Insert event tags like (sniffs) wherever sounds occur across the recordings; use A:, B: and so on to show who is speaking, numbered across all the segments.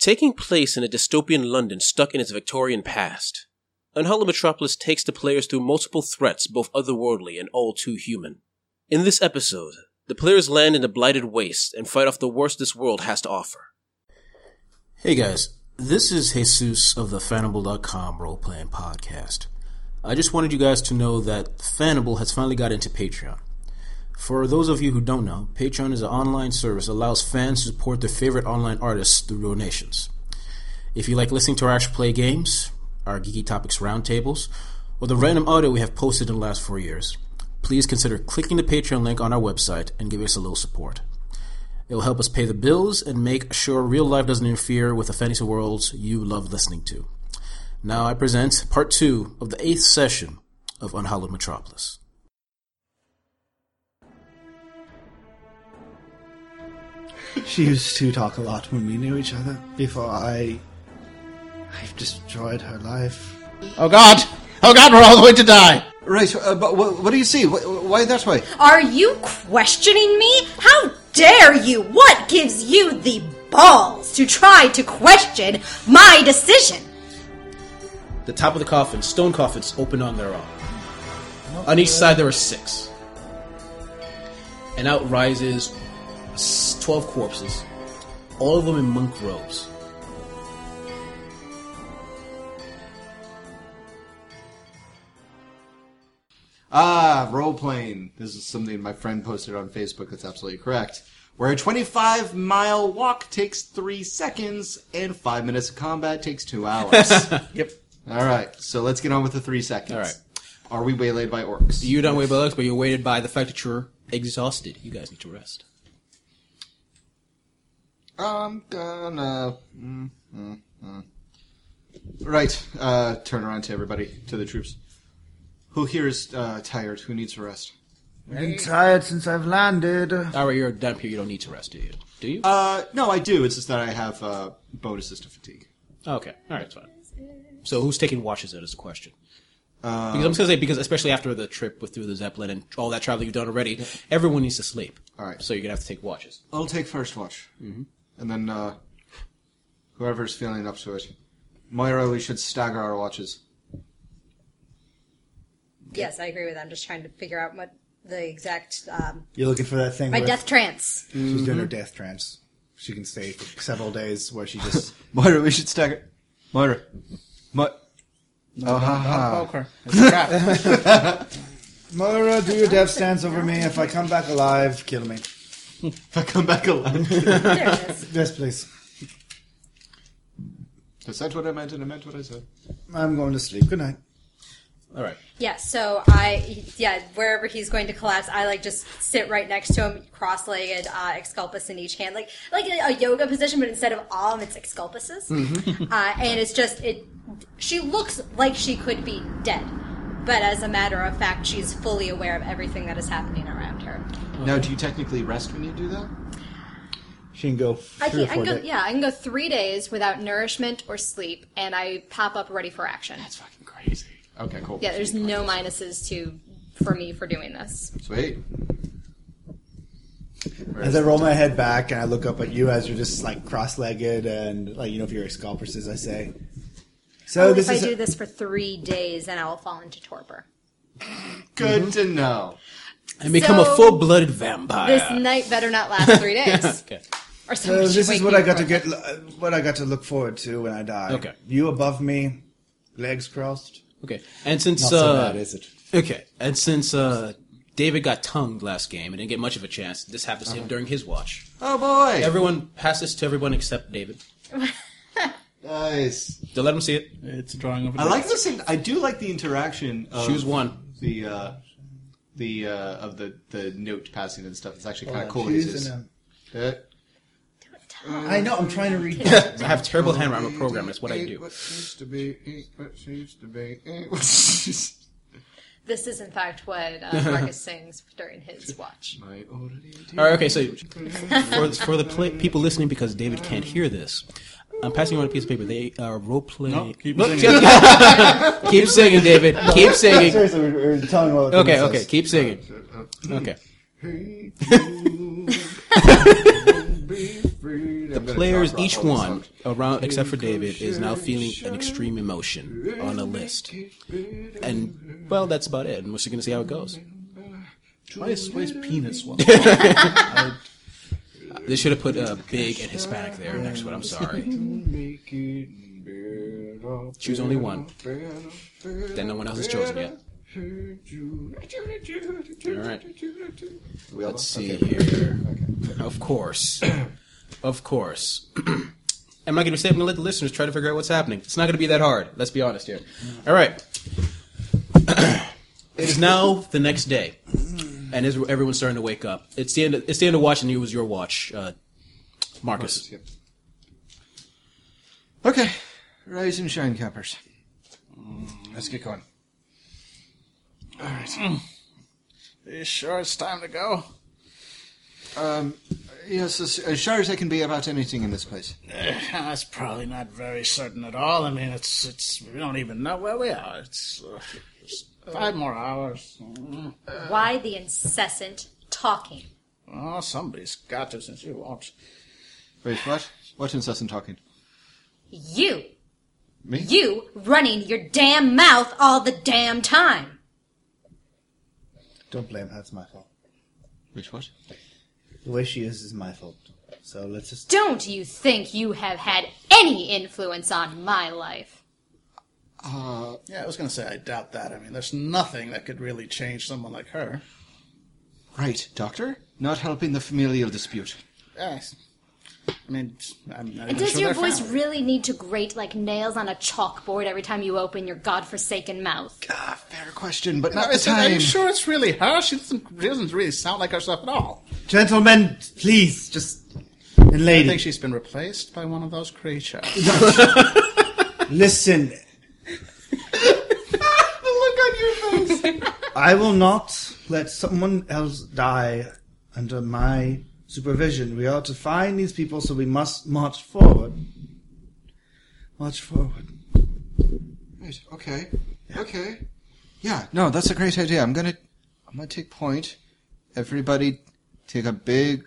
A: Taking place in a dystopian London stuck in its Victorian past, Unhalla Metropolis takes the players through multiple threats, both otherworldly and all too human. In this episode, the players land in a blighted waste and fight off the worst this world has to offer.
B: Hey guys, this is Jesus of the Fanable.com role playing podcast. I just wanted you guys to know that Fanable has finally got into Patreon. For those of you who don't know, Patreon is an online service that allows fans to support their favorite online artists through donations. If you like listening to our actual play games, our geeky topics roundtables, or the random audio we have posted in the last four years, please consider clicking the Patreon link on our website and giving us a little support. It'll help us pay the bills and make sure real life doesn't interfere with the fantasy worlds you love listening to. Now I present part two of the eighth session of Unhallowed Metropolis.
C: She used to talk a lot when we knew each other. Before I, I've destroyed her life.
D: Oh god! Oh god, we're all going to die!
C: Right, uh, but what, what do you see? Wh- why that way?
E: Are you questioning me? How dare you? What gives you the balls to try to question my decision?
B: The top of the coffin, stone coffins, open on their own. On each side there are six. And out rises s- twelve corpses, all of them in monk robes.
D: Ah, role playing. This is something my friend posted on Facebook that's absolutely correct. Where a 25 mile walk takes three seconds and five minutes of combat takes
C: (laughs)
D: two hours.
B: Yep.
D: Alright, so let's get on with the three seconds.
B: All right.
D: Are we waylaid by orcs?
B: You don't wait by looks, but you're weighted by the fact that you're exhausted. You guys need to rest.
D: I'm gonna. Mm, mm, mm. Right, uh, turn around to everybody, to the troops. Who here is uh, tired? Who needs a rest?
C: been tired since I've landed.
B: All right, you're down here. You don't need to rest, do you? Do you?
D: Uh, no, I do. It's just that I have uh, bonuses to fatigue.
B: Okay. All right. That's fine. So who's taking watches? That is the question.
F: Uh,
B: because I'm just gonna say because especially after the trip with through the zeppelin and all that travel you've done already, everyone needs to sleep.
D: All right.
B: So you're gonna have to take watches.
D: I'll take first watch, mm-hmm. and then uh, whoever's feeling up to it. Moira, we should stagger our watches.
E: Yes, I agree with that. I'm just trying to figure out what the exact um,
F: You're looking for that thing.
E: my
F: where
E: death trance.
F: She's doing
C: Mm-hmm.
F: her death trance. She can stay for several days where
C: (laughs)
F: she just.
D: (laughs) Moira, we should stagger. Moira, Mo- oh ha ha!
F: Moira, do your death stance over me. If I come back alive, kill me.
D: If I come back alive.
E: There it is.
F: Yes, please.
D: (laughs) I said what I meant, and I meant what I said.
F: I'm going to sleep. Good night.
B: All right.
E: Yeah, so I, yeah, wherever he's going to collapse, I like just sit right next to him, cross legged, uh, exculpus in each hand, like like a yoga position, but instead of alm, it's exculpuses.
F: Mm-hmm.
E: (laughs) uh, and it's just, it. she looks like she could be dead, but as a matter of fact, she's fully aware of everything that is happening around her.
D: Now, do you technically rest when you do that?
F: She can go
E: I
F: three
E: can,
F: or
E: I
F: four
E: can go,
F: days.
E: yeah, I can go three days without nourishment or sleep, and I pop up ready for action.
D: That's fucking crazy. Okay, cool.
E: Yeah, there's no minuses to for me for doing this.
D: Sweet.
F: As I roll my head back and I look up at you as you're just like cross-legged and like you know if you're exculpus, as I say. So
E: Only
F: Oh, this
E: Oh, if I
F: is
E: do this for three days, then I will fall into torpor.
D: Good to know.
B: And become
E: So-
B: a full-blooded vampire.
F: Ah,
E: This night better not
F: (laughs)
E: last three
B: (laughs)
E: days.
B: okay.
E: Or
F: so
E: somebody
F: Oh,
E: should
F: this
E: wake
F: is what
E: me
F: I got to
E: from it.
F: get what I got to look forward to when I die.
B: Okay.
F: You above me, legs crossed.
B: Okay. And since
F: Not so
B: uh,
F: bad, is it?
B: okay, and since uh, David got tongued last game and didn't get much of a chance, this happens
F: Uh-huh.
B: to him during his watch.
D: Oh boy!
B: Everyone passes to everyone except David.
D: nice.
B: Don't let him see
F: (laughs)
B: it.
G: It's drawing over.
D: I like this. In- I do like the interaction. Of
B: Choose one.
D: the uh, the uh, of the the note passing and stuff. It's actually kind of cool. It's
F: She's
D: just,
F: in a-
D: uh,
F: um, I know. I'm trying to read. (laughs)
B: I have terrible handwriting. I'm a programmer. That's what I
D: Ain't
B: do.
D: What used to be, ain't what used to be,
B: (laughs)
D: ain't what
E: This is, in fact, what uh,
F: (laughs)
E: Marcus sings during his watch.
D: My already
B: All right, okay, so for, for the pla people listening, because David can't hear this, I'm passing around a piece of paper. They uh, role play.
G: No, keep
B: Look,
G: singing.
B: keep- (laughs) keep singing, David. Keep singing.
F: Seriously, we we're, telling what. the
B: Okay,
F: message
B: okay,
F: is.
B: keep (laughs) singing. Okay.
D: Hate you, won't be
B: (laughs)
D: freed.
B: The players, each one around except for David, is now feeling an extreme emotion on a list. And well, that's about it. And we're just gonna see how it goes.
H: Why is why is penis
B: (laughs)
H: one?
B: They should have put uh, big and Hispanic there next to it. I'm sorry. Choose only one. Then no one else is chosen yet. All right. Let's see here. Of course. (clears throat) of course. (clears throat) Am I going to say I'm going to let the listeners try to figure out what's happening? It's not going to be that hard. Let's be honest here. All right. (clears throat) it is now the next day, and is everyone's starting to wake up. It's the end. Of, it's the end of watch, and it was your watch, uh, Marcus.
D: Okay, rise and shine, cappers. Let's get going.
B: Mm.
H: you sure it's time to go? (sighs)
D: Um, yes, as, as sure as I can be about anything in this place.
H: That's probably not very certain at all. I mean, it's it's we don't even know where we are. It's uh, just five more hours. Mm-hmm.
F: Uh.
E: Why the incessant talking?
H: Oh, somebody's got to since you won't.
D: Wait, what? What incessant talking?
E: You.
D: Me?
E: You running your damn mouth all the damn time.
F: Don't blame her. It's my fault.
D: Wait, what?
F: The way she is is my fault. So let's just.
E: Don't you think you have had any influence on my life?
H: Yeah, I was going to say I doubt that. I mean, there's nothing that could really change someone like her.
D: Right, doctor. Not helping the familial dispute.
H: Yes. I mean, I'm not
E: And
H: even
E: does
H: sure
E: your
H: they're
E: voice
H: family.
E: really need to grate like nails on a chalkboard every time you open your godforsaken mouth?
D: Ah, fair question, but
H: No,
D: not the
H: it's- Are
D: time.
H: you sure it's really her? She doesn't, she doesn't really sound like herself at all.
F: Gentlemen, please, just. And
H: I
F: lady,
H: think she's been replaced by one of those creatures.
D: (laughs)
F: listen. I will not let someone else die under my supervision. We are to find these people, so we must march forward. March forward.
D: Right, okay. Okay. Yeah, no, that's a great idea. I'm gonna I'm gonna take point. Everybody take a big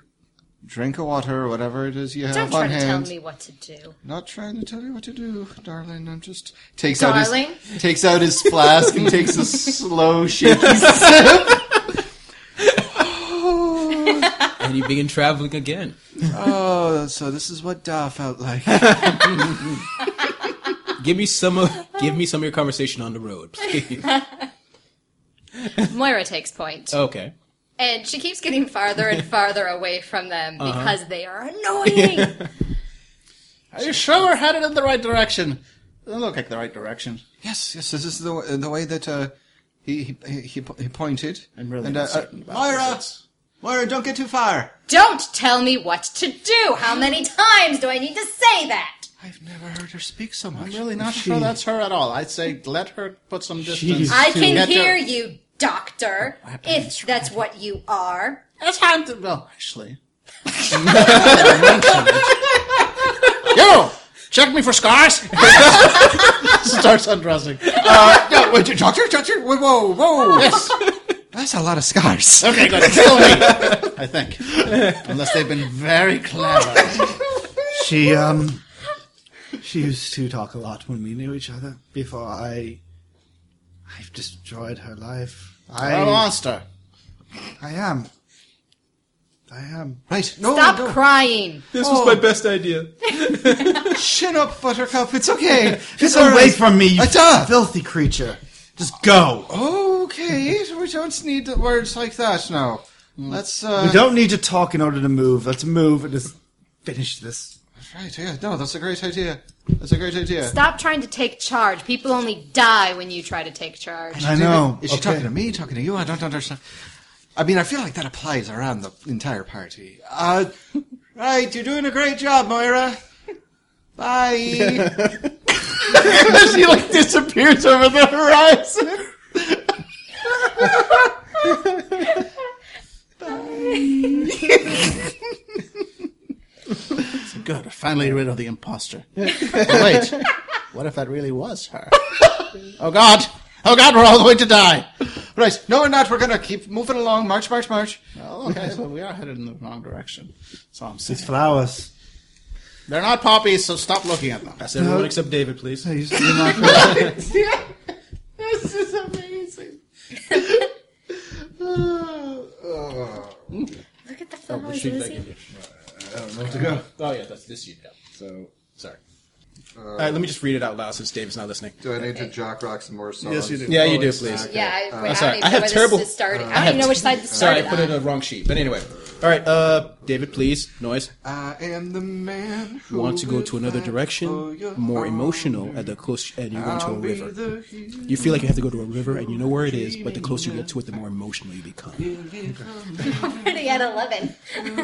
D: drink of water or whatever it is you have
E: Don't
D: on
E: try to tell
D: hand.
E: me what to do.
D: Not trying to tell you what to do, darling. I'm just takes out
E: Darling?
D: his takes out his flask and takes a slow shaky sip.
B: And you begin traveling again.
D: Oh, so this is what Da felt like.
B: Give me some of give me some of your conversation on the road, please. (laughs)
E: Moira takes point.
I: Oh.
B: Okay.
E: And she keeps getting farther
I: (laughs)
E: and farther away from them
I: Uh-huh.
E: because they are annoying.
I: (laughs)
H: Are you sure we're headed in the right direction? Doesn't look like the right direction.
D: Yes, yes, this is the the way that uh, he, he he he pointed.
H: I'm really
D: and, uh,
H: not certain about
D: Moira,
H: this.
D: Moira, don't get too far.
E: Don't tell me what to do. How many times do I need to say that?
D: I've never heard her speak so much.
H: I'm really not sure that's her at all. I'd say let her put some distance.
E: I can
H: Get to-
E: hear you, doctor, if that's what you are.
H: It's time to. Well, (laughs) actually. Yo! Check me for scars! (laughs) Starts undressing. Uh,
D: No, wait, doctor, doctor, whoa, whoa, whoa.
H: Yes!
D: That's a lot of scars.
H: Okay, good. Kill me! (laughs) I think. Unless they've been very (laughs) clever.
F: She um she used to talk a lot when we knew each other before I I've destroyed her life. I
H: A monster.
F: I am. I am.
D: Right,
I: Oh
D: no,
E: Stop
D: no.
E: crying.
B: This was my best idea.
D: Chin up, Buttercup. It's okay.
F: (laughs) Get
D: It's
F: away
D: alright.
F: from me, you
D: I duh.
F: filthy creature. Just go. (laughs)
D: Okay, we don't need the words like that now. Let's. Uh,
F: Mm. We don't need to talk in order to move. Let's move and just finish this.
D: Right, yeah, no, that's a great idea. That's a great idea.
E: Stop trying to take charge. People only die when you try to take charge.
F: I know.
D: Is she talking to me? Talking to you? I don't understand. I mean, I feel like that applies around the entire party. Uh, right, you're doing a great job, Moira. (laughs) Bye. she like disappears over the horizon.
H: Good. Finally rid of the imposter. Oh, wait. What if that really was her? Oh, God. Oh, God, we're all going to die.
D: Right, no, we're not. We're gonna keep moving along. March, march, march.
H: Oh, Well, okay, so we are headed in the wrong direction. That's all I'm saying.
F: Flowers.
H: They're not poppies, so stop looking at them.
I: That's everyone except David, please.
F: Hey, you- you're not gonna-
D: This is amazing. oh,
E: Look at the flowers,
I: Shoot that
E: Lizzie.
I: again.
D: I don't know where to go.
I: Oh yeah, that's this you. Yeah.
D: So,
I: Sorry. All right, let me just read it out loud since David's not listening.
D: do I need to jock rock some more songs?
F: Yes, you do.
I: Yeah, you
F: Oh,
I: do,
F: it's-
I: please.
E: Yeah, I, wait,
I: Uh, sorry,
E: I don't even
I: I
E: know
I: have
E: where
I: terrible- Uh,
E: this is starting. I
I: I
E: don't
I: have
E: even know which side this
I: Sorry,
E: started
I: I put it
E: on.
I: on the wrong sheet. But anyway, all right, uh, David, please, noise.
D: I am the man who
B: Want to go
D: will
B: to another
D: fight for
B: direction?
D: your
B: More
D: own.
B: emotional at the close, and you're going to a
D: I'll be
B: river.
D: the hero.
B: You feel like you have to go to a river, and you know where it is, but the closer you get to it, the more emotional you become.
E: Pretty at 11.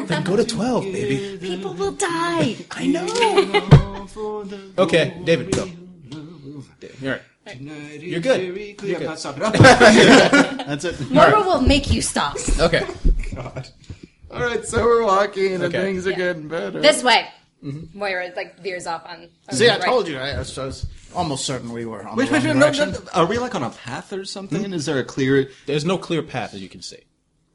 B: Then go to twelve, baby.
E: (laughs) People
I: (laughs)
E: will die.
B: I know. Okay, David, go. All right.
D: You're
B: good.
D: You're good.
H: That's it.
E: Moro will make you stop.
B: Okay.
D: All right, so we're walking and
B: Okay.
D: things are
E: Yeah.
D: getting better.
E: This way. Moira like veers off on. on
H: See,
E: the
H: I
E: right.
H: told you. I, I was- I was almost certain we were on
D: Wait,
H: the
D: wait,
H: wrong
D: wait, no,
H: direction.
D: no, no, are we like on a path or something? Is there a clear
B: There's no clear path, as you can see.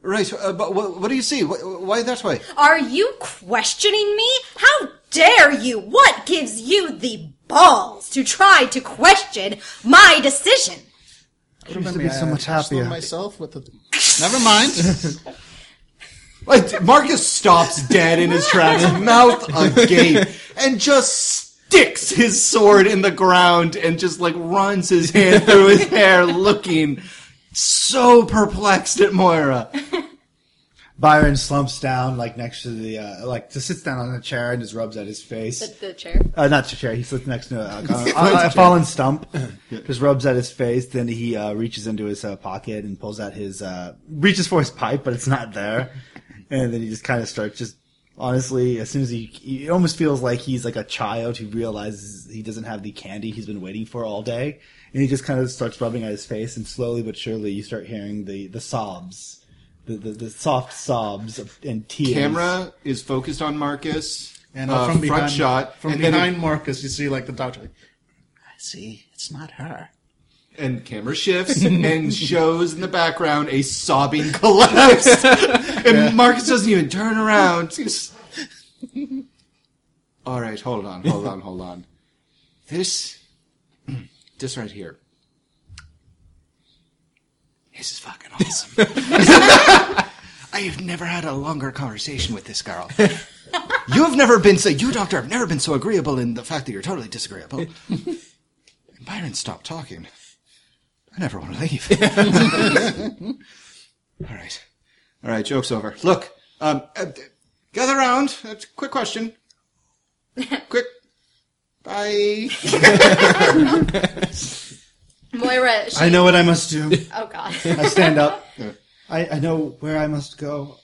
D: right? Uh, but what, what do you see? Why, why that way?
E: Are you questioning me? How dare you? What gives you the balls to try to question my decision?
F: I used to be so much
H: Still
F: happier.
H: uh, myself with the. Never mind.
D: Like, Marcus stops dead in his tracks, mouth agape, and just sticks his sword in the ground and just like runs
H: (laughs)
D: his hand through his hair, looking so perplexed at Moira.
F: Byron slumps down like next to the uh, like just sits down on a chair and just rubs at his face.
E: the chair.
F: Uh, not to chair. He sits next to a, a, a, a fallen stump. Just rubs at his face. Then he uh, reaches into his uh, pocket and pulls out his uh, reaches for his pipe, but it's not there. And then he just kind of starts just honestly. As soon as he, he- it almost feels like he's like a child who realizes he doesn't have the candy he's been waiting for all day, and he just kind of starts rubbing at his face. And slowly but surely, you start hearing the the sobs, the the, the soft sobs of- and tears.
D: Camera is focused on Marcus.
H: And
D: uh,
H: uh, from
D: front
H: behind,
D: shot,
H: from
D: and then it-
H: behind Marcus, you see like the doctor. Like, I see, it's not her.
D: and camera shifts and shows in the background a sobbing (laughs) collapse. and Marcus doesn't even turn around. He's- All right, hold on, hold on, hold on. This, (clears throat) this right here. This is fucking awesome. (laughs) I have never had a longer conversation with this girl. You have never been so. You, doctor, have never been so agreeable in the fact that you're totally disagreeable. And Byron stopped talking. I never want to leave. (laughs) all right, all right. Joke's over. Look, um, uh, d- gather around. Uh, quick question. quick. Bye.
E: Moira. She,
F: I know what I must do.
E: Oh God.
F: I stand up.
D: Uh,
F: I, I know where I must go.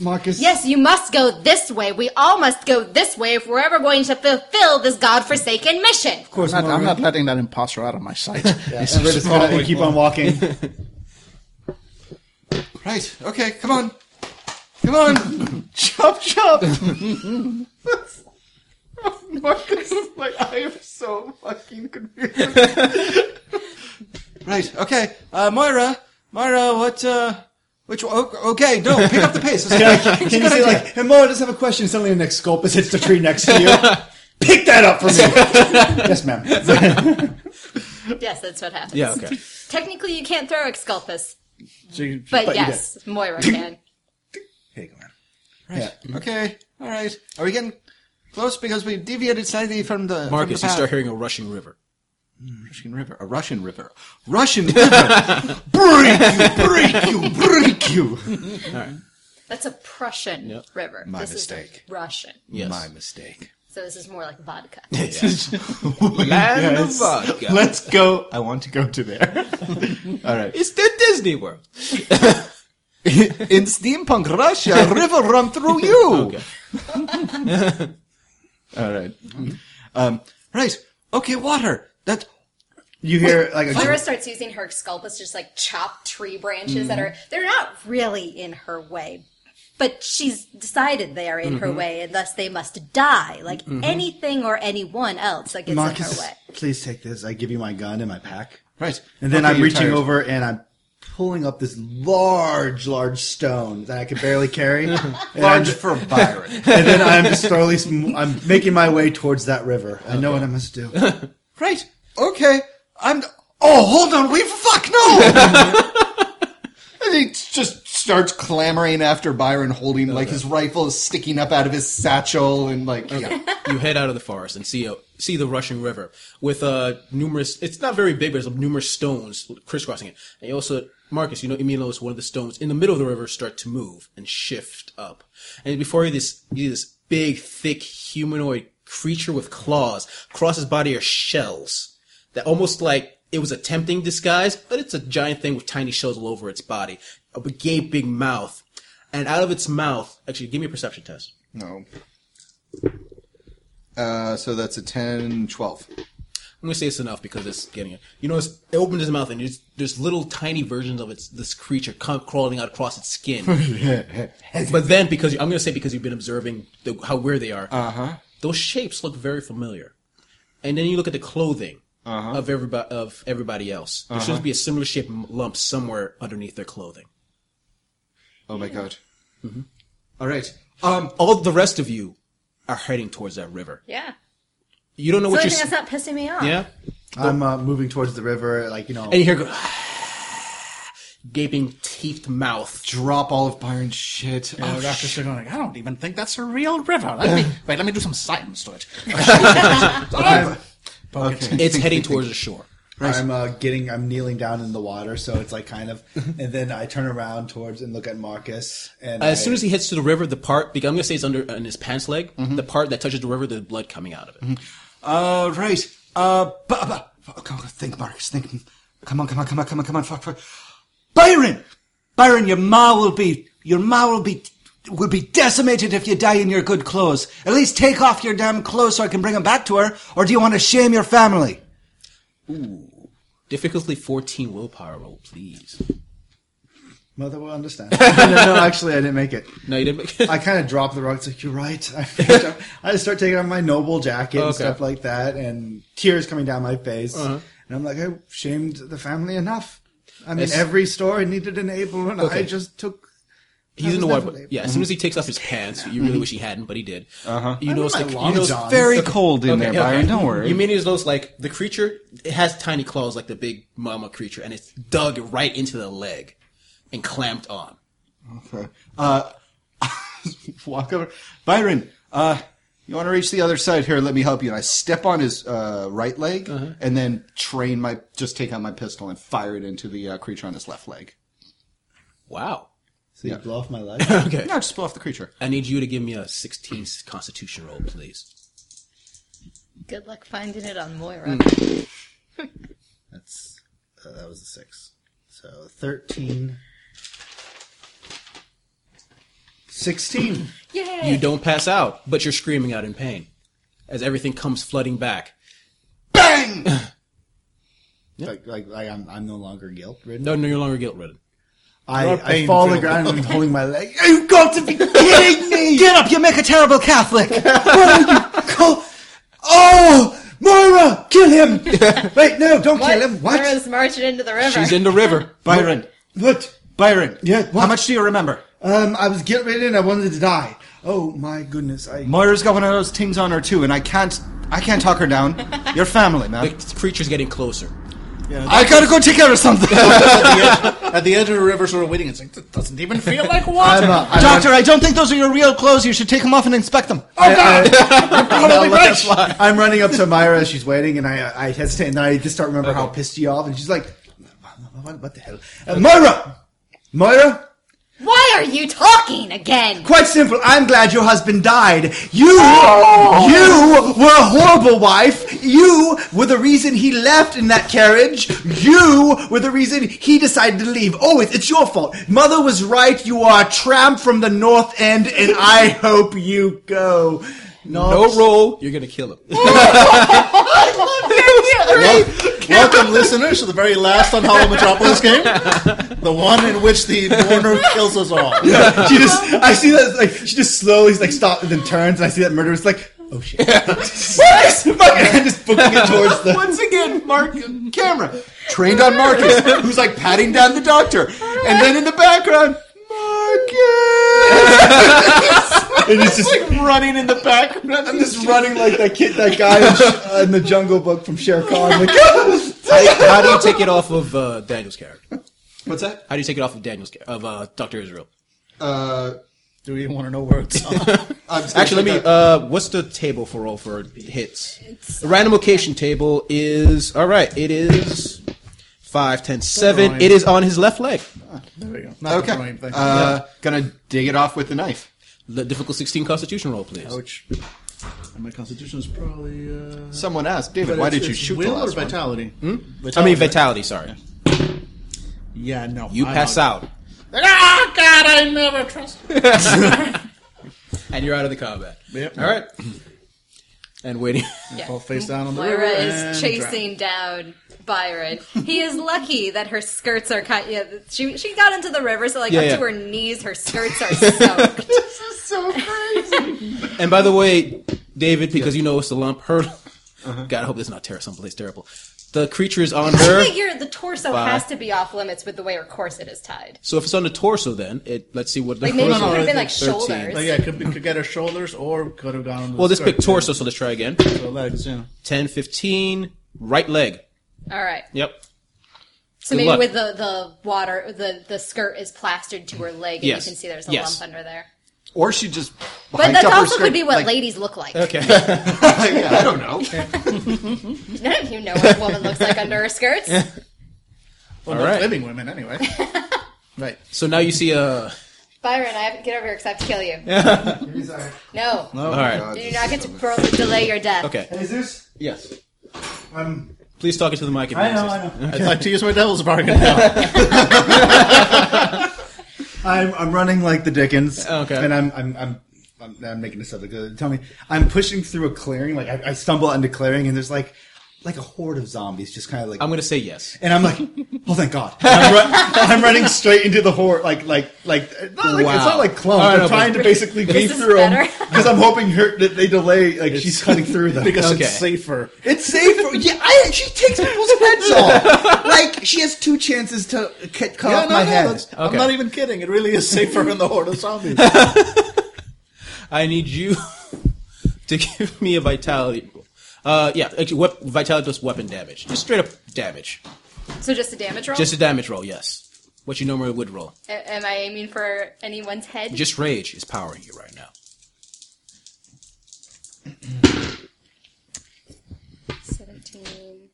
F: Marcus.
E: yes, you must go this way. We all must go this way if we're ever going to fulfill this godforsaken mission.
F: Of course,
H: I'm not, I'm
F: Moira.
H: not letting that imposter out of
D: (laughs)
H: my sight. He's
F: And we're just gonna
H: following
F: keep on walking.
D: Right. Okay. Come on. Come on.
F: (laughs)
D: chop chop. Marcus is like, I am so
F: (laughs)
D: fucking
H: (laughs)
D: confused. right. Okay. Uh, Moira. Moira. What? uh... Which one? oh, Okay, no, pick up the pace.
B: (laughs)
D: It's okay.
F: Can you say like, and Moira does have a question. Suddenly, the next sculpus hits the tree next
H: (laughs)
F: to you. Pick that up for me. yes, ma'am. (laughs)
E: Yes, that's what happens.
B: Yeah, okay.
E: Technically, you can't throw Excalpus,
F: She-
E: but,
F: you
E: yes, Moira can.
F: did. Here you go, ma'am.
D: Right. Okay. All right. Are we getting close? Because we deviated slightly from the from
B: Marcus,
D: the
B: you
D: path.
B: start hearing a rushing river.
D: Russian river, a Russian river, Russian river. (laughs) break you, break you,
B: (laughs)
D: break you.
E: That's a Prussian river.
D: My
E: this
D: mistake.
E: Is Russian.
B: Yes.
D: My mistake.
E: So this is more like vodka.
B: Land of vodka.
D: Let's go. I want to go to there.
B: (laughs)
D: All right.
B: It's the Disney World.
D: In steampunk Russia, a river run
B: (laughs)
D: through you.
B: Okay.
D: (laughs) All right. Um, right. Okay, water. That
F: You hear like a
E: Moira starts using her Excalpus to just like chop tree branches that
B: Mm-hmm.
E: are they're not really in her way. But she's decided they are in
B: Mm-hmm.
E: her way, and thus they must die, like anything or anyone else that gets in her
F: Marcus.
E: way.
F: Please take this. I give you my gun and my pack,
D: right.
F: and then
D: Okay,
F: I'm
D: you're
F: reaching
D: tired.
F: over and I'm pulling up this large, large stone that I could barely carry. and, I'm
D: Large
F: just-
D: for Byron.
F: and then I'm just slowly, sm- I'm making my way towards that river. I know what I must do.
D: right. Okay. I'm. Oh, hold on. We fuck no.
B: (laughs)
D: and he just starts clamoring after Byron, holding like his rifle is sticking up out of his satchel and like yeah.
B: you head out of the forest and see a, see the rushing river with uh, numerous. It's not very big, but there's numerous stones crisscrossing it. And you also, Marcus, you know, immediately notice one of the stones in the middle of the river start to move and shift up. And before you, this you see this big, thick humanoid creature with claws. Across his body are shells that almost like it was a tempting disguise, but it's a giant thing with tiny shells all over its body, a gay big mouth. And out of its mouth, actually, give me a perception test.
D: No. Uh, so that's a 10, 12.
B: (laughs) I'm gonna say it's enough because it's getting it. You notice it opened its mouth and there's, there's little tiny versions of its this creature come crawling out across its (laughs) skin.
D: Oh
B: but then, because you, I'm gonna say because you've been observing the, how weird they are, uh-huh. those shapes look very familiar. And then you look at the clothing of everybody of everybody else. There should be a similar shaped m- lump somewhere underneath their clothing.
D: Oh my god.
B: Mm-hmm.
D: All right. Um,
B: All the rest of you are heading towards that river.
E: Yeah.
B: You don't know
E: So
B: what
E: I
B: you're.
E: think that's
B: s-
E: not pissing me off.
B: Yeah.
F: I'm uh, moving towards the river, like, you know.
B: And you hear go, (sighs) gaping teethed mouth.
D: drop all of Byron's shit. Oh,
H: Oh, Dr. Sir going, I don't even think that's a real river. Let me, wait, let me do some
D: (laughs)
H: science to it. Poke it.
B: It's
D: (laughs)
B: heading towards the shore.
F: I'm uh, getting, I'm kneeling down in the water, so it's like kind of, and then I turn around towards and look at Marcus, and
B: As soon as he heads to the river, the part because I'm gonna say it's under in his pants leg, the part that touches the river, there's blood coming out of it.
D: Uh, right. Uh, bu- bu- oh, come on, think, Marcus, think. Come on, come on, come on, come on, come on, fuck, fuck. Byron! Byron, your ma will be, your ma will be, will be decimated if you die in your good clothes. At least take off your damn clothes so I can bring them back to her, or do you want to shame your family?
B: Difficulty 14 willpower roll, please.
F: mother will understand. no, no, actually, I didn't make it.
B: No, you didn't. Make it.
F: I kind of drop the rug. It's like you're right. (laughs) I, I just start taking on my noble jacket and
B: Okay. Uh-huh.
F: stuff like that, and tears coming down my face. And I'm like, I shamed the family enough. I mean,
B: It's-
F: every store needed an able, and I
B: Okay.
F: just took.
B: (laughs) He's in the
F: was
B: water.
F: never
B: But, yeah, as soon as he takes off his pants, you really wish he hadn't, but he did. Uh-huh. You notice
F: my
B: the,
F: long
B: you notice
F: john.
D: Very cold in there,
B: Uh, Okay,
D: Byron,
B: okay.
D: don't worry.
B: You mean it's those like the creature? It has tiny claws like the big mama creature, and it's dug right into the leg and clamped on.
D: Uh, (laughs) walk over. Byron, uh, you want to reach the other side here? Let me help you. And I step on his uh, right leg and then train my, just take out my pistol and fire it into the uh, creature on his left leg.
B: Wow.
F: So you blow off my leg.
B: Okay.
D: No, just blow off the creature.
B: I need you to give me a 16 Constitution roll, please.
E: Good luck finding it on Moira.
F: That's uh, that was a six. So thirteen. 16.
E: Yay!
B: You don't pass out, but you're screaming out in pain as everything comes flooding back.
D: Bang!
F: Like, like, like I'm, I'm no longer guilt ridden.
B: No, no, you're no longer guilt ridden.
F: I,
H: Your
F: I
H: pain
F: fall to the
H: filled.
F: ground and I'm holding my leg. (laughs)
D: You got (laughs) to be kidding me! Get up! You make a terrible Catholic.
F: Oh, Moira, kill
D: (laughs)
F: him! Wait, no, don't
E: What?
F: kill him. What?
E: Moira's marching into the river.
B: She's in the river.
D: Byron,
F: What?
D: Byron.
F: Yeah, what?
D: How much do you remember?
F: Um, I was guilt ridden. I wanted to die. Oh my goodness! I
D: Moira's got one of those things on her too, and I can't, I can't talk her down. Your family,
B: The
D: man.
B: creature's getting closer.
D: I gotta go take care of something.
H: At the edge of the river, sort of waiting, it's like, "That doesn't even feel
D: (laughs)
H: like water.
F: I'm, uh, I,
D: Doctor, I don't think those are your real clothes. You should take them off and inspect them.
F: I, uh,
D: (laughs)
F: am running up to Myra. She's waiting, and I uh, I hesitate, and then I just start remember how pissed you off, and she's like, "What, what the hell, uh, Moira? Moira."
E: Why are you talking again?
F: Quite simple. I'm glad your husband died. You, you were a horrible wife. You were the reason he left in that carriage. You were the reason he decided to leave. Oh, it's, it's your fault. Mother was right. You are a tramp from the North End, and I hope you go.
B: No roll, you're gonna kill
F: (laughs)
B: him. (laughs)
H: Welcome, listeners, to the very last on Hollow Metropolis game. The one in which the warner kills us all.
F: she just, I see that like she just slowly like stops and then turns, and I see that murderer's like, oh shit, Yes! My- and just
D: booking it towards the.
J: Once again, Mark.
D: camera trained on Marcus, who's like patting down the doctor, and then in the background, Marcus.
C: And it's just
D: like running in the background.
C: I'm just running like that kid, that guy in, Sh- uh, in the Jungle Book from Shere Khan. Like, (laughs)
B: How do you take it off of uh, Daniel's character?
D: What's that?
B: How do you take it off of Daniel's character of uh, Doctor Israel?
D: Uh,
H: Do we even want to know where (laughs) it's on?
D: I'm just gonna
B: Actually, let
D: check
B: me.
D: out-
B: Uh, what's the table for all for hits? The random location table is all right. It is five, ten, seven. It is on his left leg.
H: there we go. Not the
D: okay.
H: frame thing.
D: Uh, gonna dig it off with the knife.
B: The difficult sixteen Constitution roll, please.
H: Ouch. And my constitution is probably. Uh,
D: Someone asked David,
H: but
D: "Why
H: it's-
D: did you
H: it's
D: shoot the
H: will
D: last
H: or
D: one?" Hmm?
H: vitality?
B: I mean vitality. Sorry,
H: Yeah, no.
B: you
H: I'm
B: pass out
H: Ah, God, I never trust.
B: and you're out of the combat.
H: Yep.
B: All right. And waiting. (laughs)
H: Fall face down on the
E: Moira
H: river
E: is
H: and
E: chasing down Byron. He is lucky that her skirts are kind. Yeah, she she got into the river, so like
B: Yeah,
E: up
B: yeah.
E: to her knees, her skirts are soaked.
B: And by the way, David, because you know it's a lump, her. God, I hope this is not terrible. Someplace terrible. The creature is on
E: I
B: her.
E: figure the torso
B: Wow.
E: has to be off limits with the way her corset is tied.
B: So if it's on the torso, then it. Let's see what the
E: Like maybe she
B: torso.
E: would have
H: no,
E: been
H: I
E: like
H: think
B: 13.
E: shoulders.
H: Oh, yeah, it could, be, could get her shoulders or could have gone.
B: Well, let's pick torso. So let's try again.
H: The legs, yeah.
B: 10, 15, right leg.
E: All right.
B: Yep.
E: So
B: Good
E: maybe
B: luck.
E: with the, the water, the, the skirt is plastered to her leg, and
B: Yes.
E: you can see there's a
B: Yes.
E: lump under there.
D: Or she just.
E: But
D: hiked
E: that
D: up her
E: also
D: skirt,
E: could be what
D: like-
E: ladies look like.
B: Okay. (laughs)
D: yeah, I don't know.
E: None of (laughs) you know what a woman looks like under her skirts.
H: Well,
B: All
H: no,
B: right.
H: living women anyway. right.
B: so now you see uh
E: Byron, I have to get over here because I have to kill you. No.
B: all right.
D: God,
E: You do
D: this
E: not
D: is
E: get to
D: so much-
E: pro- delay your death.
B: Okay.
C: Jesus,
B: Yes.
C: I'm.
B: Please talk into the mic if you
C: Um, I know,
B: want to.
C: I know.
H: I'd like to use my devil's bargain now.
D: (laughs)
K: I'm I'm running like the Dickens.
F: Oh,
B: Okay.
K: And I'm I'm I'm I'm, I'm making this up. like, uh, Tell me, I'm pushing through a clearing. Like I, I stumble into clearing, and there's like like a horde of zombies, just kind of like.
B: I'm gonna say yes.
K: and I'm like, oh thank God! And I'm, run- (laughs) I'm running straight into the horde, like like like. Not like It's
B: Wow.
K: not like clones.
B: All right,
K: I'm
B: no,
K: trying to basically be
E: This is
K: through them (laughs)
E: better.
K: because I'm hoping her that they delay. Like she's cutting through them.
H: because
B: Okay.
H: it's safer.
K: It's safe. For, yeah, I, she takes people's heads off. Like she has two chances to cut, cut
H: Yeah,
K: off
H: no,
K: my
H: no,
K: head.
H: that's-
B: Okay.
H: I'm not even kidding. It really is safer in the horde of zombies.
B: I need you (laughs) to give me a vitality. roll. Uh, yeah, actually, wep- vitality plus weapon damage. Just straight up damage.
E: So just a damage roll?
B: Just a damage roll, yes. What you normally would roll.
E: A- am I aiming for anyone's head?
B: Just rage is powering you right now.
E: Seventeen.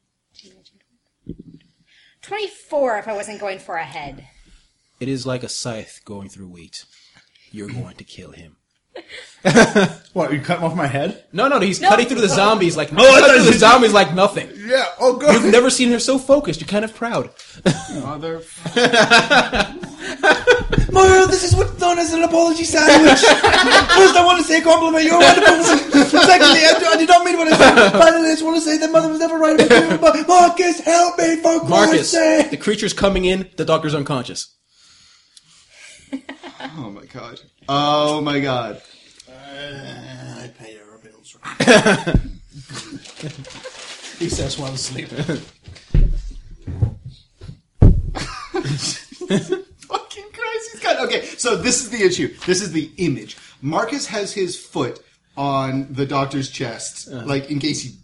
E: 24 if I wasn't going for a head.
B: It is like a scythe going through wheat. You're going to kill him.
K: What you cut off my head?
B: No, no, he's cutting through the zombies (laughs) like cutting through the zombies like nothing.
K: Yeah. Oh god.
B: I've never seen her so focused. You're kind of proud.
D: Mother.
K: Mario, this is what's known as an apology sandwich. First, I want to say a compliment. You're a wonderful woman. Secondly, I, do- I did not mean what I said. Finally, I just want to say that mother was never right about you. But Marcus, help me for Christ's
B: Marcus,
K: sake.
B: the creature's coming in. The doctor's unconscious.
D: Oh my god. Oh my god.
H: I pay our bills. he says while sleeping.
D: Fucking Christ, he's got. Okay, so this is the issue. This is the image. Marcus has his foot on the doctor's chest, like in case he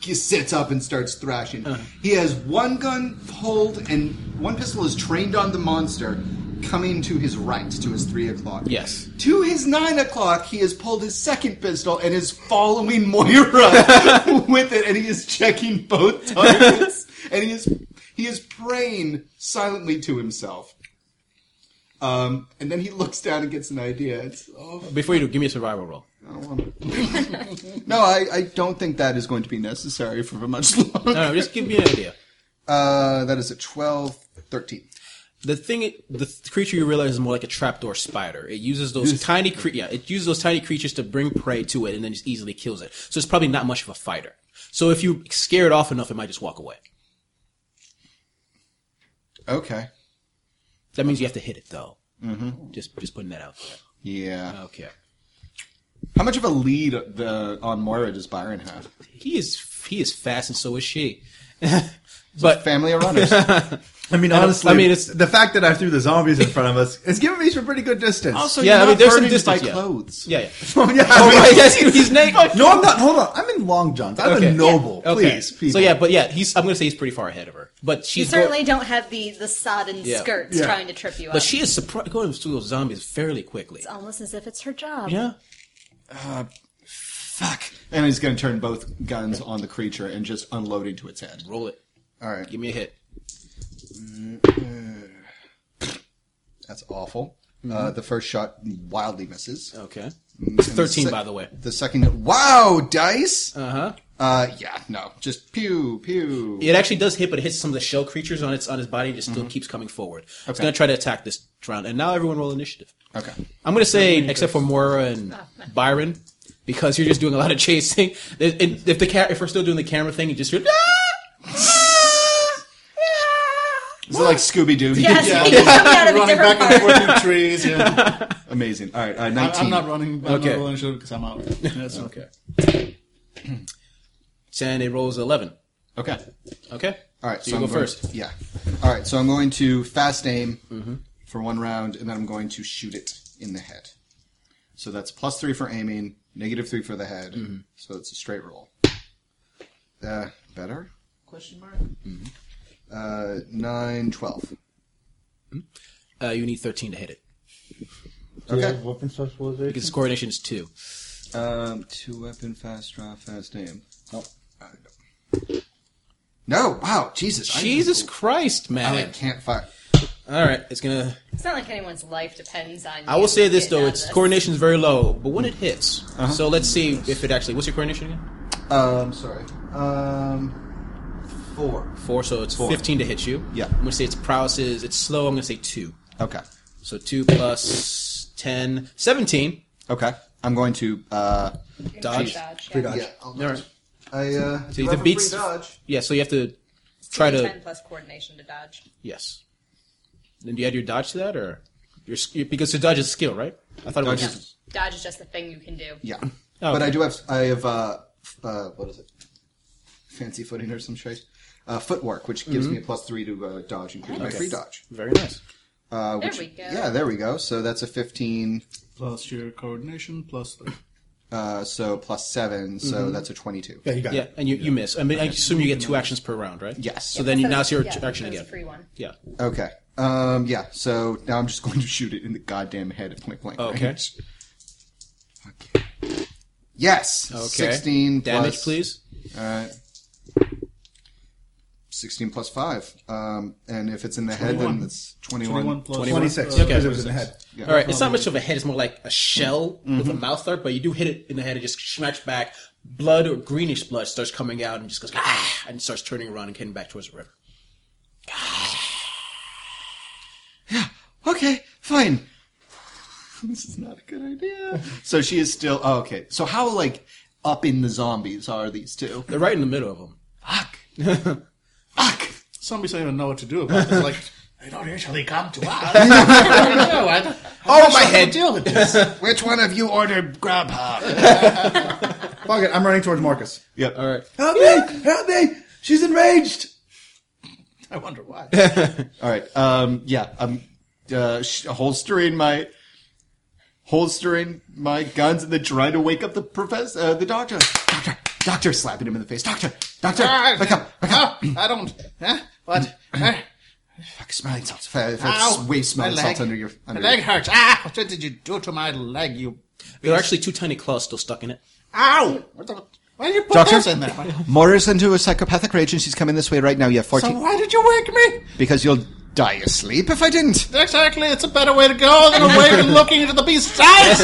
D: he sits up and starts thrashing. He has one gun pulled and one pistol is trained on the monster, coming to his right, to his three o'clock.
B: Yes.
D: To his nine o'clock, he has pulled his second pistol and is following Moira (laughs) with it, and he is checking both targets, and he is he is praying silently to himself. Um, and then he looks down and gets an idea. It's, oh,
B: Before you do, give me a survival roll.
D: I
B: (laughs)
D: don't want to. (laughs) no, I, I don't think that is going to be necessary for much longer.
B: No, no, just give me an idea.
D: Uh, that is a 12, 13.
B: The thing, the th- creature you realize is more like a trapdoor spider. It uses those tiny, cre- yeah, it uses those tiny creatures to bring prey to it, and then just easily kills it. So it's probably not much of a fighter. So if you scare it off enough, it might just walk away.
D: Okay.
B: That means you have to hit it though. Mm-hmm. Just, just putting that out there.
D: Yeah.
B: Okay.
D: How much of a lead the on Moira does Byron have?
B: He is He is fast, and so is she. (laughs)
D: But family of runners.
K: I mean,
B: I
K: honestly,
B: mean, it's-
K: the fact that I threw the zombies in front of us is giving me some pretty good distance.
D: also,
B: Yeah,
D: yeah,
B: I
D: you're
B: mean,
D: not
B: there's some
D: burdened by
B: distance, yeah.
D: clothes.
B: Yeah, yeah.
K: Oh, (laughs) yeah,
B: Oh,
K: I mean-
B: right, yes, (laughs) he's naked.
K: No, I'm not. Hold on. I'm in long johns. I'm
B: Okay.
K: a noble.
B: Okay.
K: Please, people.
B: So yeah, but yeah, he's. I'm gonna say he's pretty far ahead of her, but
E: You
B: she's go-
E: certainly don't have the the sodden
B: Yeah.
E: skirts
K: Yeah.
E: trying to trip you up.
B: but she is surpri- going through those zombies fairly quickly.
E: Almost as if it's her job.
B: Yeah.
D: Fuck. And he's going to turn both guns on the creature and just unload into its head.
B: Roll it.
D: All right.
B: Give me a hit.
D: That's awful. Uh, the first shot wildly misses.
B: Okay.
D: And
B: Thirteen,
D: sec-
B: by the way.
D: The second, wow, dice.
B: Uh huh.
D: Uh, yeah, no, just pew pew.
B: It actually does hit, but it hits some of the shell creatures on its on his body, and it still keeps coming forward. It's gonna try to attack this round, and now everyone roll initiative.
D: Okay.
B: I'm gonna say, except for Moira and Byron, because you're just doing a lot of chasing. And- and if the ca- if we're still doing the camera thing, you just hear, "Ah! Ah! Ah!"
D: Is it like Scooby Doo? (laughs)
E: Yes, (laughs) he comes out of a
H: running
E: different
H: back
E: part.
H: and forth through trees. Yeah.
D: Amazing. All right, uh,
H: I,
D: 19.
H: I'm not running. I'm
B: Okay.
H: not rolling shit because I'm out.
B: (laughs)
H: That's okay.
B: (clears throat) and it rolls eleven.
D: Okay.
B: Okay.
D: All right,
B: So, you
D: I'm
B: go
D: going-
B: first.
D: Yeah. All right, so I'm going to fast aim for one round, and then I'm going to shoot it in the head. So that's plus three for aiming, negative three for the head. So it's a straight roll. Uh, better? Question mark. Uh, nine, twelve.
B: Uh, you need thirteen to hit it
D: Okay.
K: Weapon specialization.
B: because coordination is two.
D: Um, two weapon, fast draw, fast aim. Nope. Uh, no. no. Wow. Jesus. I-
B: Jesus Christ,
D: I,
B: man!
D: can't fire.
B: All right, it's gonna.
E: It's not like anyone's life depends on.
B: I will say this though, its Uh-huh. coordination
E: coordination.
B: is very low, but when it hits, so let's see if it actually. What's your coordination again?
D: Um, sorry. Um, four.
B: Four, so it's
D: Four.
B: 15 to hit you.
D: Yeah.
B: I'm going to say its prowess is, it's slow, I'm going to say two.
D: Okay.
B: So two plus 10, 17.
D: Okay. I'm going to. Uh,
B: Dodge.
E: Free dodge.
D: yeah. I'll
B: All right.
D: I uh.
B: So you have beats. Yeah, so you have to try to.
E: Ten plus coordination to dodge.
B: Yes. Then do you add your dodge to that, or? Your, sk- because your dodge is a skill, right? I thought it was
D: Dodge
B: just.
E: Dodge is just the thing you can do.
D: Yeah.
B: Oh,
D: But
B: okay.
D: I do have. I have. Uh, f- uh, what is it? Fancy footing or some shit. Uh, footwork, which gives
B: Mm-hmm.
D: me a plus three to uh, dodge, including my free dodge.
B: Very nice.
D: Uh,
E: There
D: which,
E: we go.
D: Yeah, there we go. So that's a fifteen.
H: Plus your coordination. Plus three.
D: Uh, so plus seven. So that's a twenty-two.
K: Yeah, you got
B: Mm-hmm. Yeah,
K: it.
B: and you, you miss. I mean, I assume you get two actions per round, right?
D: Yes.
B: So then you, now it's your
E: Yeah,
B: action
E: that was
B: again.
E: a free one.
B: Yeah.
D: Okay. Um. Yeah. So now I'm just (laughs) going to shoot it in the goddamn head at point blank
B: Okay.
D: range. Okay. Yes.
B: Okay.
D: Sixteen
B: Damage,
D: plus-
B: please.
D: All right. Sixteen plus five. Um. And if it's in the head, then it's twenty-one.
H: Twenty-one plus
B: 21.
H: twenty-six.
K: 26.
B: Okay.
K: Because it was in the head.
B: All right, it's not much of a head. It's more like a shell with a mouth start, but you do hit it in the head. It just smacks back. Blood or greenish blood starts coming out and just goes ah, and starts turning around and heading back towards the river.
D: Okay. Fine. (laughs) This is not a good idea. So she is still. Oh, okay. So how like up in the zombies are these two?
B: They're right in the middle of them.
H: (laughs)
D: Fuck. Fuck.
H: Zombies don't even know what to do about this. Like they don't usually come to
D: (laughs)
H: us. I don't know. I, don't- I'm not
B: Oh, my
H: sure how to
B: head.
H: Deal with this.
D: (laughs) Which one of you ordered Grubhub?
K: Fuck it. I'm running towards Marcus.
D: Yep.
B: All right,
K: Help me! Help me! She's enraged.
H: I
D: (laughs)
H: wonder why.
D: All right. Um, yeah. I'm uh, sh- holstering my holstering my guns and then trying to wake up the professor, uh, the doctor. Doctor, doctor, slapping him in the face. Doctor, doctor,
H: Ah,
D: wake up, wake up.
H: I
K: ah.
H: don't. Huh?
D: (laughs)
H: What? Huh?
D: Fuck, smelling salts. Fair, fair,
H: Ow,
D: way smelling
H: my
D: salts
H: leg.
D: under your under.
H: my leg
D: your-
H: hurts. Ah! What did you do to my leg? You.
B: there are actually two tiny claws still stuck in it.
H: Ow! What the, why did you put
D: Doctor?
H: those in there?
D: Moira's into a psychopathic rage and she's coming this way right now. You have
H: So
D: fourteen
H: why did you wake me?
D: because you'll die asleep if I didn't.
H: Exactly. It's a better way to go than away and looking into the beast's eyes.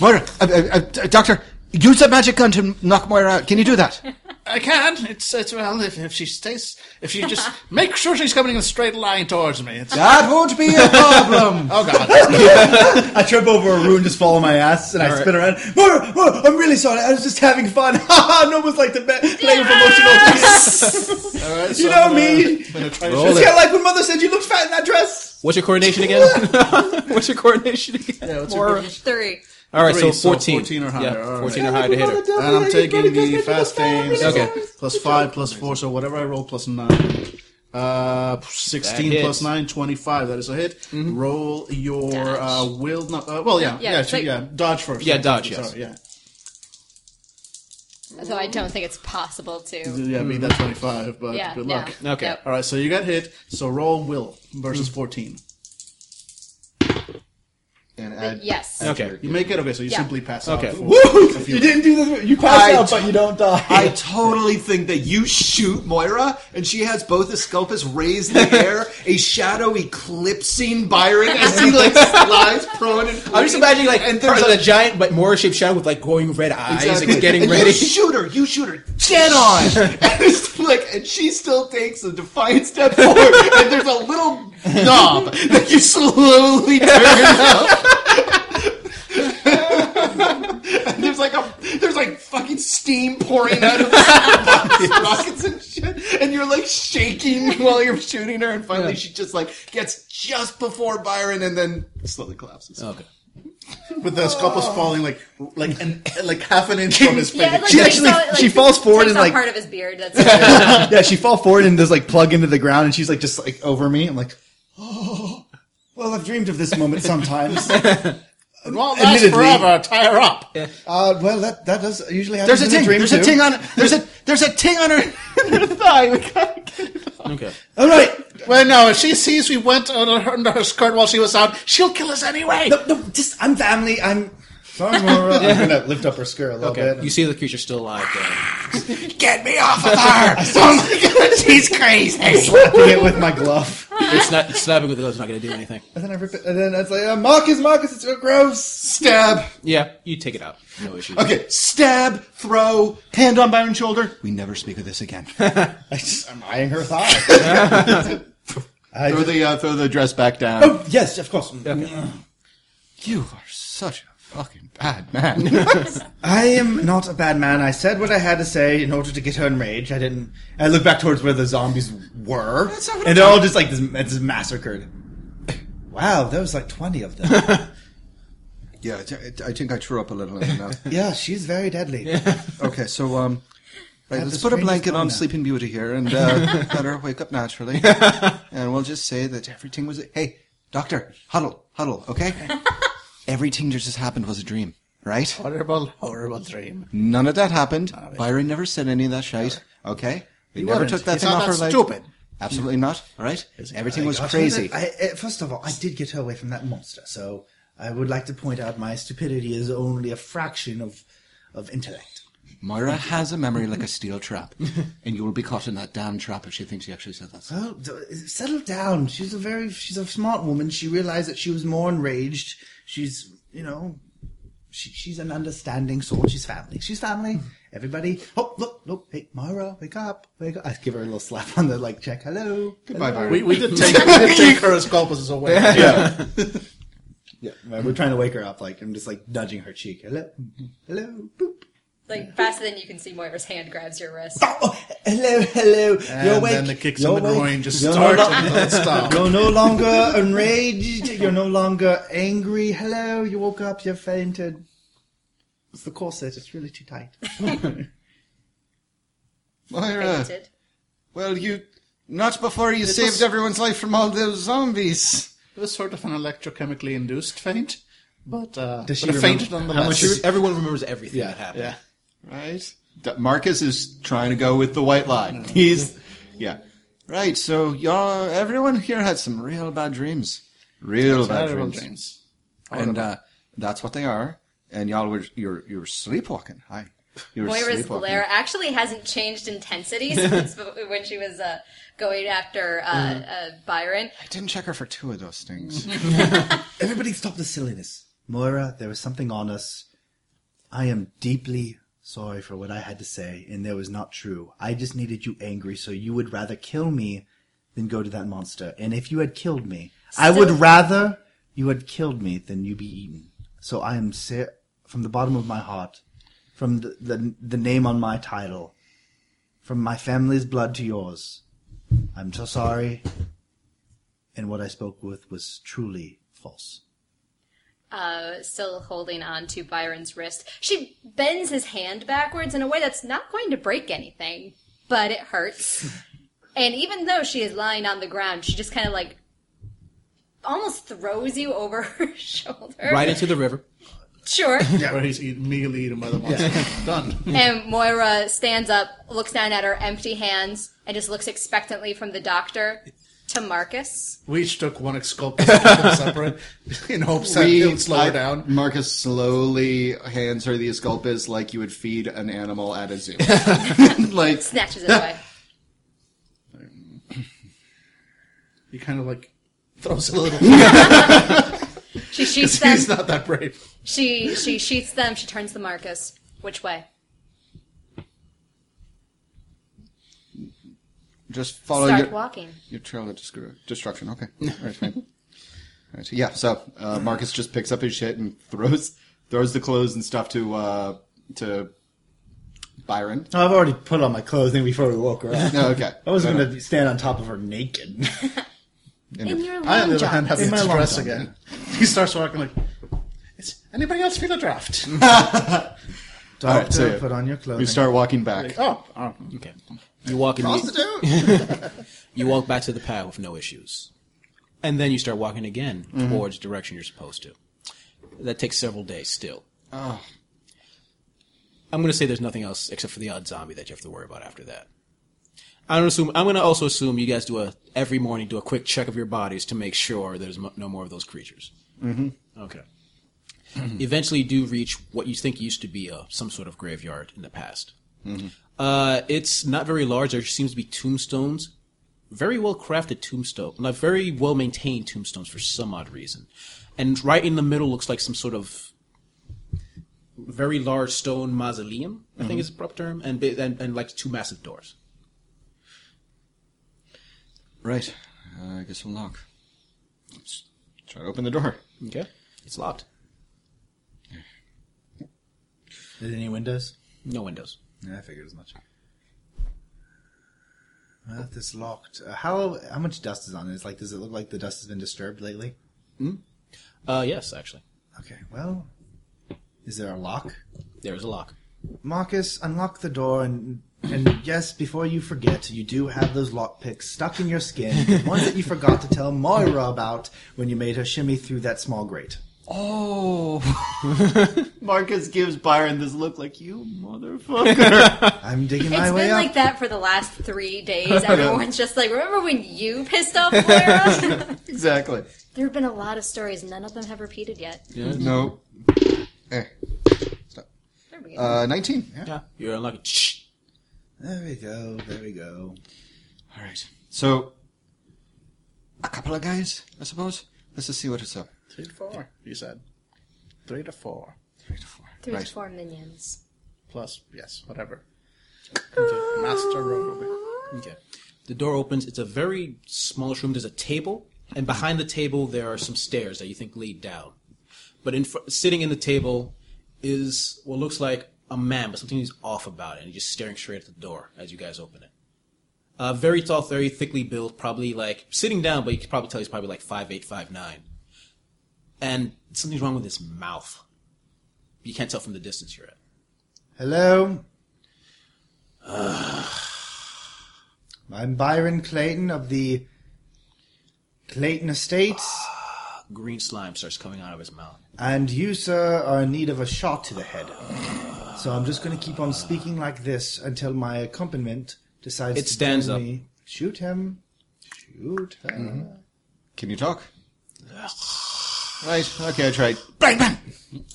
D: Moira, uh, uh, uh, doctor, use that magic gun to knock Moira out. Can you
K: (laughs)
D: do that?
H: I can't. It's it's well if, if she stays if she (laughs) just make sure she's coming in a straight line towards me. It's,
D: that won't be a problem.
H: oh God!
K: (laughs) I trip over a ruin, just fall on my ass, and I spin around. Mora, Mora, I'm really sorry. I was just having fun. (laughs) Ha ha! No one's like the be- playing with emotional. you
H: uh,
K: know me. It's
B: Roll
K: kind of like when mother said you looked fat in that dress.
B: What's your coordination again? what's your coordination again?
E: Three.
B: All
L: All right,
H: Three,
L: so
H: so
L: 14.
H: 14 or higher,
L: Yeah,
H: all right.
L: 14 or higher to hit her.
E: (laughs)
H: And I'm taking the fast aims.
L: Okay.
H: Plus five, plus four, so whatever I roll, plus nine. Uh, 16
L: That
H: plus
L: hits.
H: 9, 25. That is a hit. Roll your uh, will. No, uh, well, yeah,
E: Yeah,
H: yeah,
E: it's
H: sure,
E: like-
H: yeah. Dodge first.
L: Yeah, dodge,
H: Sorry,
L: yes.
H: Yeah,
E: So I don't think it's possible to.
H: yeah, beat that 25, but
E: Mm-hmm. Yeah.
H: good luck.
E: No.
L: Okay.
E: Yep.
H: All right, so you got hit. So roll will versus 14.
D: And add,
E: Yes.
D: add
L: Okay.
D: your-
H: You make it okay, so you
E: Yeah.
H: simply pass out.
L: Okay.
H: for- if
F: You didn't do this. You passed
D: I-
F: out, but you don't die.
D: I totally think that you shoot Moira, and she has both Asculpus raised in the air, a shadow eclipsing Byron as he like slides prone. And
B: I'm just imagining like and
D: and
B: there's
D: there's
B: like a giant but Mora shaped shadow with like glowing red eyes and getting
D: And
B: ready.
D: You shoot her. You shoot her. Get on. and it's like, and she still takes a defiant step forward. and there's a little knob that you slowly turn up. And there's like a there's like fucking steam pouring out of the rockets and shit, and you're like shaking while you're shooting her, and finally she just like gets just before Byron, and then slowly collapses.
B: Okay.
H: With the scalpels falling like like an like half an inch from his face.
E: Yeah, like,
F: She
E: like,
F: actually-
E: so it, like,
F: she falls forward
E: takes
F: and,
E: off
F: like-
E: part of his beard.
F: (laughs)
E: That's it.
F: yeah, she fall forward and does like plug into the ground, and she's like just like over me. I'm like, oh, well, I've dreamed of this moment
D: (laughs)
F: sometimes. uh,
H: It won't last
F: Admittedly.
H: forever. Tie her up.
F: well, that that does usually happen.
H: There's a
F: in a
H: ting.
F: dream
H: There's
F: too.
H: a ting on. There's a there's a ting on her,
D: (laughs)
H: on her thigh. We gotta get it off.
B: Okay.
F: All right,
H: Well, no. If she sees we went under her, under her skirt while she was out, she'll kill us anyway.
F: no, no, just I'm family. I'm sorry, Mora. I'm gonna lift up her skirt a little
B: Okay.
F: bit.
B: You see the creature still alive there.
D: Get me off of her! (laughs) oh
F: (laughs)
D: my god, she's crazy.
F: slapping it with my glove.
B: It's not it's slapping with the glove's not gonna do anything.
F: And then I rip it, and then it's like, uh, Marcus, Marcus, it's so gross.
D: Stab.
B: Yeah, you take it out. No issues.
D: Okay, stab, throw.
H: Hand on Byron's shoulder.
D: We never speak of
F: (laughs)
D: this again.
F: I just, I'm eyeing her thigh. I
D: throw
F: just,
D: the uh, throw the dress back down.
F: oh, yes, of course.
H: Mm.
D: You are such a fucking bad man. (laughs)
F: I am not a bad man. I said what I had to say in order to get her enraged. I didn't. I look back towards where the zombies were,
D: not what
F: and they're all just like this, this massacred. Wow, there was like twenty of them. (laughs)
D: yeah, I t- I think I threw up a little
H: (laughs)
D: now.
F: yeah, she's very deadly.
D: Okay, so um, right,
F: That's the
D: let's put a
F: strangest
D: blanket
F: one
D: on
F: now.
D: Sleeping Beauty here and
H: (laughs)
D: uh, let her wake up naturally. and we'll just say that everything was. Hey, doctor, huddle, huddle,
H: (laughs)
D: okay? everything that just happened was a dream, right?
H: Horrible, horrible dream.
D: None of that happened. Byron never said any of that shit. Okay, we never
H: wouldn't.
D: took that
H: He's
D: thing off
H: not that
D: her leg.
H: stupid.
D: Absolutely not. All right, everything was
F: I-
H: (laughs)
D: crazy.
F: I, I, first of all, I did get her away from that monster, so I would like to point out my stupidity is only a fraction of of intellect.
D: Moira has a memory like a steel trap, and you will be caught in that damn trap if she thinks you actually said
H: (laughs)
D: that.
F: Oh, d- settle down. She's a very she's a smart woman. She realized that she was more enraged. She's you know, she, she's an understanding soul. She's family. She's family.
H: Mm-hmm.
F: Everybody. Oh look look. Hey Myra, wake up, wake up. I give her a little slap on the like check. Hello. Goodbye.
H: We, we did take we did take her scalpels away.
F: Yeah, we're trying to wake her up. Like I'm just like nudging her cheek. Hello, hello, boop.
E: like faster than you can see, Moira's hand grabs your wrist.
F: Oh, hello, hello.
H: And
F: you're awake.
H: then the kicks
F: you're
H: in the
F: awake.
H: groin just
F: You're
H: start
F: no lo-
H: and don't stop.
F: You're no longer enraged. You're no longer angry. Hello, you woke up. You're fainted. It's the corset. It's really too tight.
D: Moira,
E: Fainted.
D: well, you not before you saved everyone's life from all those zombies.
H: It was sort of an electrochemically induced faint, but uh,
F: Does she
H: but a
F: remember-
H: faint
F: how much
H: nonetheless.
F: is-
B: Everyone remembers everything that happened.
H: yeah.
D: Right. D- Marcus is trying to go with the white lie. (laughs) He's, yeah. Right. So y'all, everyone here had some real bad dreams. Real bad
H: Terrible
D: dreams.
H: dreams.
D: And uh, that's what they are. And y'all were you're you're sleepwalking. Hi. You were
E: Moira's
D: sleepwalking.
E: glare actually hasn't changed
F: (laughs)
E: intensity since b- when she was uh, going after uh,
F: Mm-hmm.
E: uh, Byron.
D: I didn't check her for two of those things.
F: Everybody, stop the silliness. Moira, there was something on us. I am deeply sorry for what I had to say, and there was not true. I just needed you angry, so you would rather kill me than go to that monster. And if you had killed me, I would
E: Still-
F: rather you had killed me than you be eaten. So I am ser- from the bottom of my heart, from the, the the name on my title, from my family's blood to yours. I'm so sorry, and what I spoke with was truly false.
E: uh, still holding on to Byron's wrist. She bends his hand backwards in a way that's not going to break anything, but it
B: (laughs)
E: hurts. and even though she is lying on the ground, she just kind of like almost throws you over (laughs) her shoulder.
B: Right into the river. (laughs)
E: Sure.
H: Where he's eat- immediately eaten by the monster. Done.
E: And Moira stands up, looks down at her empty hands, and just looks expectantly from the doctor to Marcus.
H: We each took one exculpus and kept them separate (laughs) in hopes that it would slow
D: I-
H: her down.
D: Marcus slowly hands her the Esculpus like you would feed an animal at
E: (laughs)
D: a zoo. (laughs) like,
E: Snatches it away.
H: He kind of like throws a little.
B: (laughs)
E: She sheets them.
H: he's not that brave.
E: She she sheets them. She turns to Marcus. Which way?
D: just
B: Oh,
D: follow
E: Start
D: your,
E: walking.
D: your trail of discru- destruction. Okay. (laughs) All right, fine. All right, yeah, so uh, Marcus just picks up his shit and throws throws the clothes and stuff to uh, to Byron.
K: I've already put on my clothes then before we woke her up.
D: No, okay.
K: I wasn't going to stand on top of her naked. (laughs)
E: In your
H: I,
E: long
H: on the other
E: john.
H: hand, have
K: In
H: to
K: my long
H: dress
K: john,
H: again. He starts walking like, "Is anybody else feel a draft?" (laughs)
K: Doctor,
D: so-
K: put on your clothes.
D: We start walking back.
H: oh, oh,
B: Okay. You walk in.
H: prostitute.
B: You walk back to the path with no issues. And then you start walking again towards the direction you're supposed to. That takes several days still. I'm going to say there's nothing else except for the odd zombie that you have to worry about after that. I don't assume, I'm going to also assume you guys do a, every morning, do a quick check of your bodies to make sure there's mo- no more of those creatures. Mm-hmm. Okay. (clears throat) Eventually you do reach what you think used to be a, some sort of graveyard in the past. Uh, it's not very large. There seems to be tombstones very well crafted tombstone, like very well maintained tombstones for some odd reason. And right in the middle looks like some sort of very large stone mausoleum, I
D: Mm-hmm.
B: think is the proper term, and, bi- and and like two massive doors.
D: Right. Uh, I guess we'll knock. Let's try to open the door.
B: Okay, it's locked.
F: Is there any windows?
B: No windows.
F: Yeah, I figured as much. Well, if this locked, uh, how how much dust is on it? It's like, does it look like the dust has been disturbed lately?
B: Uh, yes, actually,
F: Okay, well, is there a lock?
B: there is a lock.
F: Marcus, unlock the door and and yes, before you forget, you do have those lockpicks stuck in your
B: (laughs)
F: skin, the ones that you forgot to tell Moira about when you made her shimmy through that small grate.
B: Oh.
D: (laughs) Marcus gives Byron this look like, you motherfucker.
F: (laughs) I'm digging
E: It's
F: my way
E: been
F: up.
E: like that for the last
F: (laughs)
E: three days. Everyone's just like, remember when you pissed off Moira?
F: (laughs)
D: exactly.
E: there have been a lot of stories. None of them have repeated yet.
D: No. Eh.
E: There we go.
D: Uh, 19. Yeah.
B: Yeah, you're unlocking. Shh.
F: There we go. There we go.
D: All right. So, a couple of guys, I suppose. Let's just see what it's up.
H: Three to four, he said. Three to four.
D: Three to four.
E: Three
D: right.
E: to four minions.
H: Plus, yes, whatever. Okay. Master Robo.
B: Okay. The door opens. It's a very smallish room. There's a table, and behind the table there are some stairs that you think lead down. But in fr- sitting in the table is what looks like a man, but something is off about it, and he's just staring straight at the door as you guys open it. Uh, very tall, very thickly built, probably like sitting down, but you can probably tell he's probably like five eight, five nine. And something's wrong with his mouth. You can't tell from the distance you're at.
F: Hello. (sighs) I'm Byron Clayton of the Clayton Estates,
B: Green slime starts coming out of his mouth.
F: and you, sir, are in need of a shot to the head. So I'm just going to keep on speaking like this until my accompaniment decides
B: It
F: to
B: stands
F: tell
B: up. Mm-hmm.
F: me, Shoot him. Shoot her.
D: Can you talk? right. Okay, I tried. Bang, bang!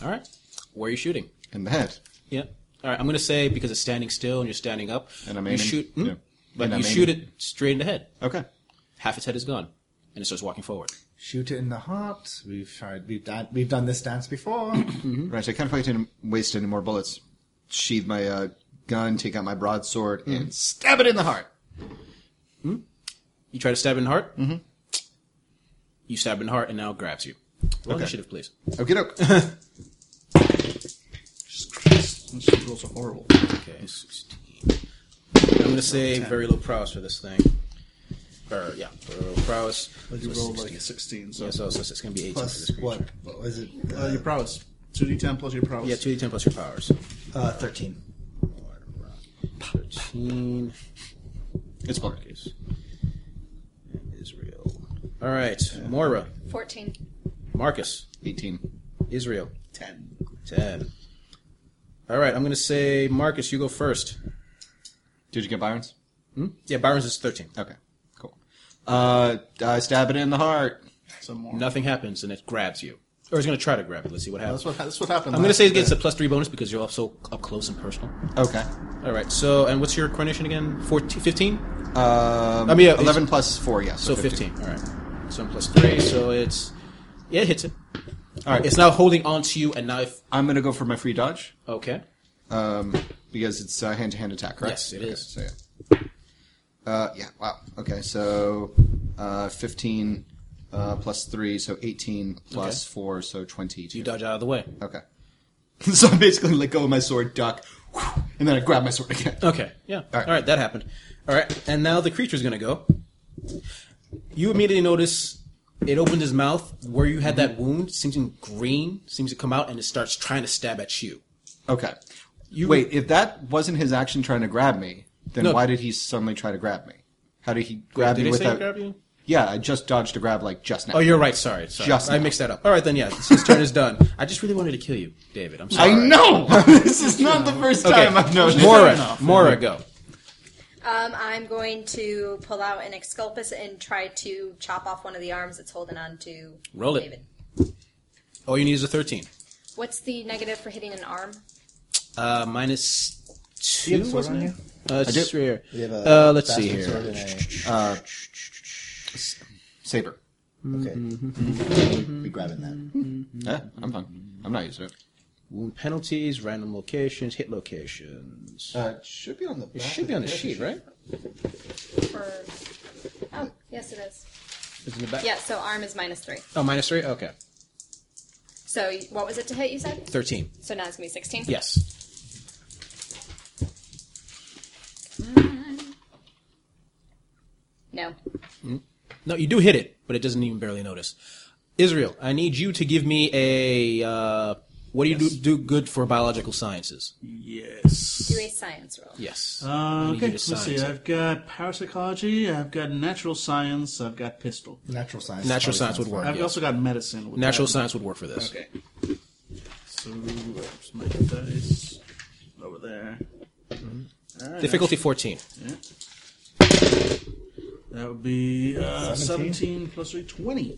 B: All right, where are you shooting?
D: In the head.
B: Yeah. All right. I'm gonna say because it's standing still and you're standing up.
D: And I'm
B: You
D: aiming.
B: shoot. hmm?
D: Yeah.
B: But
D: And
B: you
D: I'm
B: shoot
D: aiming.
B: it straight in the head.
D: Okay.
B: Half its head is gone, and it starts walking forward.
F: Shoot it in the heart. We've tried. We've done. We've done this dance before.
D: Right, I can't wait to waste any more bullets. Sheathe my uh, gun, take out my broadsword, and stab it in the heart.
B: You try to stab it in the heart. Mm-hmm. You stab it in the heart, and now it grabs you. Roll initiative, please.
D: Okay, doke.
H: These rules are horrible.
B: Okay, 16. I'm gonna say very low prowess for this thing. Or, yeah, for prowess.
M: Like you
B: was
M: rolled
B: 16.
M: like 16, so
B: Yeah, so, so it's going to be 18 for
F: Plus
B: (coughs) this creature.
F: what? What was it?
M: uh, your prowess. 2d10 plus your prowess.
B: Yeah, 2d10 plus your powers.
F: Uh, Thirteen.
B: 13. It's Marcus. Israel. All right, Moira,
E: 14.
B: Marcus,
M: 18.
B: Israel,
M: 10.
B: 10. All right, I'm going to say, Marcus, you go first.
D: Did you get Byron's?
B: Yeah, Byron's is 13.
D: Okay, cool. Uh, I stab it in the heart.
M: Some more.
B: Nothing happens, and it grabs you. Or it's going to try to grab you. Let's see what happens.
M: That's what, that's what happened.
B: I'm going to
M: last-
B: say it gets a plus three bonus because you're also up close and personal.
D: Okay.
B: All right, so, and what's your coordination again? 14, 15?
D: Um,
B: I mean, uh,
D: 11 plus 4, yes.
B: So 15. All right. So plus three, so it's. Yeah, it hits it.
D: All right,
B: It's now holding on to you, and now if.
D: I'm going to go for my free dodge
B: Okay.
D: um, because it's a hand to hand attack, right?
B: Yes, it
D: okay,
B: is.
D: So, yeah. Uh, yeah, wow. Okay, so uh, 15 uh, plus 3, so 18 plus 4, so 22.
B: You dodge out of the way.
D: Okay. (laughs) so I basically let go of my sword, duck, whew, and then I grab my sword again.
B: Okay. Yeah. All right.
D: right.
B: that happened. All right. And now the creature's going to go. You immediately notice it opened his mouth where you had that wound, seems in green, seems to come out, and it starts trying to stab at you.
D: Okay. Wait, if that wasn't his action trying to grab me, then
B: No.
D: why did he suddenly try to grab me? How did he grab
B: Did
D: me
B: it say
D: without?
B: it grab you?
D: Yeah, I just dodged a grab like just now.
B: Oh, you're right. Sorry. sorry.
D: Just
B: I
D: now.
B: mixed that up. All right, then, yeah. His turn is done. I just really wanted to kill you, David. I'm sorry.
D: I know.
B: (laughs)
D: (laughs) this is not the first
B: Okay.
D: time I've noticed.
B: Mora, Mora, go.
E: Um, I'm going to pull out an Exculpus and try to chop off one of the arms that's holding on to
B: Roll it.
E: David.
B: All you need is a 13.
E: What's the negative for hitting an arm?
B: Uh, minus two, wasn't it? Uh, it's
D: do.
B: just right here.
F: We have a
B: Uh, let's see
F: bastard sword
B: here.
F: and a-
D: Uh, Saber.
B: Mm-hmm.
F: Okay. We grabbing that.
D: Yeah, I'm fine. I'm not used to it.
B: Wound penalties, random locations, hit locations.
M: Uh, it should be on the
B: It
M: back.
B: should be on the sheet, right?
E: For... Oh, yes, it is.
B: It's in the back.
E: Yeah, so arm is minus three.
B: Oh, minus three. Okay,
E: So y- what was it to hit, you said?
B: thirteen.
E: So now it's going to be 16?
B: Yes.
E: No.
B: No, you do hit it, but it doesn't even barely notice. Israel, I need you to give me a. Uh, what do you do, do good for biological sciences?
M: Yes.
E: Do a science roll.
B: Yes.
M: Uh,
B: I need you
M: okay,
B: to
M: let's
B: sign
M: see.
B: it.
M: I've got parapsychology, I've got natural science, I've got pistol.
F: Natural science.
B: Natural
F: probably
B: science would
F: sounds
B: work.
M: I've
B: yes.
M: also got medicine. With
B: Natural
M: that.
B: science would work for this.
M: Okay. So, where's my dice? Over there. All right,
B: Difficulty fourteen.
M: That would be uh, 17 plus 3, 20.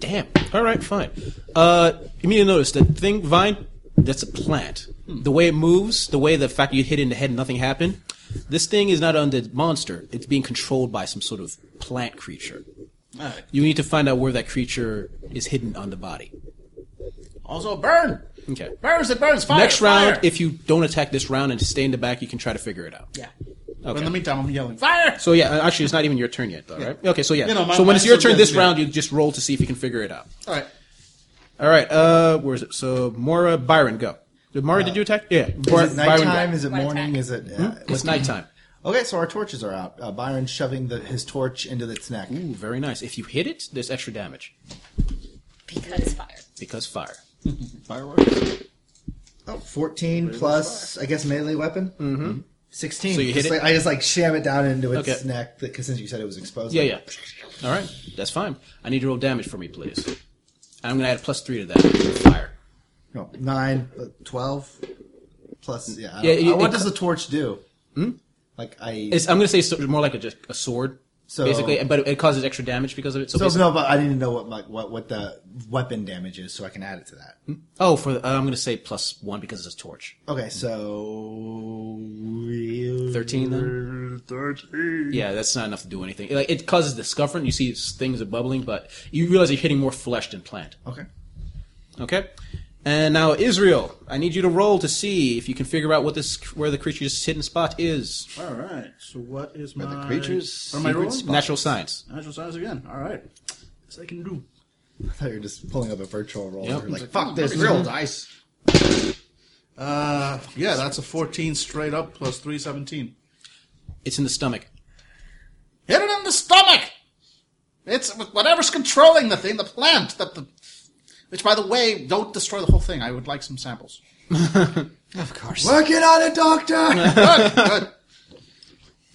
B: Damn. All right, fine. Uh, you mean to notice that thing, vine? That's a plant.
H: Hmm.
B: The way it moves, the way the fact you hit it in the head and nothing happened. This thing is not under monster. It's being controlled by some sort of plant creature.
M: Alright.
B: You need to find out where that creature is hidden on the body.
H: Also, burn!
B: Okay.
H: Burns, it burns! Fire!
B: Next round,
H: fire.
B: if you don't attack this round and stay in the back, you can try to figure it out.
H: Yeah.
M: But in the meantime, I'm yelling,
H: Fire!
B: So yeah, uh, actually, it's not even your turn yet, though, right? Okay, so yeah.
M: You know, my-
B: so
M: my
B: when it's your
M: still
B: turn
M: gets
B: this
M: me.
B: round, you just roll to see if you can figure it out.
M: All right.
B: All right. Uh, where is it? So Mora, Byron, go. Did Mora? did you attack? Yeah. Bar-
F: Uh, Is it nighttime?
B: go.
F: Is it
E: One
F: morning?
E: attack.
F: Is it? Uh,
B: It's nighttime.
F: Okay, so our torches are out. Uh, Byron shoving the, his torch into its neck.
B: Ooh, very nice. If you hit it, there's extra damage
E: Because fire.
B: because fire.
D: Fireworks.
F: Oh, 14 plus, I guess, melee weapon? Mm hmm. 16.
B: Mm-hmm. So you hit
F: Just
B: it?
F: like- I just like sham it down into its
B: Okay.
F: neck because since you said it was exposed.
B: Yeah,
F: like-
B: yeah. All right, that's fine. I need you to roll damage for me, please. I'm gonna add a plus three to that. for Fire.
F: No, 9, uh, 12 plus, yeah. I
B: Yeah,
F: don't-
B: you-
F: uh, what
B: it-
F: does the torch do? Hmm? Like, I.
B: It's, I'm gonna say it's more like a, just a sword,
F: So-
B: basically, but it causes extra damage because of it. So,
F: so,
B: basically-
F: no, but I didn't know what, my, what what the weapon damage is, so I can add it to that.
B: oh, for the, I'm gonna say plus one because it's a torch.
F: Okay, so. we-
B: Thirteen then.
M: 13.
B: Yeah, that's not enough to do anything. Like it causes discomfort. You see things are bubbling, but you realize you're hitting more flesh than plant.
F: Okay.
B: Okay. And now Israel, I need you to roll to see if you can figure out what this where the creature's hidden spot is.
M: All right. So what is my...
D: the creature's
M: Or my
D: secret
M: rolling?
D: spot.
B: Natural science.
M: Natural science again. All right. Yes, I can do.
F: I thought you were just pulling up a virtual roll.
B: Yep.
F: You're like, fuck this, real dice.
M: Uh, yeah, that's a 14 straight up plus 3, 17.
B: It's in the stomach.
H: Hit it in the stomach! It's whatever's controlling the thing, the plant, that the. Which, by the way, don't destroy the whole thing. I would like some samples.
D: Working on
B: (laughs)
D: it, Doctor!
H: Good, good.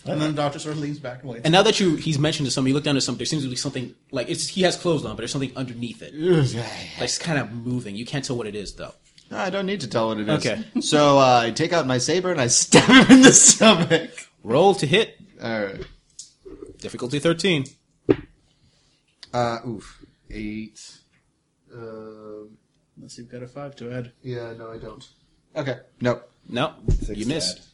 H: And then the doctor sort of leans back and waits.
B: And now that you he's mentioned to something, you look down at something. There seems to be something like it's he has clothes on, but there's something underneath it. Like it's kind of moving. You can't tell what it is though.
D: No, (laughs) I don't need to tell what it is.
B: Okay.
D: So uh, I take out my saber and I (laughs) stab him in the stomach.
B: Roll to hit.
D: All right.
B: Difficulty thirteen.
D: Uh, oof. Eight. Um,
M: Unless you've got a five to add.
D: yeah, no, I don't. Okay. Nope.
B: No, you missed.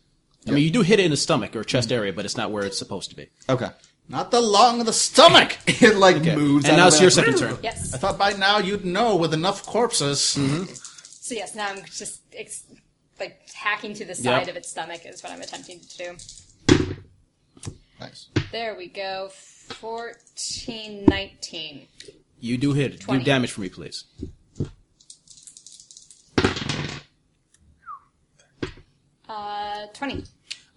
B: I mean, you do hit it in the stomach or chest area, but it's not where it's supposed to be.
D: Okay.
H: Not the lung, the stomach!
D: (laughs) It like moves.
B: And
D: out
B: now
D: of
B: it's your second
D: that-
B: turn.
E: Yes. (laughs)
H: I thought by now you'd know with enough corpses.
E: So yes, now I'm just ex- like hacking to the side of its stomach is what I'm attempting to do.
H: Nice.
E: There we go. 14, 19.
B: You do hit it. Do
E: 20.
B: damage for me, please.
E: Uh, 20.
B: I'm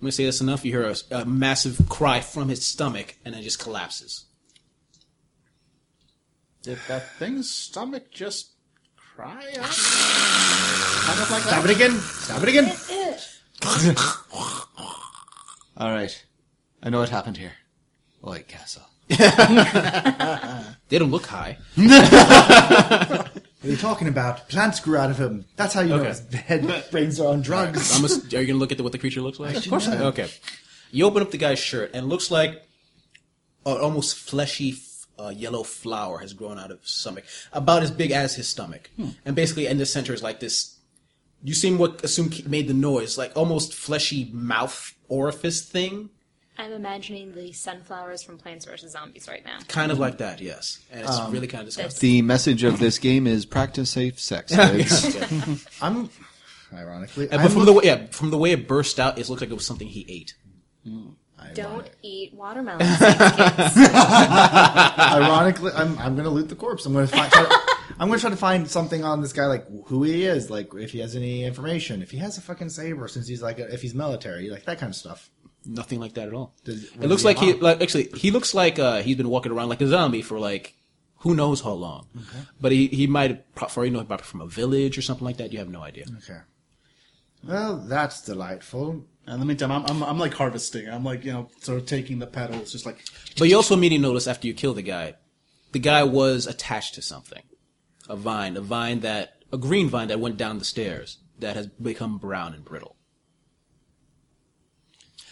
B: gonna say this enough. You hear a, a massive cry from his stomach, and it just collapses.
H: Did that thing's stomach just cry out? kind of like that.
F: Stab it again. Stab it again.
D: All right. I know what happened here. White Castle.
B: They don't look high.
F: What are you talking about? Plants grew out of him. That's how you know
B: Okay.
F: his
B: (laughs)
F: head brains are on drugs.
B: I'm ass- are you gonna look at the, what the creature looks like? Of course I am. Okay. You open up the guy's shirt, and it looks like an almost fleshy f- uh, yellow flower has grown out of his stomach, about as big as his stomach. And basically, in the center is like this. You seen what assume ki- made the noise, like almost fleshy mouth orifice thing,
E: I'm imagining the sunflowers from Plants vs. Zombies right now.
B: kind of like that. Yes, and it's really kind of
D: (laughs)
B: disgusting.
D: The message of this game is practice safe (laughs) sex. kids.
F: I'm ironically.
B: And-
F: I'm
B: but from the way, yeah, from the way it burst out, it looked like it was something he ate.
E: Don't eat watermelons. kids.
B: (laughs)
F: Ironically, I'm I'm gonna loot the corpse. I'm gonna find. Try, I'm gonna try to (laughs) find something on this guy, like who he is, like if he has any information, if he has a fucking saber, since he's like, a, if he's military, like that kind of stuff.
B: Nothing like that at all.
F: Does-
B: it looks like he
F: Wow.
B: like actually he looks like uh, he's been walking around like a zombie for like who knows how long. But he he might have pro- for you know he might be from a village or something like that. You have no idea.
F: Okay. Well, that's delightful.
M: And in the meantime, I'm, I'm, I'm like harvesting. I'm like, you know, sort of taking the petals, just like,
B: But you also immediately notice after you kill the guy, the guy was attached to something, a vine, a vine that a green vine that went down the stairs that has become brown and brittle.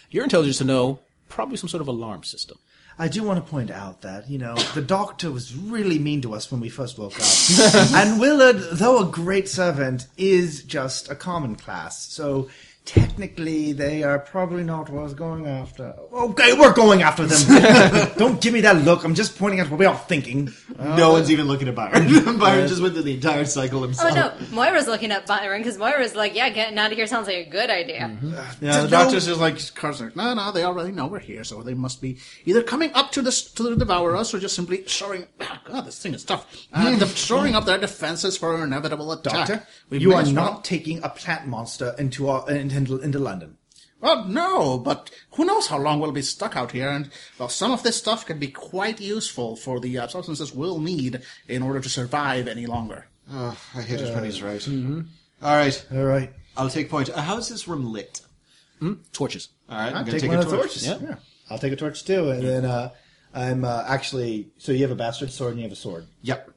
B: Your intelligence to know probably some sort of alarm system.
F: I do want to point out that, you know, the doctor was really mean to us when we first woke up.
H: (laughs)
F: and Willard, though a great servant, is just a common class. So technically, they are probably not worth going after. Okay, we're going after
H: (laughs)
F: them. Don't give me that look. I'm just pointing out what we are thinking.
D: no one's even looking at Byron. (laughs) Byron just went through the entire cycle himself.
E: (laughs) oh (laughs) no, Moira's looking up Byron because Moira's like, yeah, getting out of here sounds like a good idea.
H: Yeah, Uh, the doctor's just like, Carl's like, no, no, they already know we're here, so they must be either coming up to this to devour us, or just simply shoring. (clears throat) Ah, God, this thing is tough. Uh, de- shoring up their defenses for an inevitable attack.
F: Doctor,
H: We
F: you
H: may
F: are
H: as well-
F: not taking a plant monster into our into, into London.
H: Well, Oh, no, but who knows how long we'll be stuck out here, and well, some of this stuff can be quite useful for the uh, substances we'll need in order to survive any longer.
D: Ugh, I hate it when he's right. All right,
F: All right.
D: I'll take point. Uh, how is this room lit?
B: Torches.
D: All right, Hmm? I'm
F: I'll
D: gonna
F: take,
D: take,
F: one
D: a
F: of the
D: torch.
F: torches. Yeah. I'll take a torch too, and then uh, I'm uh, actually. So you have a bastard sword, and you have a sword.
D: Yep.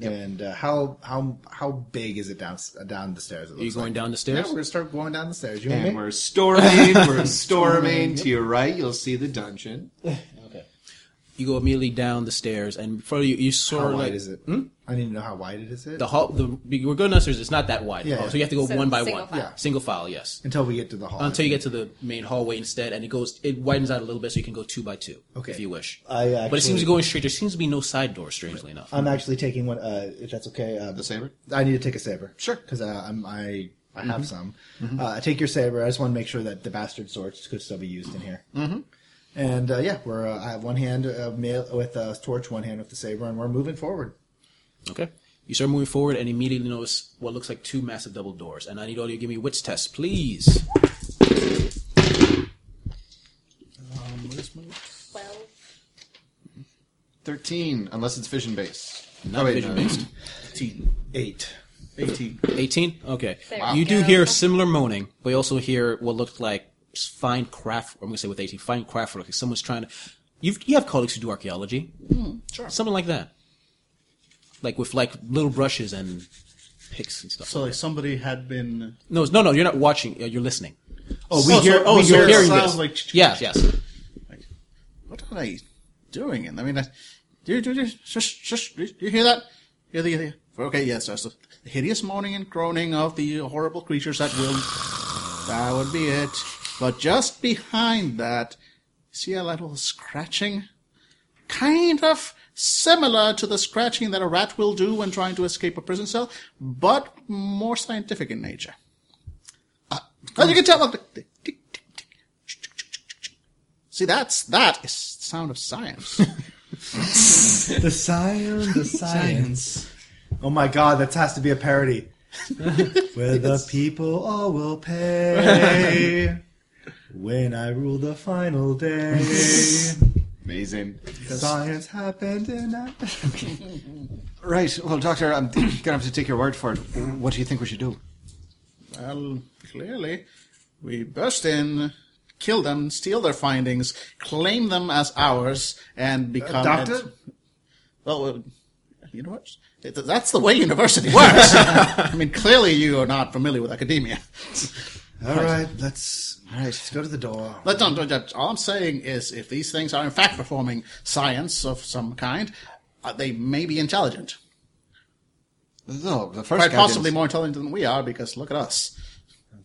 F: And uh, how how how big is it down uh, down the stairs? It
B: Are you
F: looks like?
B: going down the
F: Yeah,
B: stairs?
F: we're gonna start going down the stairs. You and
D: And
F: me?
D: we're storming. (laughs) We're storming. to your right, you'll see the dungeon.
B: You go immediately down the stairs, and before you, you
F: How
B: sort
F: wide
B: of like hmm?
F: is it? I need to know how wide it is. It
B: the hall. The we're going downstairs. It's not that wide. the
F: Yeah,
B: hall,
F: yeah.
B: So you have to go
E: So
B: one by
E: single
B: one,
E: file. Yeah.
B: single file. Yes,
F: until we get to the hall.
B: until you get to the main hallway instead, and it goes. It widens out a little bit, so you can go two by two,
F: Okay.
B: if you wish.
F: I actually,
B: but it seems to go in straight. There seems to be no side door, strangely enough.
F: I'm actually taking one. Uh, if that's okay. Uh,
D: The saber.
F: I need to take a saber. Sure. Because uh, I'm I. I
B: Mm-hmm.
F: have some. Uh, I take your saber. I just want to make sure that the bastard swords could still be used in here. Mm-hmm. And uh, yeah, we're. Uh, I have one hand uh, mail with a torch, one hand with the saber, and we're moving forward.
B: okay. You start moving forward, and immediately notice what looks like two massive double doors. And I need all of you to give me wits tests, please.
E: 12.
D: Thirteen, unless it's vision based.
B: Not vision based.
H: 18.
K: Eight.
H: 18.
B: 18? Okay.
E: There Wow.
B: You do
E: go.
B: hear similar moaning, but you also hear what looked like s- fine craft, I'm going to say with 18, fine craft work. Like someone's trying to, you've, you have colleagues who do archaeology. sure. Something like that. Like with like little brushes and picks and stuff.
H: So like somebody had been.
B: no, no, no, you're not watching, uh, you're listening.
H: Oh, we hear. oh, so it sounds like.
B: Yes, yes.
H: What are they doing? And I mean, I, do, you- do, you- shush, shush, do you hear that? Hear the, the okay, yes, that's the hideous moaning and groaning of the horrible creatures that will. That would be it. But just behind that, see a little scratching, kind of similar to the scratching that a rat will do when trying to escape a prison cell, but more scientific in nature. Ah, As you can tell, look, tick, tick, tick, tick. See, that's that is the sound of science.
K: (laughs)
F: The science, the science. Oh my god, that has to be
K: (laughs)
F: a parody. Where the people all
K: (laughs)
F: will pay when I rule the final day.
D: Amazing.
F: Science happened and I.
D: Right. Well, Doctor, I'm going to have to take your word for it. What do you think we should do?
H: well, clearly, we burst in, kill them, steal their findings, claim them as ours, and become.
F: Uh, doctor?
H: well, uh, you know what? Th- th- That's the way university
F: (laughs)
H: works. I mean, clearly, you are not familiar with academia.
F: All right, let's. All right, let's go to the door.
H: But don't, don't, don't- all I'm saying is, if these things are in fact performing science of some kind, uh, they may be intelligent.
D: No, the first
H: Quite
D: guy
H: possibly
D: didn't-
H: more intelligent than we are, because look at us.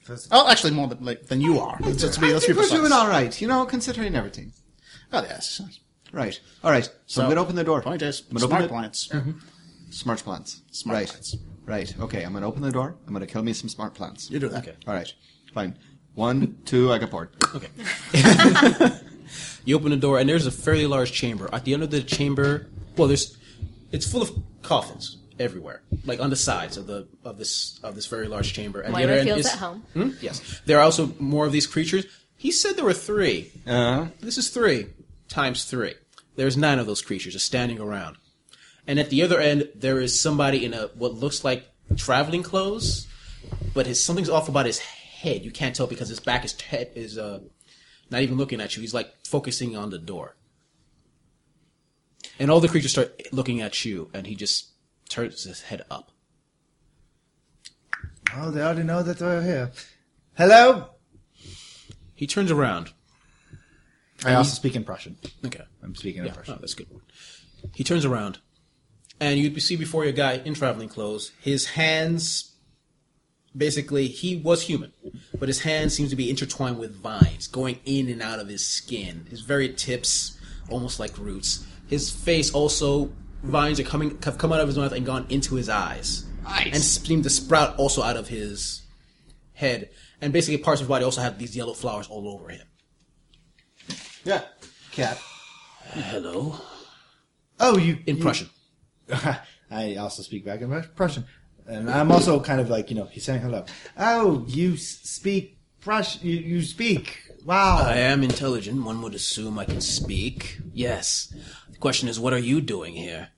F: First-
H: Oh, actually, more than like, than you are. Let's, let's be,
D: I
H: let's be
D: think we're
H: precise.
D: doing all right, you know, considering everything.
H: Oh, yes.
D: Right. All right. So, I'm
H: So,
D: going to open the door.
H: Point is,
D: I'm gonna open
H: smart
D: the-
H: plants.
D: Smart plants.
H: Smart
D: right.
H: plants.
D: Right. Okay. I'm going to open the door. I'm going to kill me some smart plants.
H: You do that. Okay.
D: All right. Fine. One, two. I got bored.
B: Okay. you open the door, and there's a fairly large chamber. At the end of the chamber, well, there's it's full of coffins everywhere, like on the sides of the of this of this very large chamber. At the
E: Moira
B: other end
E: feels
B: is-
E: at (laughs) home.
B: Hmm? Yes, there are also more of these creatures. He said there were three.
D: Uh,
B: This is three times three. There's nine of those creatures just standing around. And at the other end, there is somebody in a what looks like traveling clothes, but his something's off about his head. You can't tell because his back is head is uh, not even looking at you. He's like focusing on the door. And all the creatures start looking at you, and he just turns his head up.
F: Oh, they already know that we're here. Hello?
B: He turns around.
K: I also speak in Prussian.
B: Okay.
K: I'm speaking in
B: Yeah,
K: Prussian.
B: oh, that's good. He turns around, and you see before your guy in traveling clothes, his hands. Basically, he was human, but his hands seem to be intertwined with vines, going in and out of his skin. His very tips, almost like roots. His face also vines are coming have come out of his mouth and gone into his eyes, nice. and seem to sprout also out of his head. And basically, parts of his body also have these yellow flowers all over him.
D: yeah. Cat.
B: Hello,
F: Oh, you.
B: in Prussian.
F: (laughs) I also speak back in Prussian. And I'm also kind of like, you know, he's saying hello. Oh, you s- speak Prussian. You, you speak. Wow.
B: I am intelligent. One would assume I can speak. Yes. The question is, what are you doing here?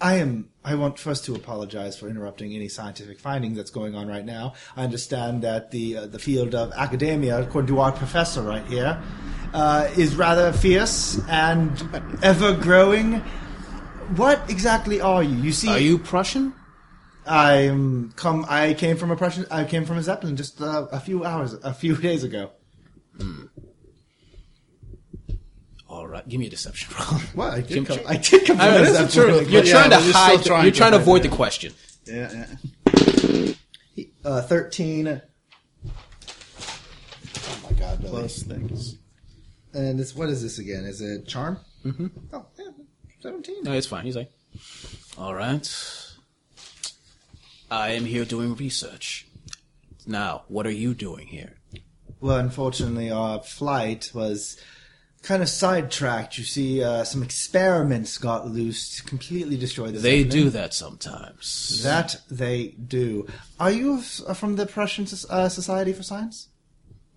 F: I am. I want first to apologize for interrupting any scientific finding that's going on right now. I understand that the uh, the field of academia, according to our professor right here, uh, is rather fierce and ever growing. What exactly are you? You see,
B: Are you Prussian?
F: I'm come. I came from a Prussian. I came from a zeppelin just uh, a few hours, a few (laughs) days ago.
B: All right. Give me a deception roll. (laughs)
F: What I did come. I did come from a zeppelin.
B: You're trying to
H: we're still
B: hide.
H: trying
B: you're
H: to
B: trying to
H: hide
B: avoid the question.
H: Yeah, yeah.
F: Uh, Thirteen. Oh my god, Billy.
H: Those things.
F: And it's what is this again? Is it charm? Mm-hmm. Oh yeah, seventeen.
B: No, it's fine. He's like, all right. I am here doing research. Now, what are you doing here?
F: Well, unfortunately, our flight was kind of sidetracked. You see, uh, some experiments got loose, completely destroyed. The
B: They
F: Zeppelin.
B: do that sometimes.
F: that. They do. Are you f- uh, from the Prussian Soc- uh, Society for Science?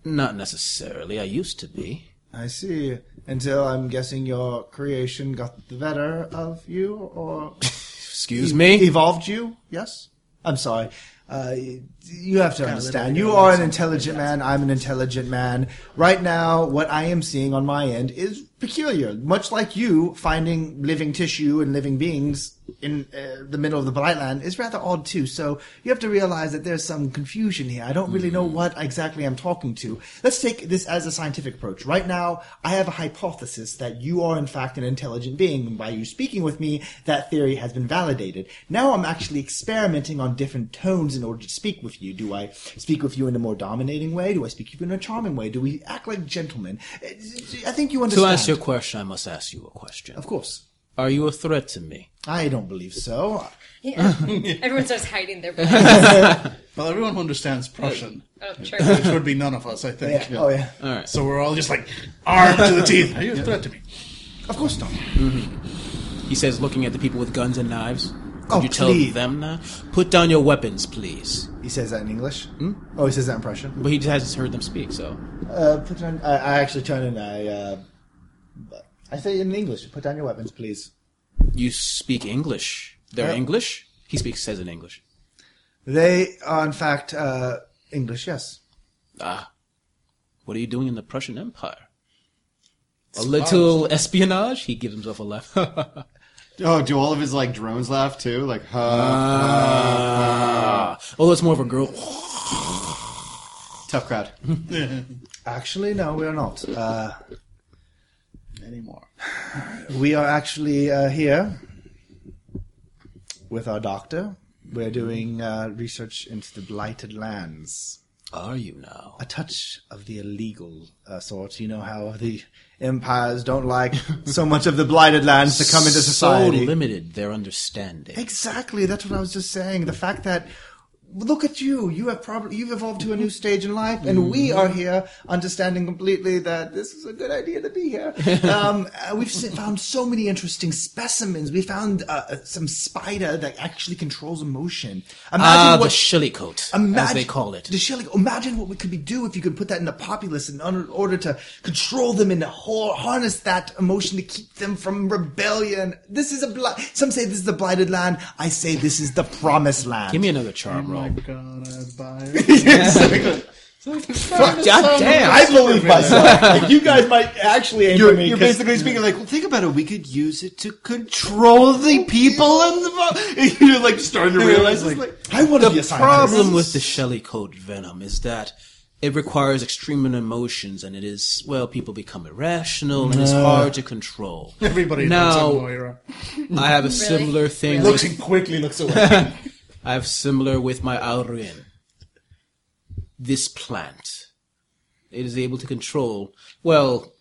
B: Not necessarily. I used to be.
F: I see. Until I'm guessing your creation got the better of you, or e-
B: Excuse me?
F: evolved you. Yes, I'm sorry. Uh, you have to understand. You are an intelligent man. I'm an intelligent man. Right now, what I am seeing on my end is peculiar. Much like you finding living tissue and living beings in uh, the middle of the Blightland is rather odd too. So you have to realize that there's some confusion here. I don't really
B: Hmm.
F: know what exactly I'm talking to. Let's take this as a scientific approach. Right now, I have a hypothesis that you are in fact an intelligent being. And by you speaking with me, that theory has been validated. Now I'm actually experimenting on different tones in order to speak with you. Do I speak with you in a more dominating way? Do I speak with you in a charming way? Do we act like gentlemen? Uh, I think you
B: To
F: understand.
B: answer your question, I must ask you a question.
F: of course.
B: Are you a threat to me?
F: I don't believe so.
E: Yeah. Everyone starts hiding (laughs) their
H: Well, everyone who understands Prussian,
E: Oh, sure.
H: which would be none of us, I think.
F: Yeah. Oh yeah.
H: So we're all just like armed to the teeth. Are you a threat to me?
F: Of course not.
B: He says, looking at the people with guns and knives. Could
F: Oh,
B: you tell
F: please.
B: them now? Put down your weapons, please.
F: He says that in English. Oh, he says that in Prussian.
B: But he hasn't heard them speak, so.
F: Uh, put down. I, I actually turn and I. Uh, I say in English. Put down your weapons, please.
B: You speak English. They're
F: Yeah.
B: English? He speaks, says in English.
F: They are in fact uh, English. Yes.
B: What are you doing in the Prussian Empire? A little espionage? He gives himself a laugh. (laughs)
D: Oh, do all of his like drones laugh too? Like, huh?
B: Although Oh, it's more of a girl.
D: tough crowd.
F: Actually, no, we are not. Uh,
H: Anymore.
F: we are actually uh, here with our doctor. We're doing uh, research into the blighted lands.
B: Are you now?
F: a touch of the illegal uh, sort. You know how the empires don't like so much of the blighted lands to come (laughs) into
B: So
F: society.
B: limited their understanding.
F: exactly, that's what I was just saying. The fact that look at you, you have probably you've evolved to a new stage in life, and
B: Mm-hmm.
F: we are here understanding completely that this is a good idea to
B: (laughs)
F: be here. um, uh, we've se- found so many interesting specimens. We found uh, uh, some spider that actually controls emotion. Imagine
B: Ah,
F: what
B: the shillycoat, as
F: Imagine,
B: they call it.
F: The Shelley, imagine what we could be do if you could put that in the populace in un- order to control them and ho- harness that emotion to keep them from rebellion. This is a bli- some say this is the blighted land. I say this is the promised land.
B: Give me another charm roll.
H: Gonna buy it.
B: God damn!
F: I believe
D: (laughs)
F: myself. Like, you guys might actually aim
D: You're,
F: for me.
D: you're
F: 'cause-
D: basically speaking like, well, think about it. We could use it to control the people in the. vo-" (laughs) And you're like starting to realize it's like,
F: I want to be a
B: the
F: scientist.
B: problem with the Shelleycoat venom is that it requires extreme emotions, and it is well, people become irrational, and it's hard to control.
H: Everybody
B: Now-
H: knows I'm Moira.
B: I have a similar thing.
H: Looks
B: With,
H: and quickly looks away.
B: (laughs) I have similar with my Aurin. This plant, it is able to control. Well,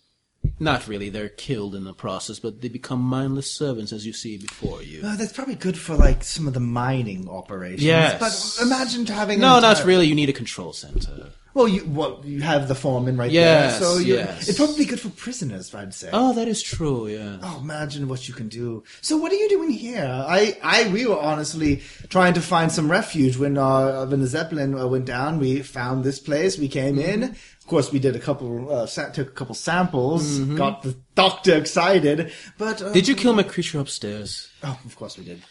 B: not really. They're killed in the process, but they become mindless servants, as you see before you.
F: Uh, that's probably good for like some of the mining operations.
B: Yes.
F: but imagine having
B: No,
F: an
B: not
F: entire-
B: really. You need a control center.
F: Well, you well, you have the foreman right
B: Yes,
F: there, so you
B: yes.
F: it's probably good for prisoners. I'd say.
B: Oh, that is true. Yeah.
F: Oh, imagine what you can do. So, what are you doing here? I, I, we were honestly trying to find some refuge when uh, when the zeppelin uh, went down. We found this place. We came in.
B: Mm-hmm.
F: Of course, we did a couple, uh, sa- took a couple samples, got the doctor excited. But uh,
B: Mm-hmm. Did you kill my creature upstairs?
F: Oh, of course we did.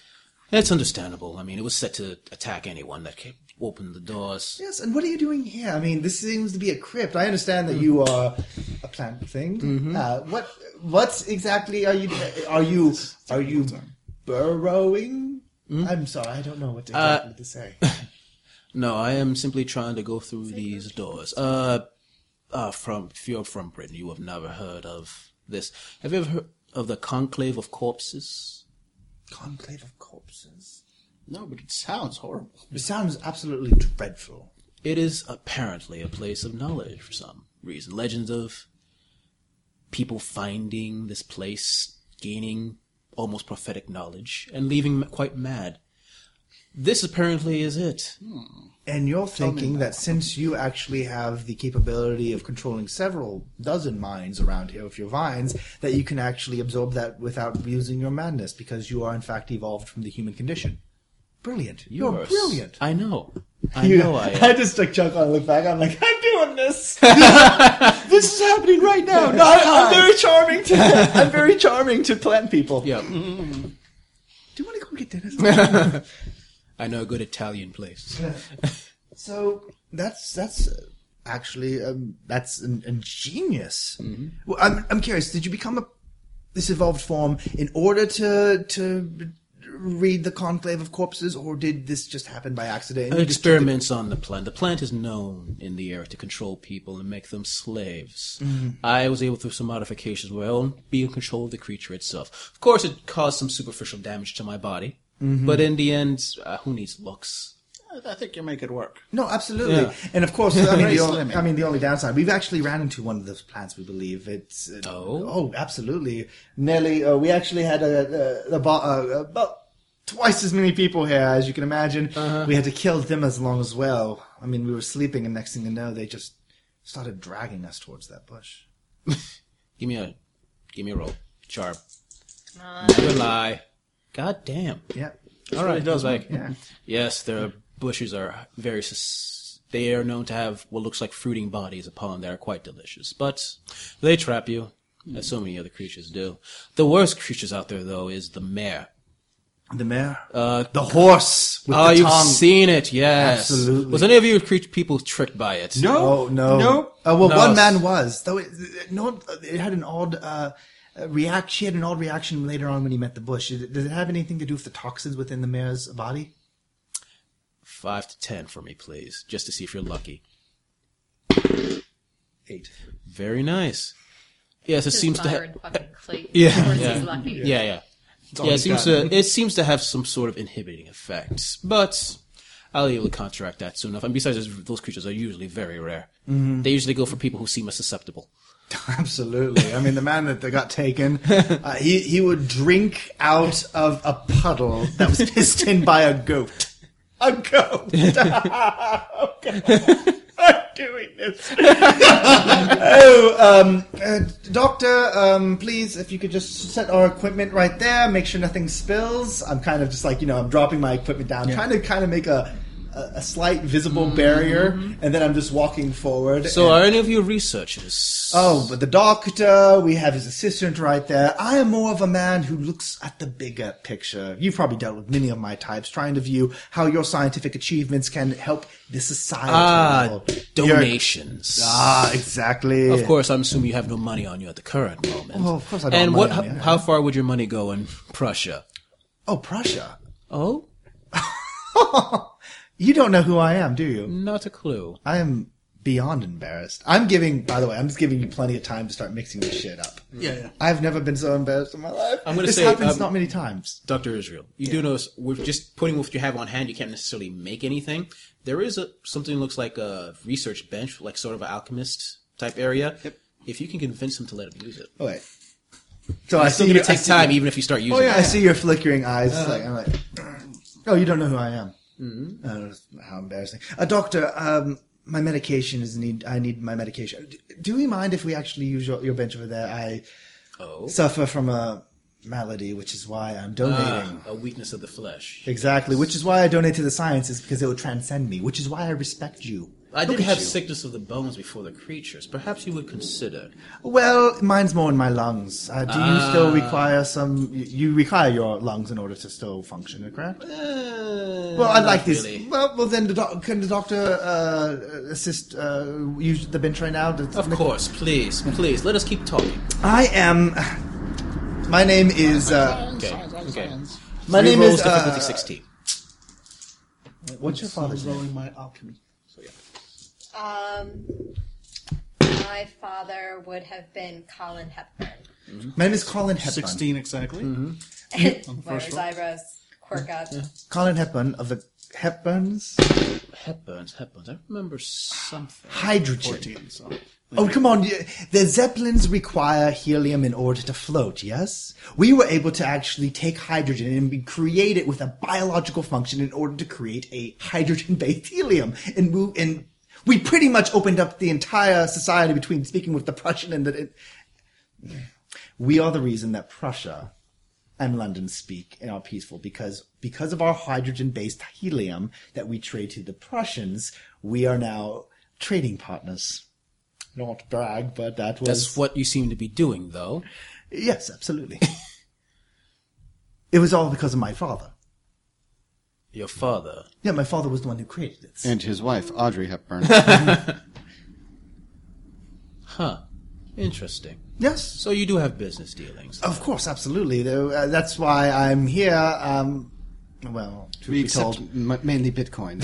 B: That's understandable. I mean, it was set to attack anyone that ca- opened the doors.
F: Yes, and what are you doing here? I mean, this seems to be a crypt. I understand that you are a plant thing. Uh, what, what exactly are you? Are you are you burrowing? I'm sorry, I don't know what exactly to say.
B: No, I am simply trying to go through these doors. Uh, uh, from if you're from Britain, you have never heard of this. Have you ever heard of the Conclave of Corpses?
F: (laughs) Conclave of corpses.
H: no, but it sounds horrible.
F: It sounds absolutely dreadful.
B: It is apparently a place of knowledge for some reason. Legends of people finding this place, gaining almost prophetic knowledge, and leaving m- quite mad. This apparently is it.
F: And you're thinking that since you actually have the capability of controlling several dozen minds around here with your vines, that you can actually absorb that without using your madness because you are in fact evolved from the human condition. Brilliant. You're
B: Yours.
F: brilliant.
B: I know. I know I am.
D: (laughs)
F: just like chuckle and look back. I'm like, I'm doing this.
N: This is happening right now. No, I-
D: I'm very charming to
B: (laughs)
D: I'm very charming to plant people. Mm-hmm.
B: Yeah.
D: Do you want to go get
B: (laughs)
D: dinner?
B: I know a good Italian place.
D: So that's that's uh, actually um, that's an, ingenious.
B: Mm-hmm.
D: Well, I'm I'm curious. Did you become a this evolved form in order to to read the conclave of corpses, or did this just happen by accident?
B: Uh,
D: and you just took it-
B: Experiments on the plant. The plant is known in the era to control people and make them slaves.
D: Mm-hmm.
B: I was able, through some modifications of my own, be in control of the creature itself. Of course, it caused some superficial damage to my body,
D: Mm-hmm.
B: but in the end, uh, who needs looks?
H: I think you make it work.
D: No, absolutely. And of course, I mean,
H: Very
D: the only,
H: slimming.
D: I mean, the only downside, we've actually ran into one of those plants, we believe. It's, uh,
B: Oh?
D: oh, absolutely. Nelly, uh, we actually had a, a, a, bo- uh, about twice as many people here, as you can imagine. We had to kill them as long as well. I mean, we were sleeping and next thing you know, they just started dragging us towards that bush.
B: Give me a, give me a roll, Charb. Never lie. God damn.
D: Yeah.
B: All right. Does like
D: Yeah.
B: yes, their bushes are very. Sus- they are known to have what looks like fruiting bodies upon that are quite delicious, but they trap you, as so many other creatures do. The worst creatures out there, though, is the mare.
D: The mare? Uh, the horse with
B: Oh,
D: the
B: you've
D: tongue.
B: seen it, yes.
D: Absolutely.
B: Was any of you cre- people tricked by it?
N: No,
D: Oh no!
N: no.
D: Uh, well,
B: No.
D: one man was though. It, it- no, one- it had an odd uh, uh, react. She had an odd reaction later on when he met the bush. Did- Does it have anything to do with the toxins within the mare's body?
B: Five to ten for me, please, just to see if you're lucky.
D: Eight.
B: Very nice. Yes, it seems to. Ha-
E: Byron fucking Clayton.
B: Yeah.
E: Of course
B: Yeah.
E: he's lucky.
B: Yeah, yeah.
D: Oh,
B: Yeah, it seems to it seems to have some sort of inhibiting effect, but I'll be able to contract that soon enough. And besides, those- those creatures are usually very rare.
D: Mm-hmm.
B: They usually go for people who seem as susceptible.
D: (laughs) Absolutely. I mean, the man that they got taken, uh, he he would drink out of a puddle that was pissed in by a goat. A goat. (laughs) Oh, God. I'm doing this. (laughs) oh, um, uh, doctor, um, please, if you could just set our equipment right there, make sure nothing spills. I'm kind of just like you know, I'm dropping my equipment down, trying to kind of make a. A a slight visible barrier, and then I'm just walking forward.
B: So,
D: and-
B: are any of you researchers?
D: Oh, but the doctor, we have his assistant right there. I am more of a man who looks at the bigger picture. You've probably dealt with many of my types, trying to view how your scientific achievements can help the society.
B: ah,
D: You're-
B: donations.
D: Ah, exactly.
B: Of course, I'm assuming you have no money on you at the current moment.
D: Oh, of course I don't
B: And
D: have
B: what?
D: money on me.
B: how far would your money go in Prussia?
D: Oh, Prussia.
B: Oh,
D: You don't know who I am, do you?
B: not a clue.
D: I am beyond embarrassed. I'm giving, by the way, I'm just giving you plenty of time to start mixing this shit up.
H: Yeah, yeah.
D: I've never been so embarrassed in my life.
B: I'm gonna
D: this
B: say,
D: happens
B: um,
D: not many times.
B: Dr. Israel, you do notice we're just putting what you have on hand. You can't necessarily make anything. There is a, something that looks like a research bench, like sort of an alchemist type area. If you can convince him to let him use it,
D: Oh, wait. So I
B: it's still
D: see
B: going
D: you.
B: to
D: I
B: take
D: see
B: time, even if you start using
D: Oh, I
B: it.
D: see your flickering eyes. like, I'm like, oh, you don't know who I am. Mm-hmm. how embarrassing. Uh, doctor, um, my medication is need. I need my medication. D- Do you mind if we actually use your, your bench over there? I
B: Oh.
D: suffer from a malady, which is why I'm donating.
B: Ah, a weakness of the flesh.
D: Exactly, which is why I donate to the sciences because it will transcend me. Which is why I respect you.
B: I
D: Look
B: did
D: at
B: have
D: you.
B: sickness of the bones before the creatures. Perhaps you would consider.
D: Well, mine's more in my lungs. Uh, do
B: Ah.
D: you still require some? You, you require your lungs in order to still function, correct? Well, I'd like this.
B: Uh, really.
D: Well, well, then the doc- can the doctor uh, assist uh, use the bench right now? To-
B: Of course, please, please, let us keep talking.
D: I am. My name is. Uh,
B: Okay, okay.
D: my name
B: Rolls
D: is.
B: difficulty
D: Uh,
B: sixteen.
D: what's your father's name?
H: Rolling my alchemy.
E: Um, my father would have been
B: (laughs)
E: Colin Hepburn.
D: My name is Colin Hepburn.
H: 16 exactly.
B: Mm-hmm.
E: (laughs) Where his eyebrows quirk up.
D: Colin Hepburn of the Hepburns.
B: Hepburns, Hepburns. I remember something.
D: Hydrogen.
H: 14, so.
D: Oh, come on. you- The Zeppelins require helium in order to float, yes? We were able to actually take hydrogen and be- create it with a biological function in order to create a hydrogen-based helium. And move, and we pretty much opened up the entire society between speaking with the Prussian and the... we are the reason that Prussia and London speak and are peaceful because because of our hydrogen based helium that we trade to the Prussians, we are now trading partners. not brag, but that was
B: That's what you seem to be doing, though.
D: yes, absolutely. (laughs) it was all because of my father.
B: Your father.
D: Yeah, my father was the one who created this.
H: Mm.
O: And his wife, Audrey Hepburn.
B: Huh. Interesting.
D: yes,
B: So you do have business dealings.
D: of course, absolutely. Though, uh, that's why I'm here. Um, well, to
O: we
D: be told,
O: accept m- mainly Bitcoin.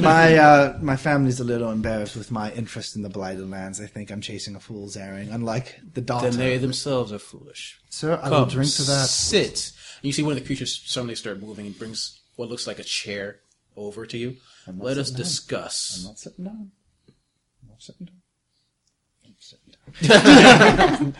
D: (laughs) my uh, my family's a little embarrassed with my interest in the Blighted Lands. I think I'm chasing a fool's errand, unlike the doctor.
B: Then they themselves are foolish.
D: Sir, I will
B: Come,
D: drink to that.
B: Sit. And you see one of the creatures suddenly start moving and brings what looks like a chair over to you. Let us discuss.
D: Not sitting down. Not sitting down.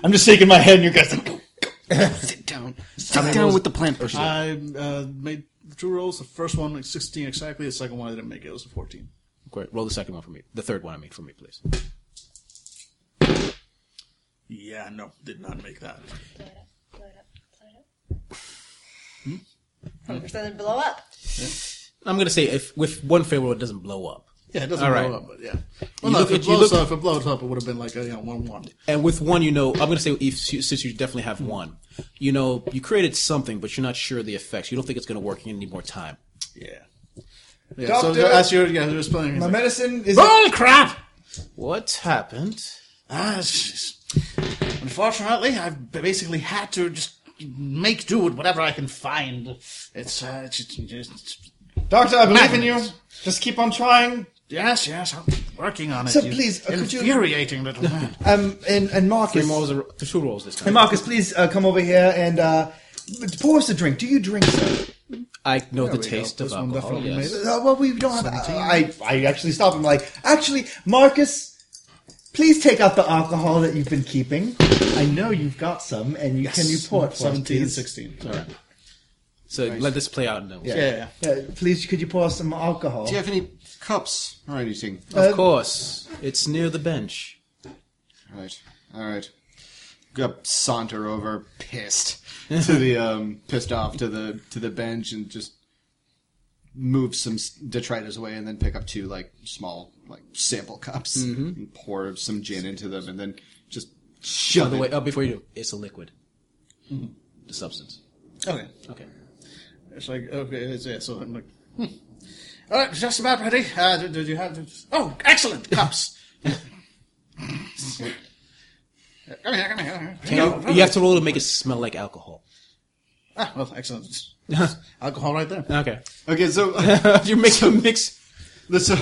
F: I'm just shaking my head, and you guys are like,
O: Sit down. Sit down with the plant
H: (laughs)
O: person.
H: I uh, made two rolls. The first one was 16 exactly. The second one I didn't make it. It was a 14.
B: Great. Roll the second one for me. The third one, I mean, for me, please.
H: Yeah, no, did not make that.
E: Or something blow up.
B: I'm going to say, if with one favorable, it doesn't blow up.
H: Yeah, it doesn't
B: All
H: blow
B: right.
H: up, but yeah.
B: You
H: Well, no,
B: look
H: if it,
B: at- you
H: blows
B: look-
H: up, if it blows up, it would have been like a you know, 1 1.
B: And with one, you know, I'm going to say, if, since you definitely have one, you know, you created something, but you're not sure of the effects. You don't think it's going to work. You need more time.
H: Yeah. Yeah, so as you're, yeah, you're spelling he's
F: my
H: like,
F: medicine is.
H: Bull crap!
B: What happened?
H: Ah, it's- it's- unfortunately, I've b- basically had to just make do with whatever I can find. It's, uh, it's, it's, it's-
F: Doctor, I believe in you. Just keep on trying.
H: yes, yes, I'm working on it.
F: So
H: you
F: please, uh, could you-
H: infuriating little man.
F: Um, and, and
B: Three
F: Marcus.
B: rolls, the two rolls this
F: And
B: time.
F: Marcus, please uh, come over here and uh, pour us a drink. Do you drink, sir?
B: I know the
H: we go.
B: taste
H: This
B: of
H: one
B: alcohol.
H: definitely
B: Yes.
H: made
F: Uh, well, we don't have. I, I actually stop him like, actually, Marcus, please take out the alcohol that you've been keeping. I know you've got some, and you can you pour it for us,
H: 17 and
F: please?
H: 16.
B: So let this play out. No.
H: Yeah, yeah.
F: Uh, please, could you pour us some alcohol?
O: Do you have any cups or anything?
H: Uh,
B: Of course, it's near the bench.
O: All right. All right. Go saunter over, pissed (laughs) to the um, pissed off to the to the bench, and just move some s- detritus away, and then pick up two like small like sample cups and pour some gin into them, and then just shove
B: By the
O: it.
B: way, oh, before you do, it's a liquid.
H: Mm-hmm.
B: The substance.
H: Okay.
B: Okay.
H: It's like, okay, it's, yeah, so I'm like, hmm. All right, just about ready. Uh, did, did you have the- Oh, excellent! Cups!
O: (laughs)
H: come here, come here.
B: Can you, you have to roll to make it smell like alcohol.
H: Ah, well, excellent. Alcohol right there.
B: Okay.
O: okay, so
H: (laughs)
B: You're making a mix.
O: The- so,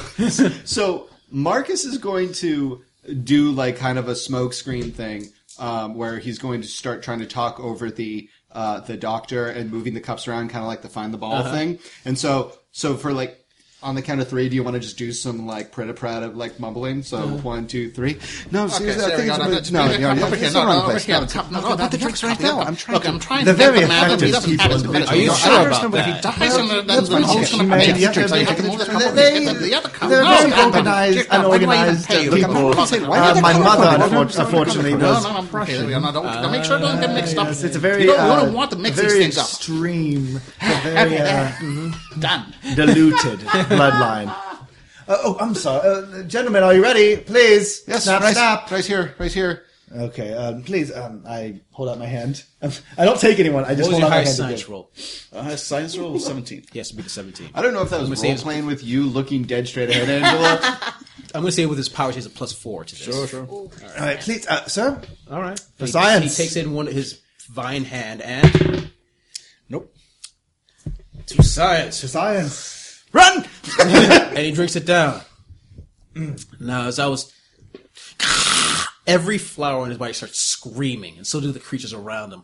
O: so Marcus is going to do like kind of a smoke screen thing um, where he's going to start trying to talk over the uh, the doctor and moving the cups around, kind of like the find the ball
H: Uh-huh.
O: thing. And so, so for like on the count of three, do you want to just do some like preta preta like mumbling? So one, two, three. No,
H: Mm-hmm. Okay,
O: seriously,
H: so
O: I
H: there we
O: think
H: go.
O: it's
H: No, that's-
O: no, no,
H: bring the
O: no,
H: cup (laughs) over here.
O: no, it's
H: No, no,
O: the wrong
H: over
O: place.
H: here.
O: No, it's-
H: Cup. No,
O: I've
H: no,
O: got
H: not
O: the
H: the
O: drinks
H: cup.
O: right
H: Look,
O: now.
H: I'm
O: I'm
H: Look, I'm trying
O: trying.
D: They're
H: to help
D: very
H: the man, but he
D: effective
H: doesn't have
D: people
H: his
D: in
H: medicine.
D: Are you
H: No,
D: sure?
H: I don't know, but if he dies,
D: Well,
H: I'm gonna-
D: that's
H: then
D: my whole
H: he's gonna
D: schema.
H: pay
D: You
H: the
D: have to
H: drinks. I
D: make
H: have to
D: it-
H: move the cup over
D: they-
H: here, then the other cup.
D: They're
H: No,
D: very
H: God,
D: organized,
H: Jacob, when will you
D: unorganized
H: pay?
D: people.
H: Look, I'm-
O: Why did
D: Uh,
O: they
D: my
O: come
D: mother,
O: from? Why
D: unfor-
O: did they come
D: unfortunately,
O: from?
H: No,
D: was
H: no, I'm okay. we are not- don't- don't Make sure it doesn't get mixed up.
D: Yes, it's a very.
H: You don't, you
D: uh,
H: don't want to mix
D: very
H: these things up.
F: (laughs)
D: extreme, a very uh,
H: Done.
D: diluted bloodline.
F: Uh, (laughs) oh, I'm sorry, uh, gentlemen. Are you ready? Please.
O: Yes,
F: Snap,
O: right,
F: snap.
O: right here, right here.
F: Okay. Um, please. Um, I hold out my hand. (laughs) Um, I don't take anyone. I just
B: What was
F: hold
B: your
F: out my
B: highest
F: hand. and
B: science
F: give-
B: roll? Yes,
H: Uh, science
F: (laughs)
H: roll 17.
B: it would be the 17.
O: I don't know if that
B: me
O: was
B: see
O: role
B: if-
O: playing with you looking dead
F: (laughs)
O: straight ahead, Angela.
B: I'm going to say with his powers, he has a plus four to this. Sure, sure.
F: All right, please, uh, sir.
B: All right. For
F: science.
B: He takes it in one his vine hand and.
H: Nope.
B: To science.
F: Science.
H: Run!
B: And he drinks it down. Mm. now, as I was. (sniffs) Every flower on his body starts screaming, and so do the creatures around him.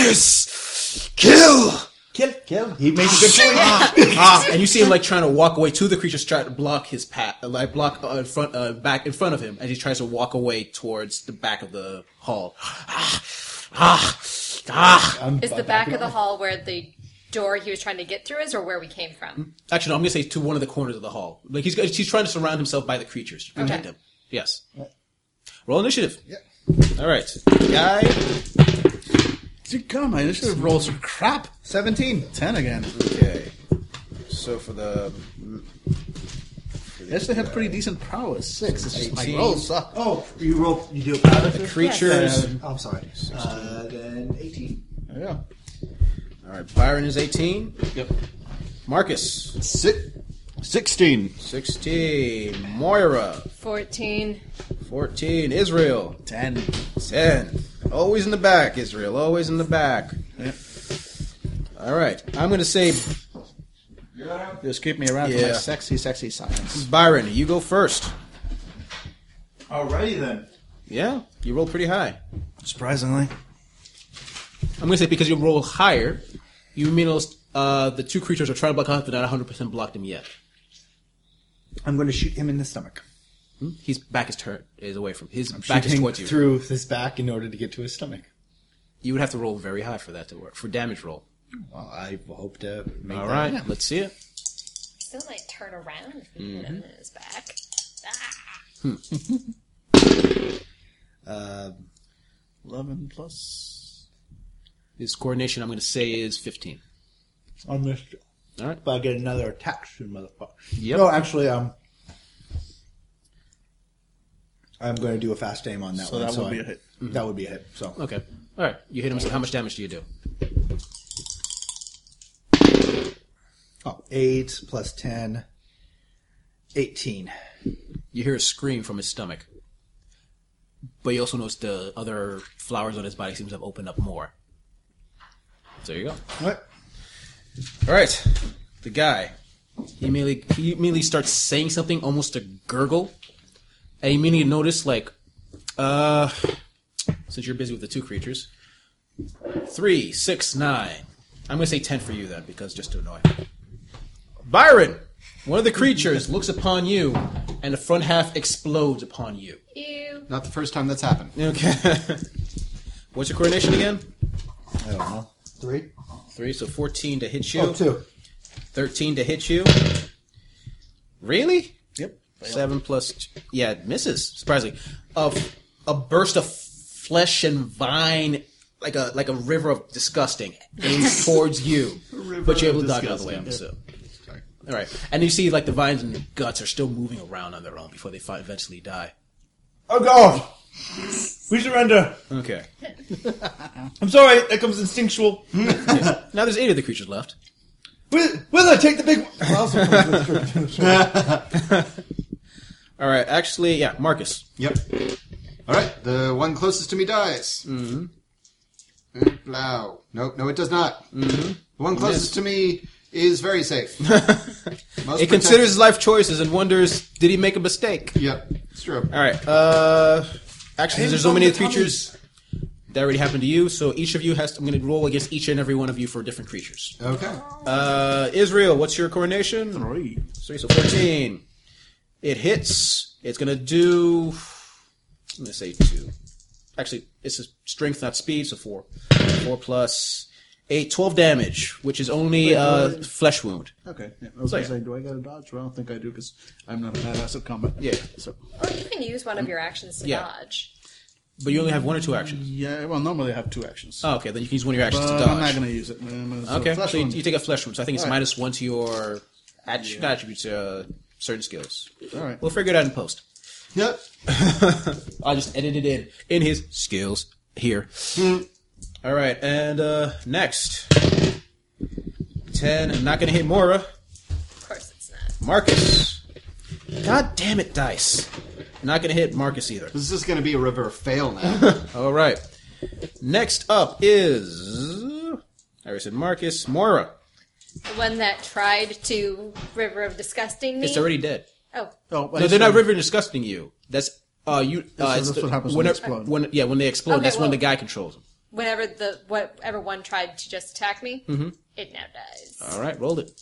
B: Liars! Kill!
F: Kill, kill. He made a good point.
B: Ah, and you see him like trying to walk away. Two of the creatures try to block his path, like block uh, in front, uh, back in front of him, as he tries to walk away towards the back of the hall. Ah, ah, ah.
E: Is the back of the hall where the door he was trying to get through is, or where we came from?
B: Actually, no, I'm gonna say to one of the corners of the hall. Like he's he's trying to surround himself by the creatures to protect
E: Okay.
B: him. Yes. Roll initiative. All right, guy.
H: Dude, God, my initiative rolls are crap.
F: 17.
H: 10 again.
B: Okay. So for the for the
H: actually had pretty decent prowess. Six. It's just my rolls suck.
F: Oh, you roll. You do a powder
B: Creatures.
F: Uh, I'm sorry. Uh, then 18.
B: Yeah. All right. Byron is 18. Yep. Marcus,
D: Six, 16.
B: 16. Moira,
E: 14.
B: 14. Israel,
H: Ten.
B: 10. Always in the back, Israel. Always in the back. All right. I'm going to say,
H: Just keep me around for my
B: Yeah.
H: sexy, sexy science.
B: Byron, you go first.
F: Alrighty then.
B: Yeah. You roll pretty high.
C: Surprisingly.
B: I'm going to say because you roll higher, you mean those, uh, the two creatures are trying to block off, but not 100% blocked him yet.
F: I'm going to shoot him in the stomach.
B: His back is turned is away from his back is
K: Shooting
B: towards you.
K: through his back in order to get to his stomach.
B: You would have to roll very high for that to work for damage roll.
K: Well, I hope to make
B: All
K: that
B: right,
K: happen.
B: let's see it.
E: Still might turn around if we hit
B: Mm-hmm.
E: him in his back. Ah.
H: Eleven plus.
B: His coordination, I'm going to say, is 15.
F: I missed it.
B: All right.
F: But I get another attack, you motherfucker.
B: Yep.
F: No, actually, um, I'm going to do a fast aim on that
H: So
F: one.
H: that would
F: I-
H: be a hit.
B: Mm-hmm.
F: That would be a hit. So
B: Okay. All right. You hit him. So how much damage do you do?
F: oh, 8 plus 10, 18.
B: You hear a scream from his stomach, but you also notice the other flowers on his body seems to have opened up more. So there you go.
F: What?
B: All right. The guy, he immediately he immediately starts saying something, almost a gurgle, and you immediately notice like, uh, since you're busy with the two creatures, three, six, nine. I'm gonna say ten for you then, because just to annoy. Byron, one of the creatures looks upon you, and the front half explodes upon you.
E: Ew.
D: Not the first time that's happened.
B: Okay. (laughs) What's your coordination again?
F: I don't know. 3?
B: Three, so fourteen to hit you.
F: Oh, two.
B: 13 to hit you. Really? Yep. Seven plus. Two. Yeah, it misses. Surprisingly, a a burst of flesh and vine, like a like a river of disgusting,
F: (laughs)
B: aims towards you. but you're able to dodge out of the way. I'm assuming. All right, and you see like the vines and guts are still moving around on their own before they fi- eventually die.
K: Oh God! We surrender.
B: Okay.
K: I'm sorry. That comes instinctual.
B: Now there's eight of the creatures left.
K: Will- Willa, take the big.
B: (laughs) All right, actually, yeah, Marcus.
D: Yep. All right, the one closest to me dies. Mm-hmm. Blow. Nope, no, it does not. Mm-hmm. The one closest to me is
B: (laughs)
D: very safe. Most
B: It considers his life choices and wonders, did he make a mistect?
D: Yep, it's true.
B: All right. Uh, actually, there's so many creatures that already happened to you. So each of you has. I'm going to roll against each and every one of you for different creatures.
D: Okay.
B: Uh, Israel, what's your coronation? Three. Three. So fourteen. It hits. It's going to do. I'm going to say two. Actually, it's a strength, not speed. So four. Four plus eight, twelve damage, which is only uh flesh wound.
H: Okay. Yeah, I was
B: So,
H: gonna
B: yeah.
H: say, do I get a dodge? Well, I don't think I do because I'm not a badass at combat.
B: Yeah.
H: So
E: Or you can use one of your actions to
B: Yeah.
E: dodge.
B: But you only have one or two actions.
H: yeah. Well, normally I have two actions.
B: Oh, okay. Then you can use one of your actions to
H: but
B: dodge.
H: Mm. I'm not gonna use it. man. So
B: Okay,
H: flesh
B: so you,
H: wound.
B: you take a flesh wound. So I think it's
H: All right.
B: minus one to your att- not attributes, uh, certain skills.
H: All right.
B: We'll figure it out in post.
D: Yep.
B: I'll just edit it in in his skills here. All right, and uh, next ten. I'm not gonna hit Mora.
E: Of course it's not.
B: Marcus. God damn it, dice. Not gonna hit Marcus either.
D: This is going to be a river of fail now.
B: All right. Next up is I already said Marcus Mora.
E: The one that tried to River of Disgusting me.
B: It's already dead.
E: oh,
H: Oh, well,
B: No, they're
H: so-
B: not river disgusting you. That's uh, you. Uh,
H: is-
B: it's
H: that's
B: the-
H: what happens when they explode.
B: When, yeah, when they explode,
E: Okay,
B: that's when
E: well-
B: the guy controls them.
E: whenever the whatever one tried to just attack me,
B: Mm-hmm.
E: it now dies.
B: All right, rolled it.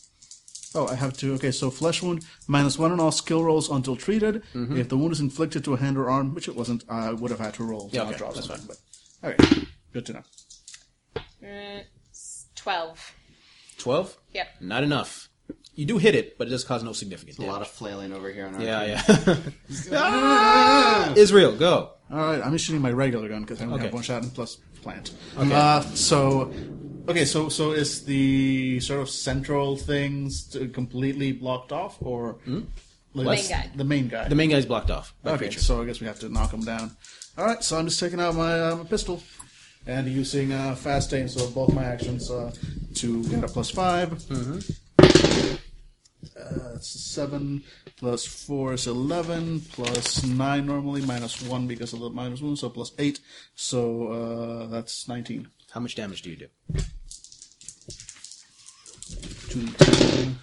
H: Oh, I have to. Okay, so flesh wound minus one on all skill rolls until treated.
B: Mm-hmm.
H: If the wound is inflicted to a hand or arm, which it wasn't, I would have had to roll.
B: Yeah,
H: to
B: okay,
H: draw
B: that's
H: something, But, okay, good to know.
E: Mm, it's Twelve.
B: Twelve.
E: Yep.
B: Not enough. You do hit it, but it does cause no significant
D: a
B: damage.
D: lot of flailing over here on
B: (laughs)
D: our
B: yeah, yeah.
D: (laughs)
B: Ah! Israel, go.
H: All right, I'm just shooting my regular gun because I only have
B: Okay.
H: one shot and plus plant. Uh, so, okay, so so
B: Hmm?
H: is the sort of central things t- completely blocked off, or
E: Main guy.
H: The main guy.
B: The main guy's blocked off by
H: okay,
B: creature.
H: so I guess we have to knock him down. All right, so I'm just taking out my uh, my pistol and using uh, fast aim, so both my actions uh, to get a plus five. Uh, it's seven plus four is eleven plus nine normally minus one because of the minus one, so plus eight. So uh, that's nineteen.
B: How much damage do you do?
H: Two, ten.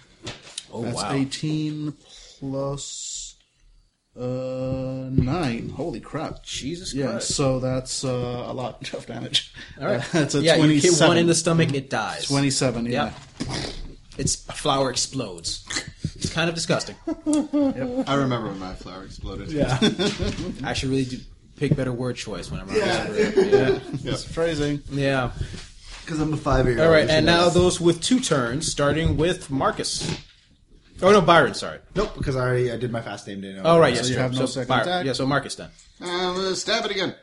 B: Oh
H: That's
B: wow!
H: 18 plus uh, 9. Holy crap.
B: Jesus
H: Yeah,
B: Christ!
H: so that's uh, a lot (laughs) of damage.
B: All right,
H: Uh, that's a
B: yeah, you
H: 27.
B: hit one in the stomach, it dies.
H: 27, yeah.
B: Yeah. Its a flower explodes. It's kind of
D: (laughs)
B: disgusting.
D: I remember when my flower exploded. (laughs)
B: I should really do, pick better word choice when I'm yeah.
H: (laughs) It's phrasing.
B: yeah.
D: Because I'm a five year old.
B: All right, and now those with two turns, starting with Marcus. Oh no, Byron. Sorry.
F: Nope, because I already I did my fast name. Didn't I?
B: All right, yes,
H: you
B: true.
H: have no
B: so
H: second
B: Byron.
H: attack?
B: Yeah, so Marcus then.
D: I'm gonna stab it again.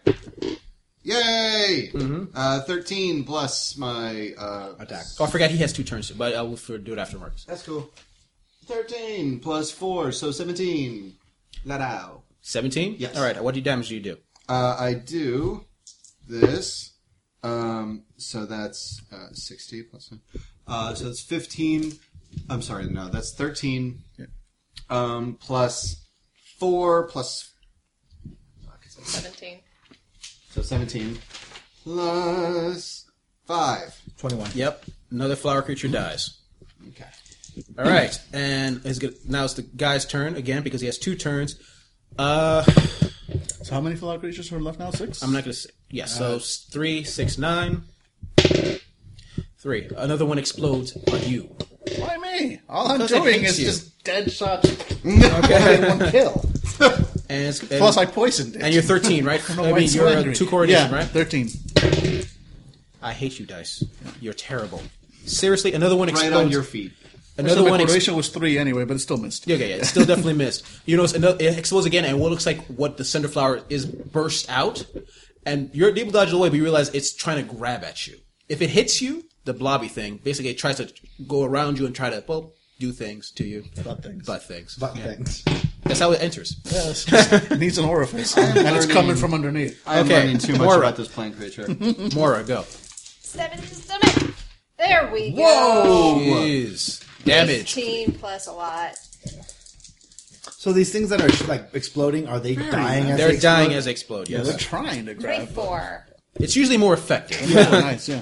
D: Yay!
B: Mm-hmm.
D: Uh, 13 plus my uh,
B: Attack. Oh, I forgot he has two turns, but I will for, do it after Marcus.
D: That's cool. 13 plus 4, so 17. Let out.
B: Seventeen.
D: Yes.
B: All right. What do you damage do you do?
D: Uh, I do this. Um, so that's uh, 60 plus 1. Uh, so it's 15. I'm sorry, no, that's 13. Um, plus 4 plus. fuck, it's like-
E: 17.
D: So 17. Plus 5.
F: twenty-one.
B: Yep. Another flower creature dies.
D: Okay.
B: All right, and it's good. now it's the guy's turn again because he has two turns. Uh,
H: So how many flower creatures are left now? Six?
B: I'm not gonna say. Yeah, so s- three, six, nine, three. Another one explodes on you.
H: Why me? All I'm
B: Because it
H: doing
B: hates
H: is
B: you.
H: just dead shots.
B: (laughs)
H: (laughs)
B: Okay.
H: One kill.
B: and, it's, and,
H: Plus, I poisoned it.
B: and you're 13,
H: (laughs)
B: right? I mean, you're a two coordination,
H: yeah,
B: right?
H: 13.
B: I hate you, dice. You're terrible. Seriously, another one
D: Right
B: explodes.
D: on your feet.
B: Another
H: so
B: one.
H: my
B: Ex-
H: coordination was three anyway, but it still missed.
B: yeah, okay, yeah, it's still definitely missed. You notice another, it explodes again, and what looks like what the cinder flower is bursts out, and you're able to dodge it away, but you realize it's trying to grab at you. If it hits you, the blobby thing basically it tries to go around you and try to well do things to you, butt things, butt things.
F: But thanks.
B: That's how it enters.
H: It (laughs) needs an orifice, and it's coming from underneath.
D: I'm
B: Okay,
D: learning too much
B: Mora.
D: about this plant creature.
B: Mora, go.
E: Seven to stomach. There we go.
B: Jeez, damage.
E: 15 plus a lot.
F: So these things that are like exploding, are they dying? As
B: They're
F: they
B: dying
F: explode?
B: as they explode.
H: Yeah, they're
B: Yes,
H: trying to grab.
E: Three, four.
B: it's usually more effective.
H: (laughs) Yeah, nice, yeah.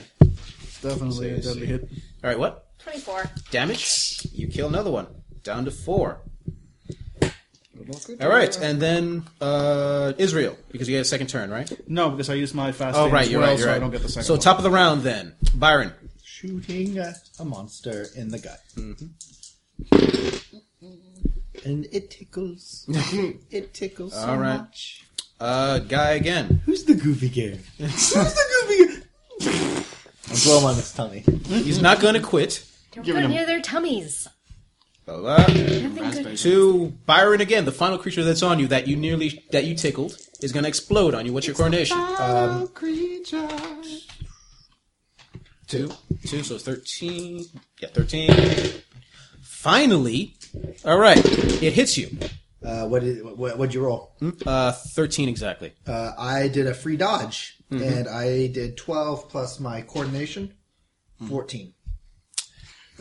H: Definitely a deadly hit.
B: All right, what?
E: 24.
B: damage. You kill another one. Down to four. All right, and then uh, Israel, because you get a second turn, right?
H: No, because I use my fast
B: Oh,
H: aim
B: right,
H: as
B: you're
H: well,
B: right, you're
H: so
B: right.
H: I don't get the second
B: so
H: one.
B: top of the round, then Byron.
F: shooting a, a monster in the gut. Mm-hmm. And it (laughs) tickles. it tickles so
B: All right.
F: much.
B: Uh, guy again.
F: Who's the goofy (laughs) guy? Who's the goofy guy? I'll blow him on his tummy.
B: He's not going to quit.
E: Don't go near their tummies.
B: Blah, blah.
E: Nothing good.
B: To Byron again, the final creature that's on you that you nearly that you tickled is going to explode on you. What's your coronation? Two, two, so it's thirteen. Yeah, thirteen. Finally, all right, it hits you.
F: Uh, what did what, what'd you roll?
B: Uh, thirteen exactly.
F: Uh, I did a free dodge, and I did twelve plus my coordination, Mm. fourteen.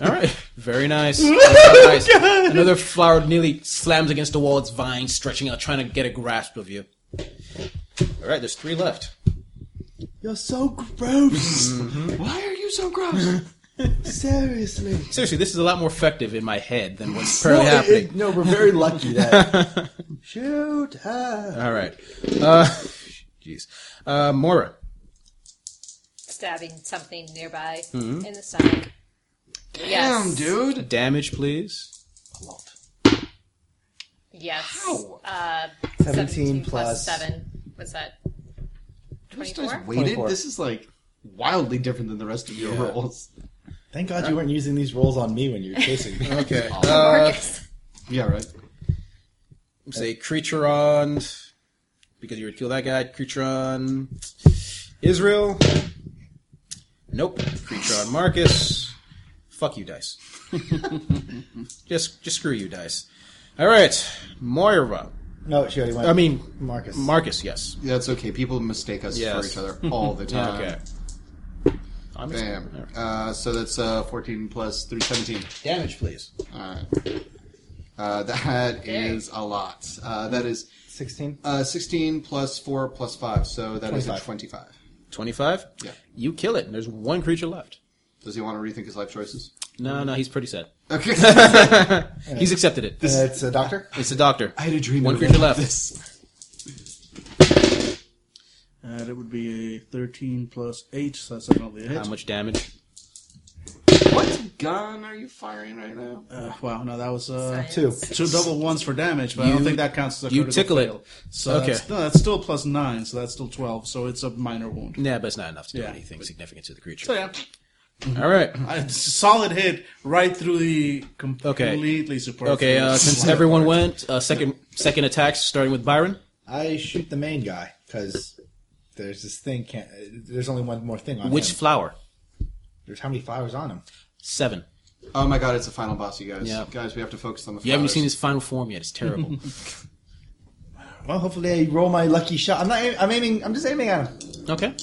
B: All right, very nice.
E: (laughs) Oh,
B: Nice. Another flower nearly slams against the wall. Its vines stretching out, trying to get a grasp of you. All right, there's three left.
F: You're so gross.
D: Why are you so gross?
F: (laughs) Seriously.
B: Seriously, this is a lot more effective in my head than what's
F: (laughs)
B: currently
F: Well, it-
B: happening.
F: it- no, we're very lucky that. Shoot her.
B: All right, uh, (laughs) jeez, uh, Mora.
E: Stabbing something nearby in the stomach.
D: Damn,
E: Yes.
D: dude.
B: Damage, please.
E: Yes. Uh,
F: 17 plus-
E: 7. What's that?
D: This
E: 24?
D: guy's weighted. This is like wildly different than the rest of your rolls.
F: Thank God you weren't using these rolls on me when you were chasing (laughs) me.
B: Okay.
E: Marcus.
D: Yeah, right.
B: say creature on because you would kill that guy. Creature on Israel. Nope. Creature on (laughs) Marcus. Fuck you, dice. just just screw you, dice. All right, Moira.
K: No, she already went.
B: I mean,
K: Marcus.
B: Marcus, yes.
D: That's okay. People mistake us
B: Yes.
D: for
B: (laughs)
D: each other all the time.
B: Okay. I'm
D: Bam. Uh, so that's uh, 14 plus 3, 17.
B: Damage, please.
D: Alright. Uh, that is a lot. Uh, that is
K: 16.
D: uh, 16 plus 4 plus 5, so that is a 25.
B: 25?
D: Yeah.
B: You kill it, and there's one creature left.
D: Does he want to rethink his life choices?
B: No, no, he's pretty sad.
D: Okay.
B: He's accepted it.
K: And it's a doctor?
B: It's a doctor.
D: I had a dream
B: One
D: of
B: creature
D: that.
B: left.
M: Uh, that would be a 13 plus 8, so that's definitely a hit.
B: How much damage?
D: What gun are you firing right now?
M: Uh, wow, no, that was uh,
K: Two.
M: two double ones for damage, but I don't
B: You-
M: think that counts as a
B: you
M: critical
B: tickle it.
M: fail. So
B: Okay.
M: that's, no, that's still plus 9, so that's still 12, so it's a minor wound.
B: Nah, but it's not enough to do
M: Yeah.
B: anything significant to the creature.
M: So yeah,
B: All right.
M: a solid hit right through the completely superfluous.
B: Okay, uh,
D: (laughs)
B: since everyone went, uh, second second attacks starting with Byron.
F: I shoot the main guy because there's this thing. Can't, uh, there's only one more thing on
B: Which
F: him.
B: flower?
F: There's how many flowers on him?
B: Seven.
D: (laughs) Oh my god, it's the final boss, you guys.
B: Yeah.
D: Guys, we have to focus on the
B: You haven't
D: flowers.
B: seen his final form yet. It's
D: (laughs)
B: terrible.
F: Well, hopefully I roll my lucky shot. I'm not. aim- I'm aiming. I'm just aiming at him.
B: okay.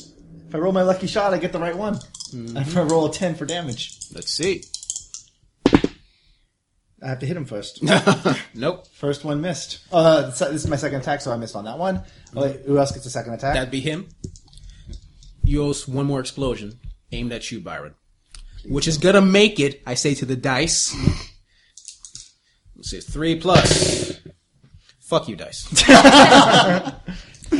F: If I roll my lucky shot, I get the right one. And
B: Mm-hmm.
F: if I roll a ten for damage,
B: Let's see.
F: I have to hit him
B: (laughs)
F: first.
B: Nope.
F: first one missed. Uh, this this is my second attack, so I missed on that one.
B: Mm-hmm.
F: Oh, wait, who else gets a second attack?
B: That'd be him. You owe us one more explosion aimed at you, Byron. Which is gonna make it, I say to the dice. Let's see, three plus. Fuck you, dice.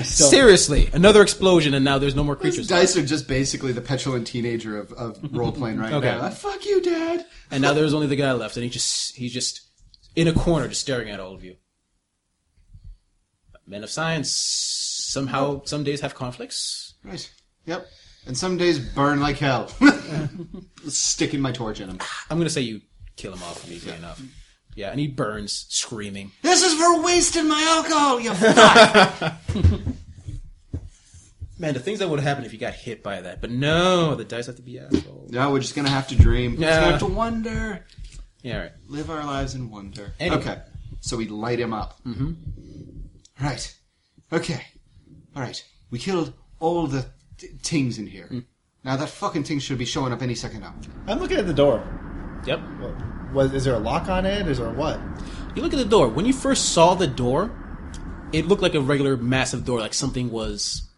B: Seriously, another explosion, and now there's no more
D: These
B: creatures.
D: dice are just basically the petulant teenager of, of role playing right
B: Okay.
D: now. Ah, fuck you, Dad.
B: And now there's only the guy left, and he just he's just in a corner, just staring at all of you. Men of science somehow some days have conflicts.
D: Right. Yep. And some days burn like hell. Sticking my torch in him.
B: I'm gonna say you kill him off easily enough. Yeah, and he burns, screaming.
D: This is for wasting my alcohol, you (laughs) fuck!
B: Man, the things that would happen if you got hit by that. But no, the dice have to be assholes.
D: no, we're just gonna have to dream. We're just
B: Yeah.
D: gonna have to wonder.
B: Yeah, all right.
D: Live our lives in wonder.
B: Anyway.
D: Okay. So we light him up. Mm-hmm. Right. Okay. Alright. We killed all the th- things in here. Now that fucking thing should be showing up any second now. (laughs)
F: I'm looking at the door.
B: Yep.
F: Was is there a lock on it? Is there what?
B: You look at the door. When you first saw the door, it looked like a regular massive door, like something was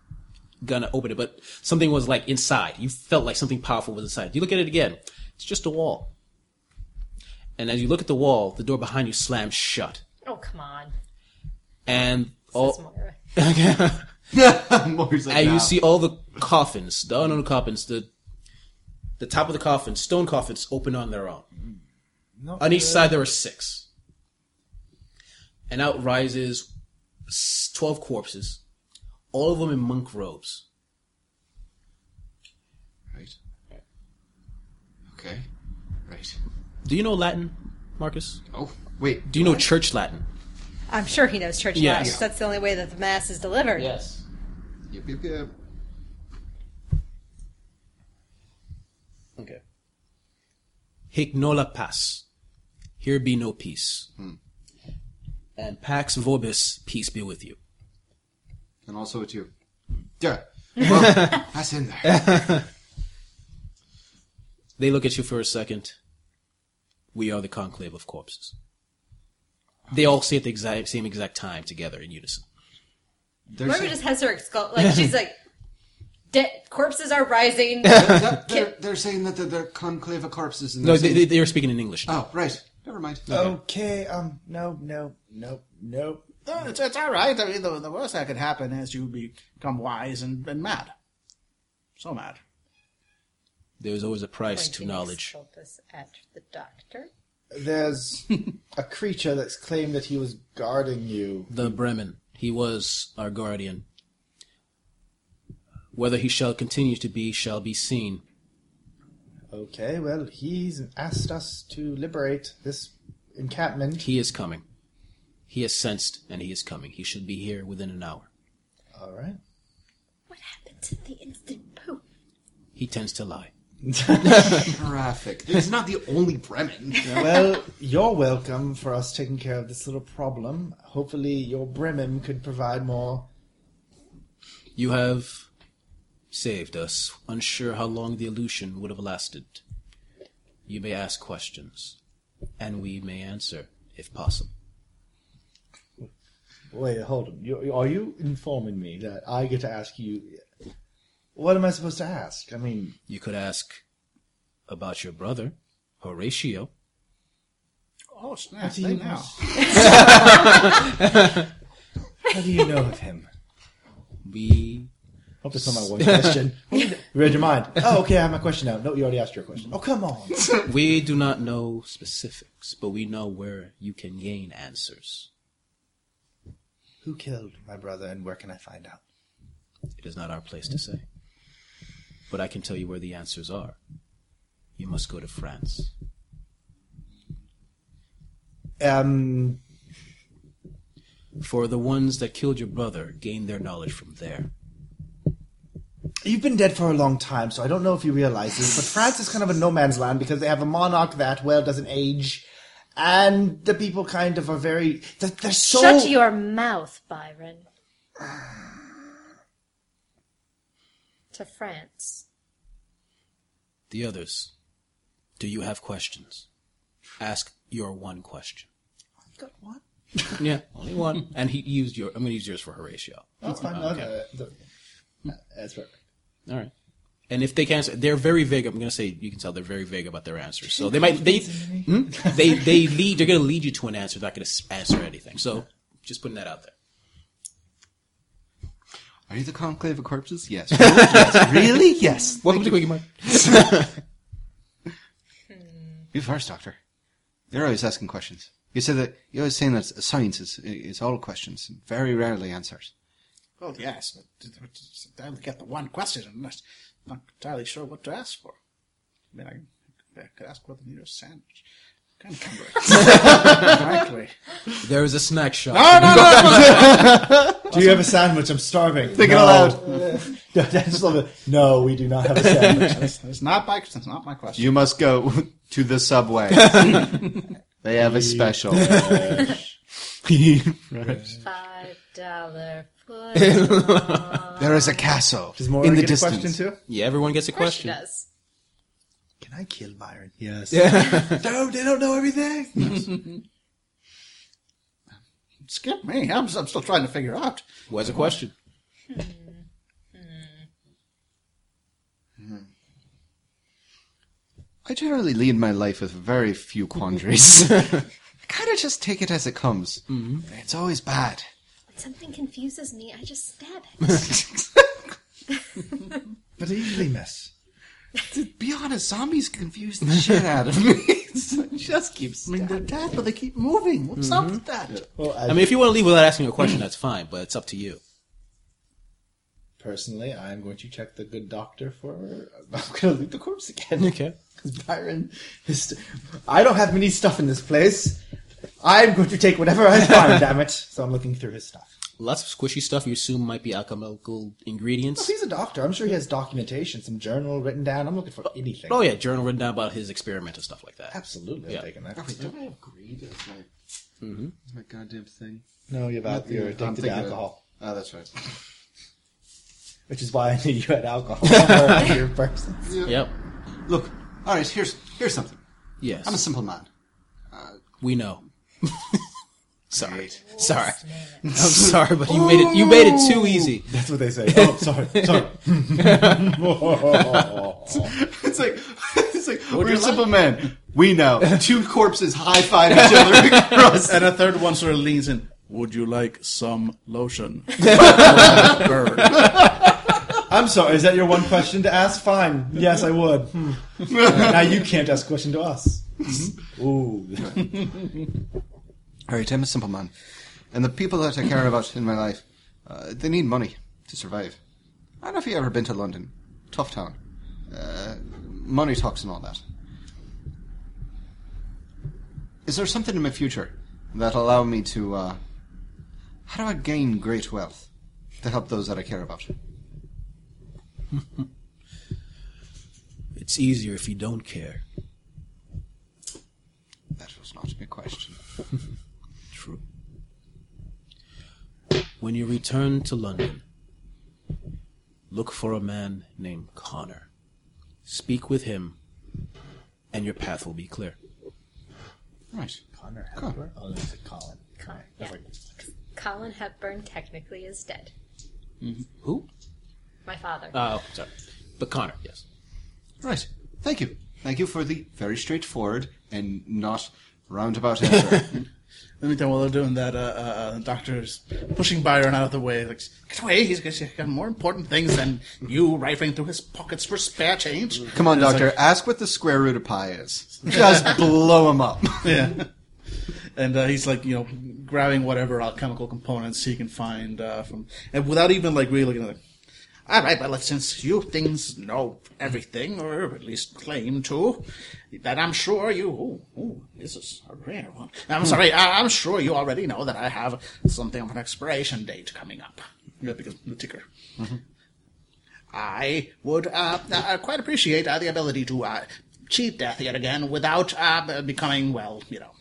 B: gonna open it, but something was like inside. You felt like something powerful was inside. You look at it again. It's just a wall. And as you look at the wall, the door behind you slams shut.
E: Oh, come on.
B: And
E: That's
B: all
E: Moira.
D: More's like,
B: and
D: "Nah."
B: you see all the coffins, the unknown coffins, the the top of the coffins, stone coffins open on their own. on each side there are six. And out rises s- twelve corpses, all of them in monk robes.
D: Right. Okay. Right.
B: Do you know Latin, Marcus?
D: Oh, wait.
B: Do you know church Latin?
E: I'm sure he knows church
B: Yes.
E: yes. That's the only way that the mass is delivered.
B: Yes.
D: Yep, yep, yep.
B: Okay. Hic nola pass. Here be no peace.
D: Hmm.
B: And pax vobis, peace be with you.
D: And also with you.
B: (laughs)
D: Yeah. Well, that's in there.
B: They look at you for a second. We are the conclave of corpses. They all say at the exact same exact time together in unison.
D: There's
E: Moira just has her skull. (laughs) Like, she's like, De- corpses are (laughs) rising.
D: that- they're, they're saying that they're, they're conclave of corpses. And
B: No,
D: they're
B: they,
D: saying-
B: they, they are speaking in English.
D: Oh, right. Never mind.
F: Okay. Um. No. No. Nope. Nope.
H: No, it's, it's all right. I mean, the, the worst that could happen is you become wise and, and mad. So mad.
B: There's always a price to knowledge.
E: Exculpus at the doctor.
D: (laughs)
F: There's a creature that's claimed that he was guarding you.
B: The Bremen. He was our guardian. Whether he shall continue to be shall be seen.
F: Okay. Well, he's asked us to liberate this encampment.
B: He is coming. He has sensed and he is coming. He should be here within an hour.
D: (laughs)
F: All right.
E: What happened to the instant poop?
B: He tends to lie.
D: Traffic. It's not the only Bremen.
F: well, you're welcome for us taking care of this little problem. Hopefully, your Bremen could provide more.
B: You have saved us. Unsure how long the illusion would have lasted. You may ask questions, and we may answer, if possible.
F: Wait, hold on. You, are you informing me that I get to ask you? What am I supposed to ask? I mean,
B: You could ask about your brother, Horatio.
H: Oh, snap. They now.
F: (laughs) how do you know of him?
B: We
F: Hope that's not my (laughs) one question. Read your mind. Oh, okay, I have my question now. No, you already asked your question. Oh, come on.
B: we do not know specifics, but we know where you can gain answers.
F: Who killed my brother, and where can I find out?
B: It is not our place to say. But I can tell you where the answers are. You must go to France.
F: Um,
B: For the ones that killed your brother gain their knowledge from there.
F: You've been dead for a long time, so I don't know if you realize this, but France is kind of a no man's land because they have a monarch that, well, doesn't age, and the people kind of are very. They're, they're so.
P: Shut your mouth, Byron.
E: (sighs) to France.
B: The others, do you have questions? Ask your one question.
F: Got one?
B: (laughs) Yeah, only one. and he used your. I'm going to use yours for Horatio.
F: That's fine. no, no, the- That's right.
B: All right. And if they can't, they're very vague. I'm going to say you can tell they're very vague about their answers. So they might they Hmm? they they lead. They're going to lead you to an answer. They're not going to answer anything. So just putting that out there.
D: Are you the conclave of corpses?
B: (laughs)
D: Yes. yes. Really? Yes.
B: Welcome to Quickie
O: (laughs)
B: Mart.
D: You first, Doctor. They're always asking questions. You said that you're always saying that science is, is all questions, very rarely answers.
H: Well, yes, but I only get the one question, and I'm not entirely sure what to ask for. I mean, I, I could ask for the nearest sandwich. Can't remember it. Frankly.
B: There is a snack shop.
F: Do you have a sandwich? I'm starving.
D: Thinking
F: no. (laughs)
D: aloud.
F: No, I just love it. No, we do not have a sandwich. (laughs)
H: That's, that's not my, that's not my question.
D: You must go to the subway. they have a special.
E: Five dollar foot.
D: there is a castle
K: Does Maura
D: in the
K: get a question
D: distance.
K: too?
B: Yeah, everyone gets a
E: Question
B: question.
E: does.
F: Can I kill Byron?
K: Yes.
D: No, they don't know everything.
H: Skip me. I'm, I'm still trying to figure out.
B: Who has a question?
D: I generally lead my life with very
B: (laughs)
D: few quandaries. I kind of just take it as it comes. It's always bad.
E: When something confuses me, I just stab it.
F: But I usually miss.
D: To be honest, zombies confuse the shit out of me. It's like, just keeps.
H: I mean, they're dead, but they keep moving. What's up with that?
F: Well, I,
B: I mean, if you want to leave without asking a question, that's fine. But it's up to you.
F: personally, I'm going to check the good doctor for. (laughs) I'm going to leave the corpse again.
B: Okay.
F: Because Byron, is, I don't have many stuff in this place. I'm going to take whatever I find,
K: (laughs)
F: damn it. So I'm looking through his stuff.
B: Lots of squishy stuff you assume might be alchemical ingredients.
F: He's a doctor. I'm sure he has documentation, some journal written down. I'm looking for anything.
B: Oh yeah, journal written down about his experimental stuff like that.
F: Absolutely,
B: Yeah.
F: I'm taking that.
D: Don't I have greed as my, as my goddamn thing?
F: No, you're about you're addicted to alcohol,
D: Oh, that's right.
F: which is why I knew you had alcohol. (laughs) on your person.
B: Yep.
D: Look, all right. Here's here's something.
B: Yes.
D: I'm a simple man.
B: we know. (laughs) sorry. Sorry. I'm sorry, but you made it. You made it too easy.
F: That's what they say. Oh, sorry, sorry.
D: It's
H: (laughs)
D: like it's like we're a simple man. We know. Two corpses high five each other
H: (laughs)
D: across.
H: And a third one sort of leans in. Would you like some
D: (laughs)
H: lotion? uh, Bird.
F: I'm sorry. Is that your one question to ask? Fine. Yes, I would. Hmm. now you can't ask a question to us.
D: All right, I'm a simple man, and the people that I care about in my life, uh, they need money to survive. I don't know if you've ever been to London, tough town. Uh, money talks and all that. Is there something in my future that'll allow me to? Uh, how do I gain great wealth to help those that I care about?
B: It It's easier if you don't care.
O: That was not my question.
B: (laughs) True. When you return to London, look for a man named Connor. Speak with him, and your path will be clear.
O: Right.
Q: Connor Hepburn. Oh, no, it's Colin.
E: Colin, yeah. Colin Hepburn technically is dead.
B: Who?
E: My father.
B: Oh, sorry. But Connor, yes.
O: Right. Thank you. Thank you for the very straightforward and not roundabout answer. (laughs)
H: Anytime while they're doing that, uh, uh, uh, the doctor's pushing Byron out of the way. Like, get away! He's he's got more important things than you rifling through his pockets for spare change.
O: Come on, doctor. ask what the square root of pi is. Just blow
B: (laughs)
O: him up.
H: yeah. (laughs) And uh, he's like, you know, grabbing whatever alchemical components he can find uh, from, and without even like really looking at it. All right, but let's, since you things know everything, or at least claim to, that I'm sure you. Ooh, ooh, this is a rare one. I'm sorry, I, I'm sure you already know that I have something of an expiration date coming up. Yeah, because the ticker. I would uh, uh, quite appreciate uh, the ability to uh, cheat death yet again without uh, becoming, well, you know.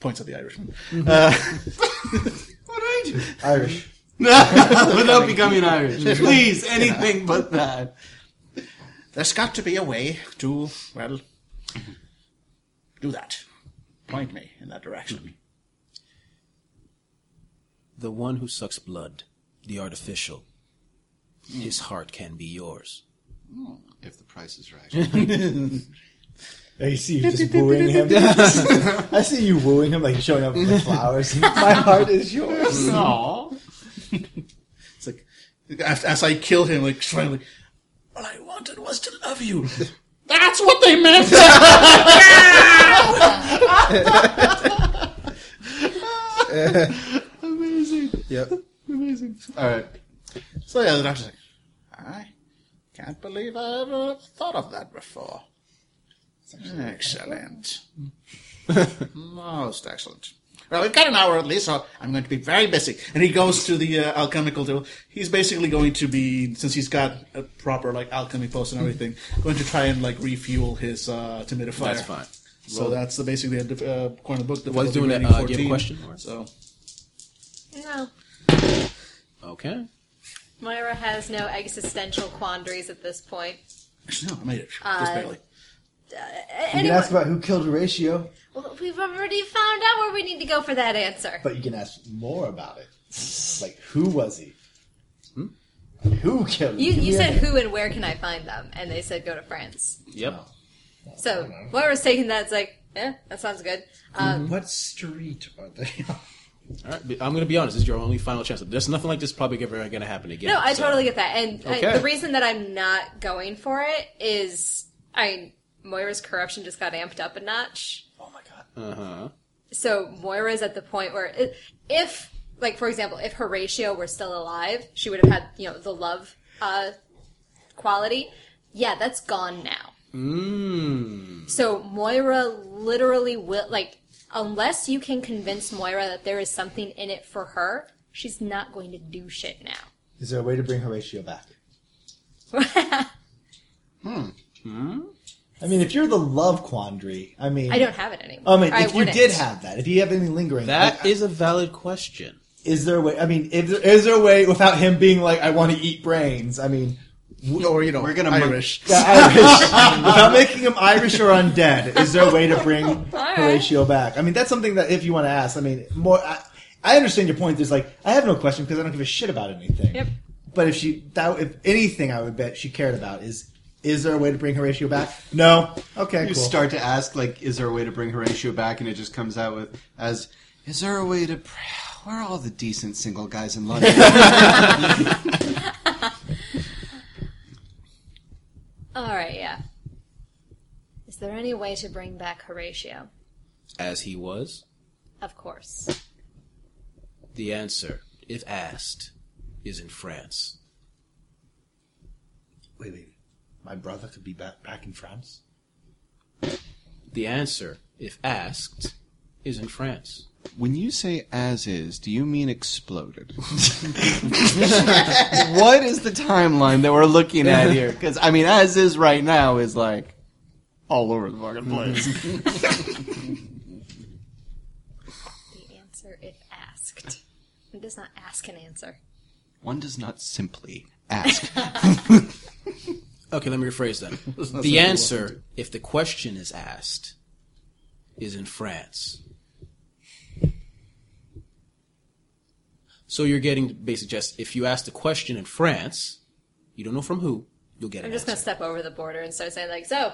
H: Points at the Irishman. Uh,
O: What are you doing?
F: Irish.
O: Without
K: (laughs)
O: becoming Irish. Please, anything but that.
H: There's got to be a way to, well, do that. Point me in that direction.
B: The one who sucks blood, the artificial,
D: Hmm.
B: his heart can be yours.
O: If the price is right.
F: I see you just wooing him. (laughs) I see you wooing him, like showing up with flowers. My heart is yours.
O: Aww.
H: It's like, as, as I kill him, like, finally, all I wanted was to love you. That's what they meant!
O: Amazing.
F: Yep.
O: Amazing. All right.
H: So yeah, the doctor's like, I can't believe I ever thought of that before.
B: (laughs)
H: Excellent. Most excellent. Well, we've got an hour at least, so I'm going to be very busy. And he goes to the uh, alchemical table. He's basically going to be, since he's got a proper like alchemy post
B: Hmm.
H: and everything, going to try and like refuel his uh, timidifier.
B: That's fine.
H: So that's the, basically a diff- uh, corner of the book.
B: Well, he's doing that,
H: difficulty
B: uh,
H: rating
B: do you have a
H: 14.
B: question?
H: So (laughs)
E: No.
B: Okay.
E: Moira has no existential quandaries at this point.
H: actually, no, I made it
O: Uh,
H: just barely.
E: A-
F: You can ask
E: Anyway,
F: about who killed Horatio,
E: well, we've already found out where we need to go for that answer.
F: but you can ask more about it. Like, who was he? Hmm? Who killed him?
E: You,
F: Give
E: you
F: me
E: said
F: a-
E: who and where can I find them, and they said go to France.
B: Yep.
E: So Moira's taking that. It's like, yeah, that sounds good. Um,
Q: What street are they on?
B: All right. but I'm going to be honest. This is your only final chance. There's nothing like this probably ever going to happen again.
E: No, I
B: so-
E: totally get that. And I-
B: Okay.
E: the reason that I'm not going for it is I Moira's corruption just got amped up a notch.
B: Uh-huh.
E: So Moira's at the point where i- if like for example, if Horatio were still alive, she would have had, you know, the love uh quality. Yeah, that's gone now.
D: Hmm.
B: Mm.
E: So Moira literally will like unless you can convince Moira that there is something in it for her, she's not going to do shit now. (laughs)
F: Is there a way to bring Horatio back? I mean, if you're the love quandary, I mean,
E: I don't have it anymore.
F: I mean,
E: Or
F: Um, if you
E: wouldn't.
F: did have that, if you have anything lingering,
B: That
F: I-
B: is a valid question.
F: is there a way? I mean, if there, is there a way without him being like, "I want to eat brains"? I
O: (laughs)
F: mean,
H: Or you know,
O: We're gonna
H: Irish.
F: yeah, Irish without making him Irish or undead. Is there a way to
E: (laughs)
F: bring
E: right.
F: Horatio back? I mean, that's something that if you want to ask, I mean, more. I, I understand your point. There's like, I have no question because I don't give a shit about anything.
E: Yep.
F: But if she, that, if anything, I would bet she cared about is, is there a way to bring Horatio back? No. Okay.
O: You
F: cool.
O: start to ask, like, is there a way to bring Horatio back? And it just comes out with, as, is there a way to. Pr- where are all the decent single guys in London?
E: All right, yeah. Is there any way to bring back Horatio?
B: As he was,
E: Of course.
B: the answer, if asked, is in France.
Q: Wait, wait. My brother could be back, back in
H: (laughs)
Q: France.
B: The answer, if asked, is in France.
O: When you say as is, do you mean exploded? what is the timeline that we're
B: (laughs)
O: looking at here? Because, I mean, as is right now is like all over the fucking place.
E: The answer, if asked, one does not ask an answer.
O: One does not simply ask.
B: Okay, let me rephrase that.
O: That's
B: the
O: what we
B: answer, if the question is asked, is in France. So you're getting basic just if you ask the question in France, you don't know from who, you'll get
E: I'm
B: it.
E: just gonna step over the border and start saying like, so,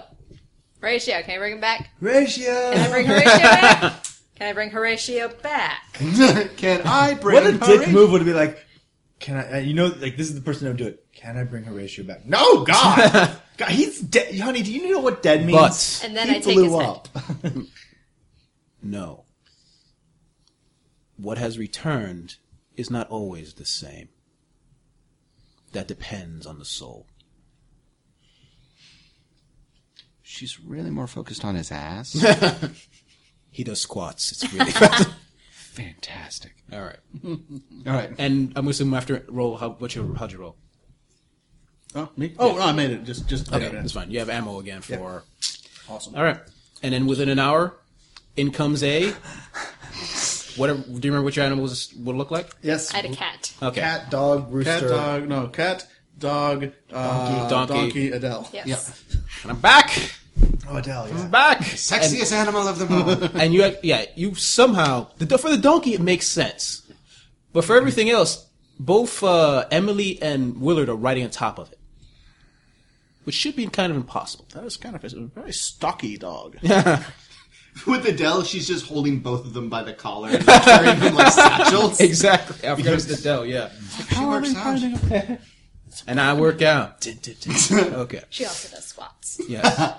E: Horatio, can I bring him back?
F: Ratio.
E: Can I (laughs) bring Horatio back? Can I bring Horatio back?
D: Can I bring
F: What a dick
D: Horatio-
F: move would it be like? Can I? Uh, you know, like this is the person that would do it. Can I bring Horatio back? No, (laughs) God, God, he's dead. Honey, do you know what dead means?
B: But-
E: And then
F: he
E: I take
F: blew
E: his head.
F: up. (laughs)
B: No. What has returned is not always the same. That depends on the soul.
O: She's really more focused on his ass.
B: (laughs) he does squats. It's really good.
O: (laughs) Fantastic.
B: All right.
O: (laughs) All right.
B: And I'm going to assume after roll, how, what's your, how'd you roll?
H: Oh, me? Oh, no, I made it. Just, just
B: Okay,
H: yeah.
B: that's fine. You have ammo again for.
H: Awesome.
B: All right. And then within an hour, in comes
O: (laughs)
B: a. Whatever. Do you remember what your animals would look like?
H: Yes.
E: I had a cat.
B: Okay.
F: Cat, dog, rooster.
H: Cat, dog, no, cat, dog, uh,
B: Donkey.
H: donkey.
B: Donkey.
H: Adele.
E: Yes.
B: And I'm back.
F: Oh, Adele, yeah.
B: I'm back.
D: Sexiest animal of them all.
B: and you, had- yeah, you somehow the do- for the donkey it makes sense, but for everything else, both uh, Emily and Willard are riding on top of it, which should be kind of impossible.
H: That was kind of a very (laughs) stocky dog.
D: With Adele, she's just holding both of them by
B: (laughs)
D: the collar and like, carrying them like satchels.
B: Exactly. I forgot it was Adele. Yeah.
D: How are they
B: And I work out. Din, din, din. okay.
E: She also does squats.
B: Yes.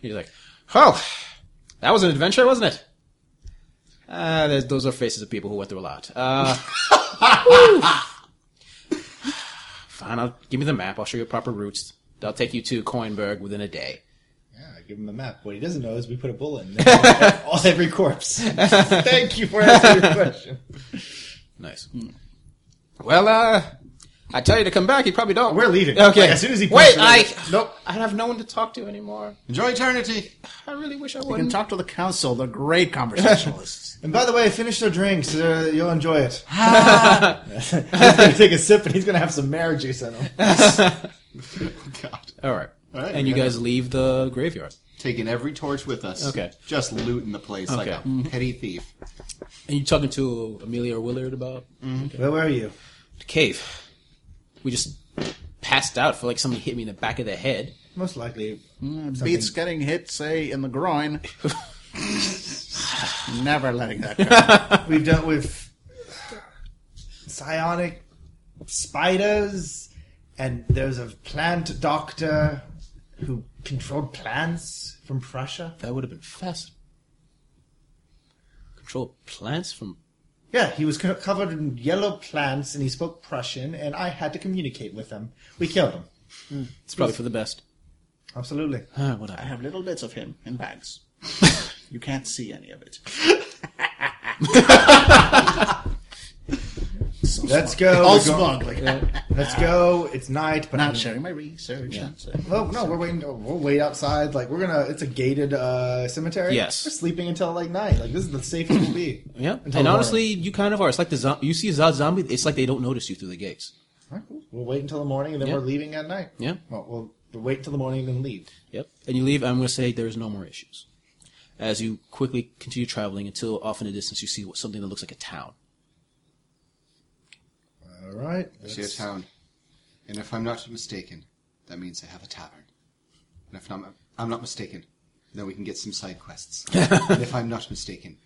B: You're like, oh, that was an adventure, wasn't it? Ah, there's those are faces of people who went through a lot. Uh, (laughs) whew. fine, I'll give me the map. I'll show you proper routes. They'll take you to Coinberg within a day.
F: Yeah, give him the map. What he doesn't know is we put a bullet in (laughs) there. all every corpse. Thank you for answering your question.
B: Nice. Well, uh, I tell you to come back, you probably don't.
F: We're leaving.
B: Okay.
F: Like, as soon as he
B: wait,
F: points
B: I
F: it
B: nope. I have no one to talk to anymore.
D: Enjoy eternity.
B: I really wish I
H: You can
B: wouldn't.
H: talk to the council. They're great
D: (laughs)
H: conversationalists.
F: And by the way, finish their drinks. Uh, you'll enjoy (laughs) it. he's gonna take a sip and he's gonna have some marrow juice in him.
B: All right. All
D: right,
B: and you guys leave the graveyard.
D: Taking every torch with us.
B: Okay.
D: Just looting the place like
B: Okay.
D: a petty thief.
B: And you talking to Amelia or Willard about
F: Where were you?
B: the cave? We just passed out. Feel like somebody hit me in the back of the head.
F: Most likely. Mm,
H: Beats getting hit, say, in the
D: (laughs)
H: groin. Never letting that
D: (laughs)
H: go.
F: We've dealt with psionic spiders, and there's a plant doctor who controlled plants from Prussia.
B: That would have been fast. Control plants from.
F: Yeah, he was co- covered in yellow plants, and he spoke Prussian, and I had to communicate with him. We killed him.
B: It's probably for the best.
F: Absolutely.
B: Ah, whatever.
H: I have little bits of him in bags. you can't see any of it.
F: Let's go.
H: All
F: We're go-
H: smug, like
F: Let's go. It's night, but
H: not
F: I'm-
H: sharing my research. not sharing-
F: Well, no, we're waiting. We'll wait outside. Like we're gonna. It's a gated uh, cemetery.
B: Yes.
F: We're sleeping until like night. Like this is the safest we'll be. (clears throat)
B: Yeah,
F: Until
B: and
F: tomorrow.
B: honestly, you kind of are. It's like the zo- you see a zo- zombie. It's like they don't notice you through the gates.
F: All right, cool. We'll wait until the morning, and then
B: Yeah.
F: we're leaving at night.
B: Yeah.
F: Well, we'll, we'll wait till the morning and then leave.
B: Yep. And you leave. I'm going to say there's no more issues. As you quickly continue traveling until off in the distance you see what, something that looks like a town.
F: All right.
D: I see a town. And if I'm not mistaken, that means I have a tavern. And if not, I'm not mistaken, then we can get some side
B: (laughs)
D: quests. and if I'm not mistaken,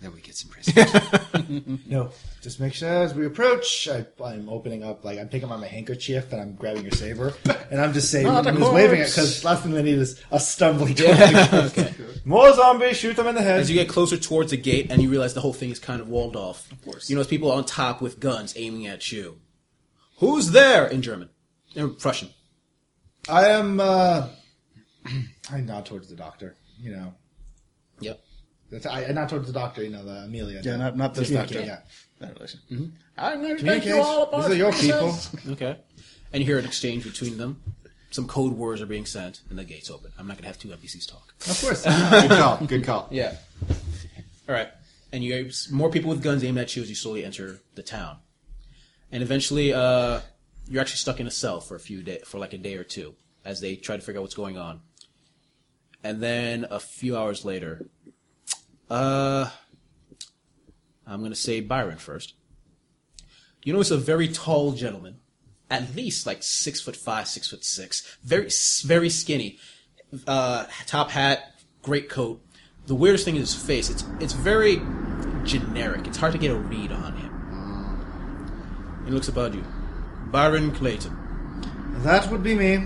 D: then we get some prisoners.
B: (laughs)
F: No, just make sure as we approach, I, I'm opening up, like, I'm picking up my handkerchief and I'm grabbing your saber, and I'm just saying, I'm
H: Not a
F: just waving it
H: corpse.
F: because last thing they need is a stumbling towards okay. More zombies, shoot them in the head.
B: As you get closer towards the gate, and you realize the whole thing is kind of walled off. Of course. You notice people on top with guns aiming at you. Who's there? In German. In Prussian.
F: (clears throat) I am, uh, I nod towards the doctor, you know.
B: Yep.
F: That's, I, not towards the doctor, you know, the Amelia.
H: Yeah,
F: the-
H: not- not this
F: Communicate,
H: doctor.
F: Yeah.
H: That relation.
R: I'm going to take
F: Communicate.
R: you all apart.
F: These are your
R: from yourself.
F: people.
B: Okay. And you hear an exchange between them. Some code words are being sent, and the gates open. I'm not gonna have two NPCs talk.
F: Of course.
O: good call. Good call.
B: Yeah. All right. And you more people with guns aimed at you as you slowly enter the town, and eventually, uh, you're actually stuck in a cell for a few day, for like a day or two, as they try to figure out what's going on. And then a few hours later, uh, I'm gonna say Byron first. You notice a very tall gentleman, at least like six foot five, six foot six, very very skinny, uh, top hat, great coat. The weirdest thing is his face. It's it's very generic. It's hard to get a read on him. He looks about you, Byron Clayton.
S: That would be me.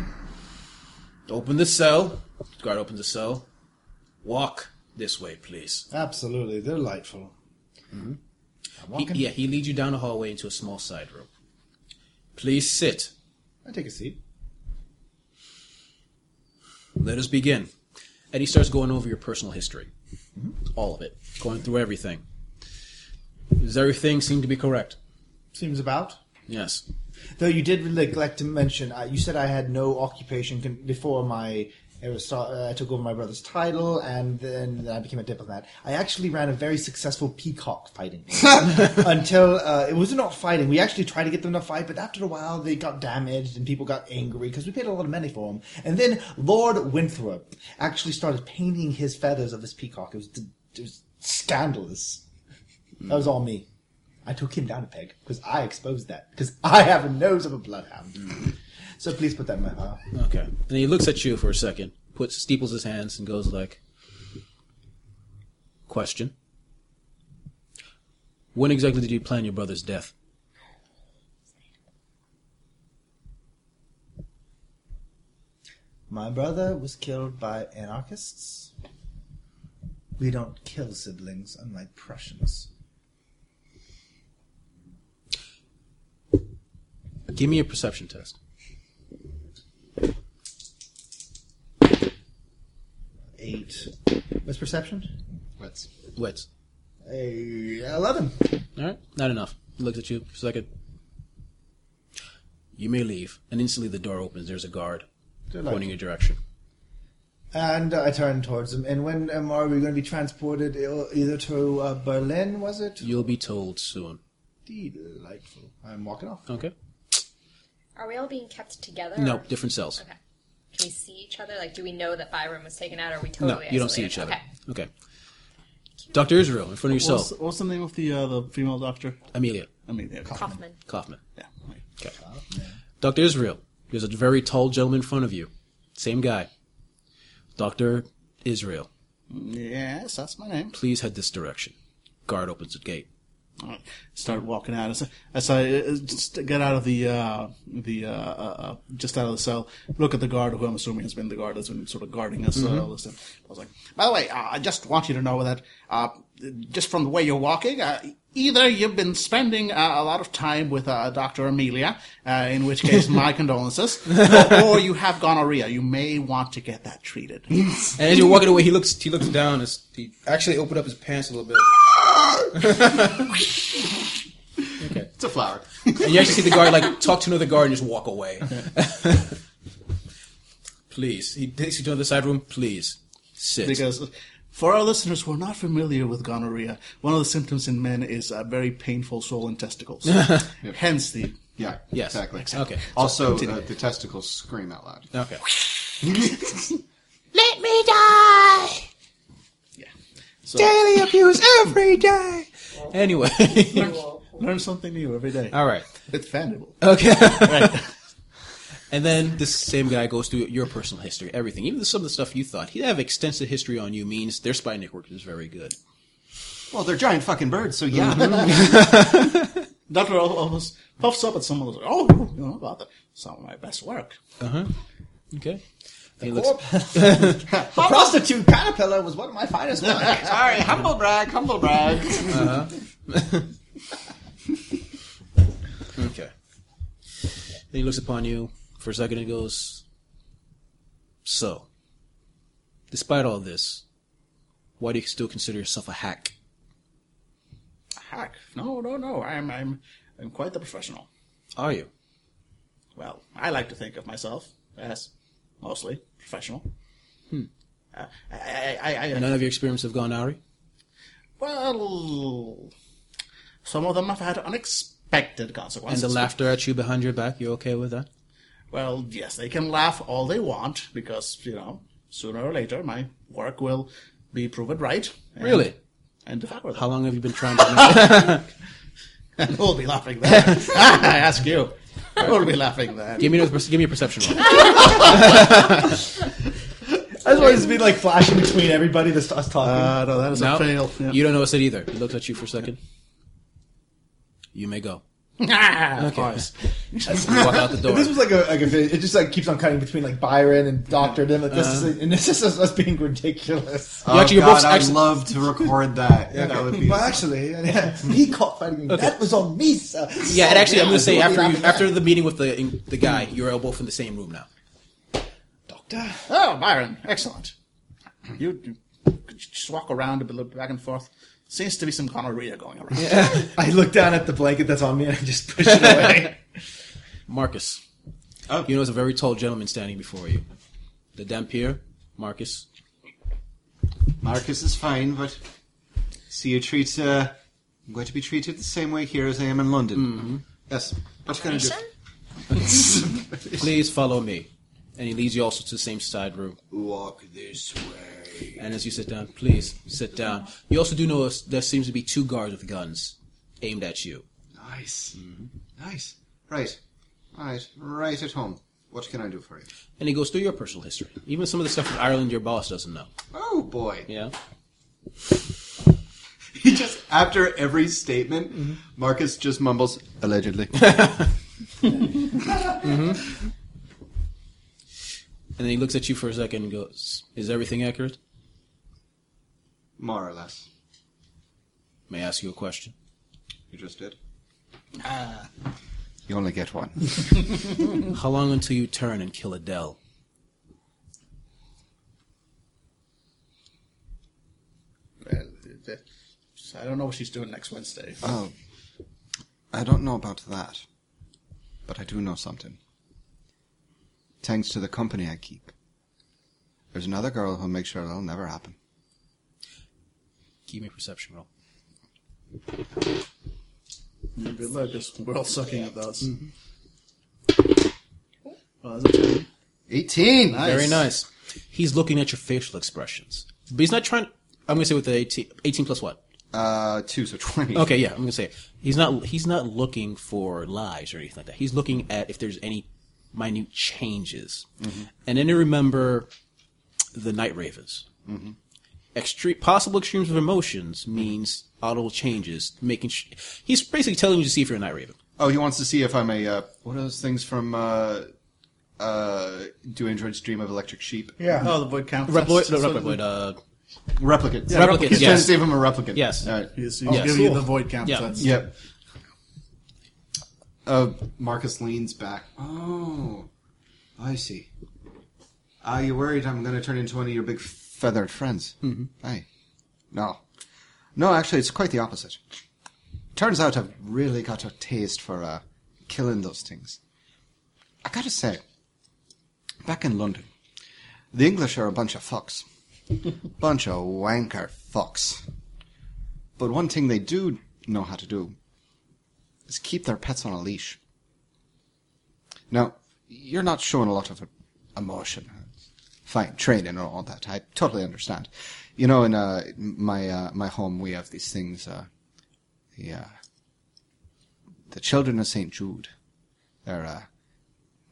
B: Open the cell. Guard opens the cell. Walk this way, please.
S: Absolutely. They're delightful.
B: Mm-hmm. He, yeah, he leads you down a hallway into a small side room. Please sit.
F: I take a seat.
B: Let us begin. And he starts going over your personal history. All of it. Going through everything. Does everything seem to be correct?
F: Seems about.
B: Yes.
F: Though you did neglect to mention, uh, you said I had no occupation con- before my Aristo- uh, I took over my brother's title, and then I became a diplomat. I actually ran a very successful peacock fighting until uh, it was not fighting. We actually tried to get them to fight, but after a while, they got damaged and people got angry because we paid a lot of money for them. And then Lord Winthrop actually started painting his feathers of his peacock. It was d- it was scandalous. That was all me. I took him down a peg because I exposed that because I have a nose of a bloodhound. so please put that in my file.
B: Okay. And he looks at you for a second, puts steeples his hands, and goes like, "Question: When exactly did you plan your brother's death?"
F: My brother was killed by anarchists. We don't kill siblings, unlike Prussians.
B: Give me a perception test.
F: Eight. What's perception?
O: What's
B: Wits.
F: A Eh, eleven.
B: All right. Not enough. He looks at you for a second. You may leave, and instantly the door opens. There's a guard pointing your direction.
F: And I turned towards him. And when um, are we going to be transported ill- either to uh, Berlin? Was it?
B: You'll be told soon.
F: Delightful. I'm walking off.
B: Okay.
E: Are we all being kept together?
B: No,
E: or
B: different cells.
E: Can we see each other? Like, do we know that Byron was taken out? Or are we totally
B: No, you don't see
E: isolated?
B: each other.
E: Okay.
B: Okay. Doctor Israel, in front of yourself,
H: What's, what's the name of the uh, the female doctor?
B: Amelia
H: Amelia.
E: Kaufman.
B: Kaufman.
H: Yeah.
B: Okay. Dr. Israel. There's a very tall gentleman in front of you. Same guy. Dr. Israel,
H: Yes, that's my name.
B: please head this direction. Guard opens the gate.
H: Start walking out as, as I uh, just get out of the uh, the uh, uh, uh, just out of the cell. Look at the guard, who I'm assuming has been the guard that's been sort of guarding us uh, all this time. I was like, by the way, uh, I just want you to know that uh, just from the way you're walking, uh, either you've been spending uh, a lot of time with uh, Doctor Amelia, uh, in which case my condolences, or, or you have gonorrhea. You may want to get that treated.
B: And as you're walking away, he looks he looks down. As he actually opened up his pants a little bit. (laughs)
O: It's a flower.
B: And you actually see the guard like talk to another guard and just walk away. (laughs) please. He takes you to another side room. Please. Sit.
H: because for our listeners who are not familiar with gonorrhea, one of the symptoms in men is a very painful swollen testicles. (laughs) Hence the
O: Yeah.
B: Yes.
O: Exactly.
B: Okay.
O: Also, uh, the testicles scream out loud.
B: Okay.
H: let me die. Yeah. So,
T: Daily abuse every day.
B: Anyway. (laughs)
H: (laughs) learn something new every day.
B: All right.
H: It's fandible.
B: Okay. (laughs) and then this same guy goes through your personal history, everything, even some of the stuff you thought. He'd have extensive history on you means their spy network is very good.
O: Well, they're giant fucking birds, so yeah.
B: Mm-hmm.
H: Doctor almost puffs up at someone. who's Like, oh, you know about that? Some of my best work.
B: Okay. he looks,
F: The prostitute caterpillar was one of my finest
H: (laughs)
F: work.
O: Sorry, humble brag, humble brag.
B: okay. Then he looks upon you for a second and goes, So, despite all this, Why do you still consider yourself a hack?
H: Hack? No, no, no. I'm, I'm, I'm quite the professional.
B: Are you?
H: Well, I like to think of myself as mostly professional.
B: Hmm.
H: Uh, I, I, I, I,
B: None of your experiments have gone awry?
H: Well, some of them have had unexpected
B: And
H: consequences.
B: the laughter at you behind your back, you okay with that?
H: Well, yes, they can laugh all they want because you know sooner or later my work will be proven right. and-
B: Really?
H: And devour them.
B: How long have you been trying to (laughs)
H: And (laughs) we'll be laughing there. (laughs) I ask you. We'll be laughing there.
B: Give me, a, give me a perception roll.
F: I just wanted to be like flashing between everybody that's us talking.
O: Oh,
H: no, that
B: No, You don't notice it either. He looked at you for a second. You may go.
H: Ah,
B: Okay.
H: pause.
B: As you walk out the door. (laughs)
F: If this was like a like if it, it just like keeps on cutting between like Byron and Doctor. Then like, this
B: Uh-huh.
F: is and this is us us being ridiculous.
O: (laughs) Oh,
B: actually, you're
O: God,
B: both
O: I'd
B: actually-
O: love to record that. That would be.
F: Well, actually, yeah, he caught fighting. me. That was on me, sir.
B: Yeah, and actually, I'm going to say
F: We'll be
B: after you,
F: laughing
B: after the meeting with the in- the guy, you're all both in the same room now.
H: Oh, Byron, excellent. You, you just walk around a bit back and forth. Seems to be some gonorrhea going around.
F: I look down at the blanket that's on me and I just push
B: (laughs)
F: it away.
B: Marcus,
O: Oh.
B: you know, there's a very tall gentleman standing before you. The Dampier, Marcus.
O: Marcus is fine, but see you treat. Uh, I'm going to be treated the same way here as I am in London. Yes. What can I do?
B: Please follow me. And he leads you also to the same side room.
O: Walk this way.
B: And as you sit down, please sit down. You also do notice there seems to be two guards with guns aimed at you.
O: Nice. Nice. Right. Right. Right at home. What can I do for you?
B: And he goes through your personal history, even some of the stuff from Ireland your boss doesn't know.
O: Oh boy.
B: Yeah.
O: He just after every statement,
K: Mm-hmm.
O: Marcus just mumbles
B: (laughs)
O: allegedly.
B: And then he looks at you for a second and goes, "Is everything accurate?
O: More or less.
B: May I ask you a question?"
O: You just did.
D: Ah.
O: You only get one.
B: How long until you turn and kill Adele?
H: Well, the- I don't know what she's doing next Wednesday.
B: Uh,
O: oh. I don't know about that. But I do know something. Thanks to the company I keep. There's another girl who'll make sure that'll never happen.
B: Give me a perception roll.
H: Good luck, because we're all sucking at those. Well, that's a ten.
O: 18!
B: Very nice. He's looking at your facial expressions, but he's not trying. I'm gonna say with the 18, 18 plus what?
O: Uh, 2, so 20.
B: Okay, yeah, I'm gonna say it. he's not he's not looking for lies or anything like that. He's looking at if there's any minute changes, and then you remember the Night Ravens. Extreme possible extremes of emotions means audible changes, making. Sh- he's basically telling you to see if you're a Night Raven.
O: Oh, he wants to see if I'm a, uh, what are those things from, uh, uh, Do Androids Dream of Electric Sheep?
F: Yeah.
H: Oh, the void count.
B: Reploid,
H: That's-
B: no,
H: that's
B: not
H: what
B: Reploid.
H: it
B: Uh,
O: Replicant.
B: Yeah, Replicant,
O: He's trying to
B: yes.
O: save him a replicant.
B: Yes.
O: All right.
H: is. He's giving you the void count.
B: Yeah.
H: so that's-
O: Yep. Uh, Marcus leans back. Oh, I see. Are you worried I'm going to turn into one of your big feathered friends? Mm-hmm. Aye. No. No, actually, it's quite the opposite. Turns out I've really got a taste for uh, killing those things. I gotta say, back in London, the English are a bunch of fucks. bunch of wanker fucks. But one thing they do know how to do is keep their pets on a leash. Now, you're not showing a lot of emotion. Fine, training and all that. I totally understand. You know, in uh, my uh, my home, we have these things. Uh, the uh, the children of Saint Jude. They're uh,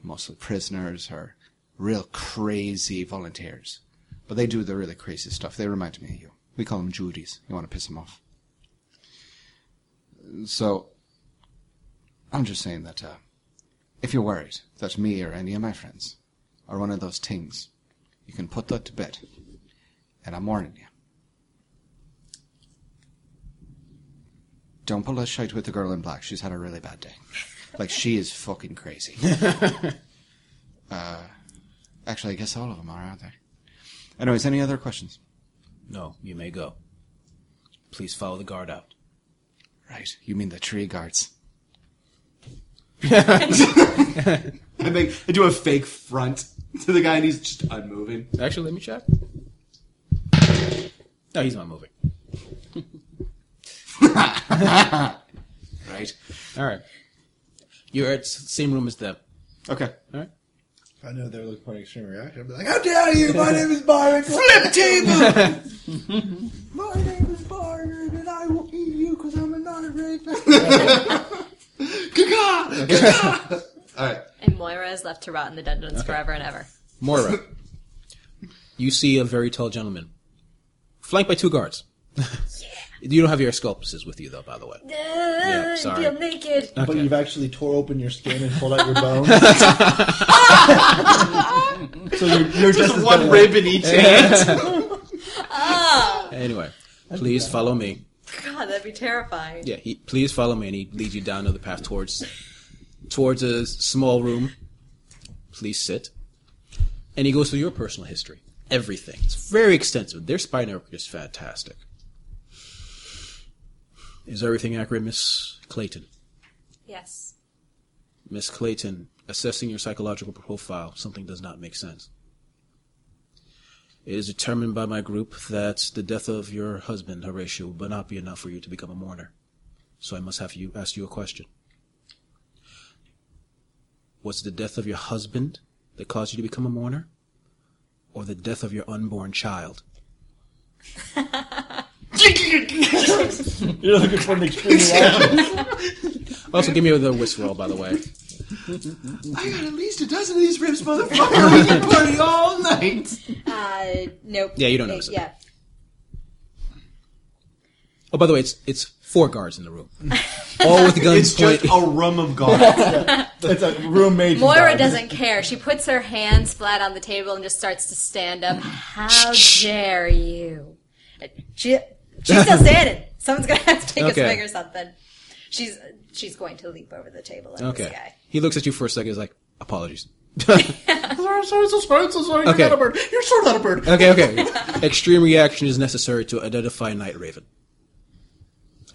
O: mostly prisoners or real crazy volunteers, but they do the really crazy stuff. They remind me of you. We call them Judies. You want to piss them off. So, I'm just saying that uh, if you're worried that me or any of my friends are one of those things, you can put that to bed. And I'm warning you. Don't pull that shite with the girl in black. She's had a really bad day. Like, she is fucking crazy. uh, actually, I guess all of them are, aren't they? Anyways, any other questions?
B: No, you may go. Please follow the guard out.
O: Right. You mean the tree guards?
D: (laughs) I make I do a fake front to the guy, and he's just unmoving.
B: Actually, let me check. No, he's not moving.
D: right.
B: All right. You're at s- same room as them.
D: Okay.
B: All right.
F: If I know they were looking for an extreme reaction, I'd be like, "How dare you? My name is Byron. Flip
D: (laughs)
F: table. My name is Byron, and I will eat you because I'm not a
D: All right.
E: And Moira is left to rot in the dungeons forever and ever.
B: Moira, you see a very tall gentleman, flanked by two guards. (laughs) You don't have your sculptors with you, though, by the way.
E: Yeah,
B: sorry.
E: Feel naked.
F: But you've actually tore open your skin and pulled out
B: (laughs)
F: your bones. (laughs) so you're, you're just, as bad.
D: in each hand.
E: Ah,
B: Anyway, please follow me.
E: (laughs) God, that'd be terrifying.
B: Yeah, he, please follow me, and he leads you down another path towards towards a small room. Please sit. And he goes through your personal history. Everything. It's very extensive. Their spy network is fantastic. Is everything accurate, Miss Clayton?
E: Yes.
B: Miss Clayton, assessing your psychological profile, something does not make sense. It is determined by my group that the death of your husband, Horatio, will not be enough for you to become a mourner. So I must have you ask you a question. Was it the death of your husband that caused you to become a mourner? Or the death of your unborn child?
F: You're looking for an (laughs) extreme reaction.
B: Also, give me the whistle roll, by the way.
D: I got at least a dozen of these ribs, motherfucker. We can party all night.
E: Uh, nope.
B: Yeah, you don't notice it.
E: Yeah.
B: Oh, by the way, it's it's four guards in the room, (laughs) all with guns
D: It's just
B: pointed.
D: a rum of (laughs) God.
F: It's a roommate.
E: (laughs) Moira doesn't care. She puts her hands flat on the table and just starts to stand up. How dare you? She,
B: (laughs)
E: she's still standing. Someone's gonna have to take
B: Okay.
E: a swing or something. She's she's going to leap over the table at this
B: Okay.
E: guy.
B: He looks at you for a second. He's like, apologies.
H: Sorry, sorry, so sorry, so sorry. You're
B: Okay.
H: not a bird. You're sure not a bird.
B: Okay, okay. Extreme reaction is necessary to identify Night Raven.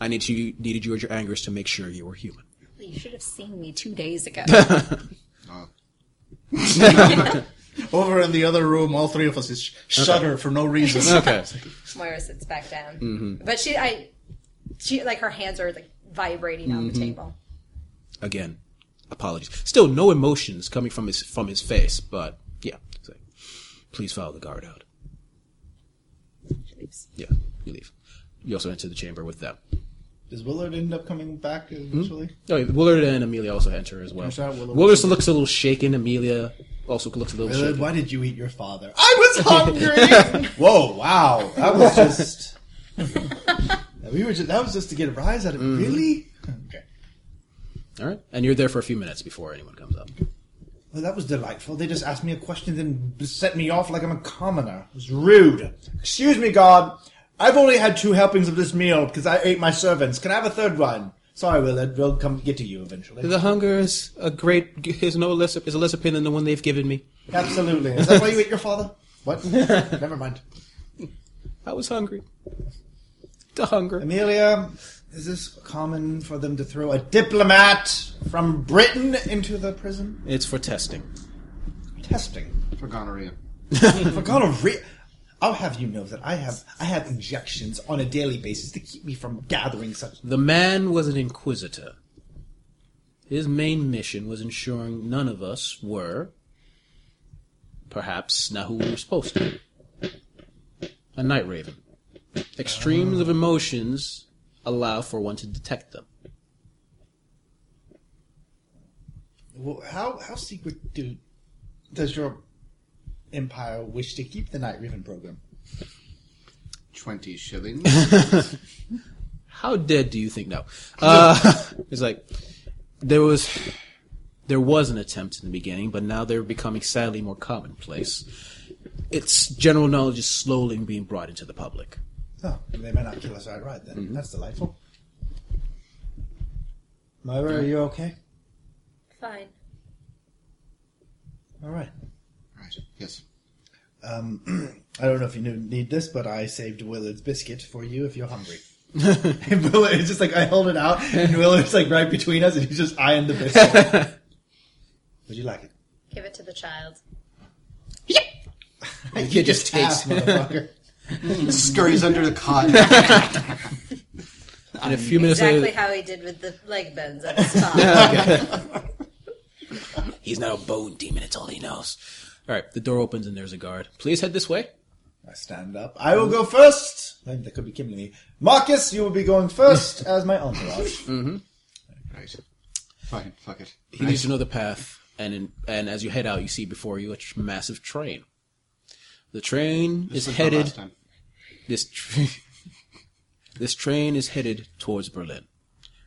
B: I need you needed you at your angers to make sure you were human.
E: You should have seen me two days ago.
H: Over in the other room, all three of us is shudder for no
E: (laughs)
H: reason.
B: Okay.
E: Moira sits back down, but she I she like her hands are like vibrating on the table.
B: Again, apologies. Still, no emotions coming from his from his face, but yeah. He's like, Please follow the guard out.
E: She leaves.
B: Yeah, you leave. You also enter the chamber with them.
F: Does Willard end up coming back eventually?
B: Oh, yeah, Willard and Amelia also enter as well.
H: out Willard.
B: Willard, looks a little shaken. Amelia also looks a little
F: Willard,
B: shaken.
F: Uh, why did you eat your father?
H: I
F: (laughs)
H: was hungry.
F: Whoa! Wow, that
H: (laughs)
F: was just. we were just, that was just to get a rise out of
H: Mm-hmm.
F: it. Really? Okay.
B: All right, and you're there for a few minutes before anyone comes up.
F: Well, that was delightful. They just asked me a question, then set me off like I'm a commoner. It was rude. Excuse me, God. I've only had two helpings of this meal because I ate my servants. Can I have a third one? Sorry, Willard. We'll come get to you eventually.
B: The hunger is a great is no less is a lesser pain than the one they've given me.
F: Absolutely. Is that why you ate your father?
H: (laughs)
F: What? Never mind.
B: I was hungry. The hunger.
F: Amelia, is this common for them to throw a diplomat from Britain into the prison?
B: It's for testing.
F: Testing.
D: For gonorrhea.
F: (laughs) For gonorrhea. I'll have you know that I have I have injections on a daily basis to keep me from gathering such
B: The man was an inquisitor. His main mission was ensuring none of us were perhaps not who we were supposed to. be. A night raven. Extremes of emotions allow for one to detect them.
F: Well, how how secret do does your empire wish to keep the Night Raven program?
D: 20 shillings.
B: how dead do you think no uh, (laughs) it's like there was there was an attempt in the beginning but now they're becoming sadly more commonplace its general knowledge is slowly being brought into the public
F: Oh, they might not kill us outright then.
D: Mm-hmm.
F: That's delightful. Myra, are you okay?
E: Fine.
F: All right.
D: Right. Yes.
F: Um, (clears throat) I don't know if you knew- need this, but I saved Willard's biscuit for you if you're hungry. and Willard, it's just like I hold it out, and Willard's like right between us, and he's just eyeing the biscuit. Would you like it?
E: Give it to the child.
F: You just takes, motherfucker.
D: Scurries under
B: (laughs)
D: the cot.
B: And a few minutes
E: exactly
B: later,
E: how he did with the leg bones at his top.
B: he's not a bone demon. It's all he knows. All right, the door opens and there's a guard. Please head this way.
F: I stand up. I will go first. I think that could be killing me. Marcus, you will be going first as my entourage.
D: Right. Fine, fuck it.
B: He leads you another path, and in, and as you head out, you see before you a tr- massive train. The train
D: This
B: is
D: was my
B: headed.
D: last
H: (laughs)
D: time.
B: This tra- (laughs) this train is headed towards Berlin.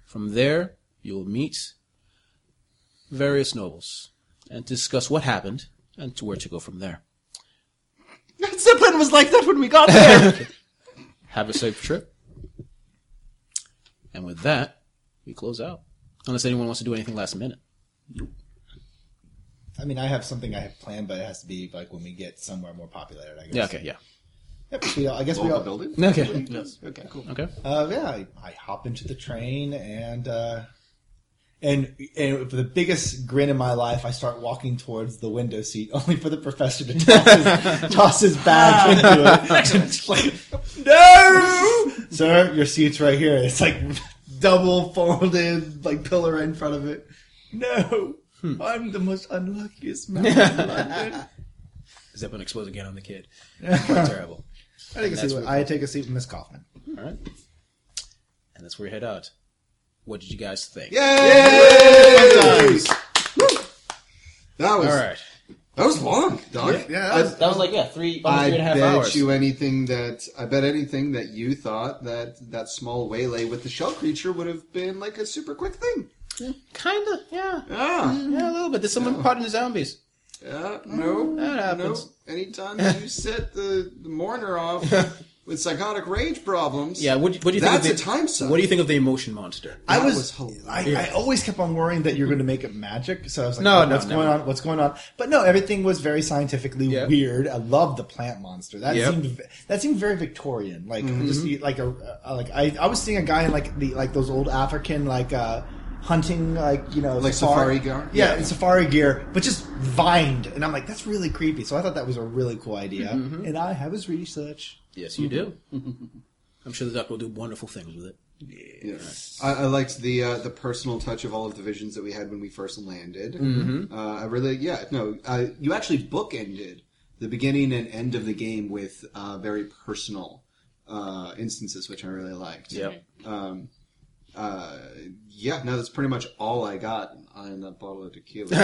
B: From there, you'll meet various nobles and discuss what happened and to where to go from there.
O: Zeppelin was like that when we
H: (laughs)
O: got there.
B: Have a safe trip. And with that, we close out. Unless anyone wants to do anything last minute.
F: I mean, I have something I have planned, but it has to be like when we get somewhere more populated. I guess.
B: Yeah. Okay. Yeah.
F: Yep, we all- I guess we
D: Well,
F: all.
D: the building?
B: Okay.
D: Yes. Okay, cool.
B: Okay.
F: Uh, yeah, I, I hop into the train and uh, and and with the biggest grin in my life, I start walking towards the window seat, (laughs) only for the professor to
B: (laughs)
F: toss his, toss his
B: Ah.
F: bag into it. (laughs) It's like, no, (laughs) sir, your seat's right here. It's like double folded, like pillar in front of it. No, I'm the most unluckiest man. in London.
B: Zeppelin explodes again on the kid. Quite terrible.
F: I take a seat. With, (laughs) I take a seat with Miss Kaufman.
B: All right. And that's where we head out. What did you guys think?
D: That was
B: All right.
D: that was long, dog.
H: Yeah,
D: I-
H: that was-
B: That was like yeah, three, almost
D: I
B: three and a half
D: bet
B: hours.
D: you anything that I bet anything that you thought that that small waylay with the shell creature would have been like a super quick thing.
B: Kinda, yeah,
D: Yeah,
B: yeah, a little bit. There's someone part in the zombies.
D: yeah, no,
B: That happens. (laughs)
D: no. Anytime you set the, the mourner off with psychotic rage problems,
B: Yeah, what, do- what do you
D: that's
B: think?
D: a
B: of the-
D: time suck.
B: What do you think of the emotion monster?
F: I
D: That
F: was,
D: was hilarious.
F: I, I always kept on worrying that you're going to make it magic. So I was like,
B: No,
F: no,
B: no,
F: what's
B: no.
F: going on? What's going on? But no, everything was very scientifically
B: Yeah.
F: weird. I love the plant monster. That
B: Yep. Mm-hmm.
F: seemed v- that seemed very Victorian. Like just you- like a uh, like I, I was seeing a guy in like the like those old African like uh hunting like you know
D: Like safari gear?
F: Yeah,
D: Yeah.
F: in safari gear, but just vined. And I'm like, that's really creepy. So I thought that was a really cool idea.
B: Mm-hmm.
F: And I have his research.
B: Yes, you (laughs) do. I'm sure the doctor will do wonderful things with it.
D: Yeah. I, I liked the uh, the personal touch of all of the visions that we had when we first landed.
B: Mm-hmm.
D: Uh, I really, yeah, no, uh, you actually bookended the beginning and end of the game with uh, very personal uh, instances, which I really liked.
B: Yep.
D: Um, uh, yeah, no, that's pretty much all I got on that bottle of
B: (laughs)
D: tequila.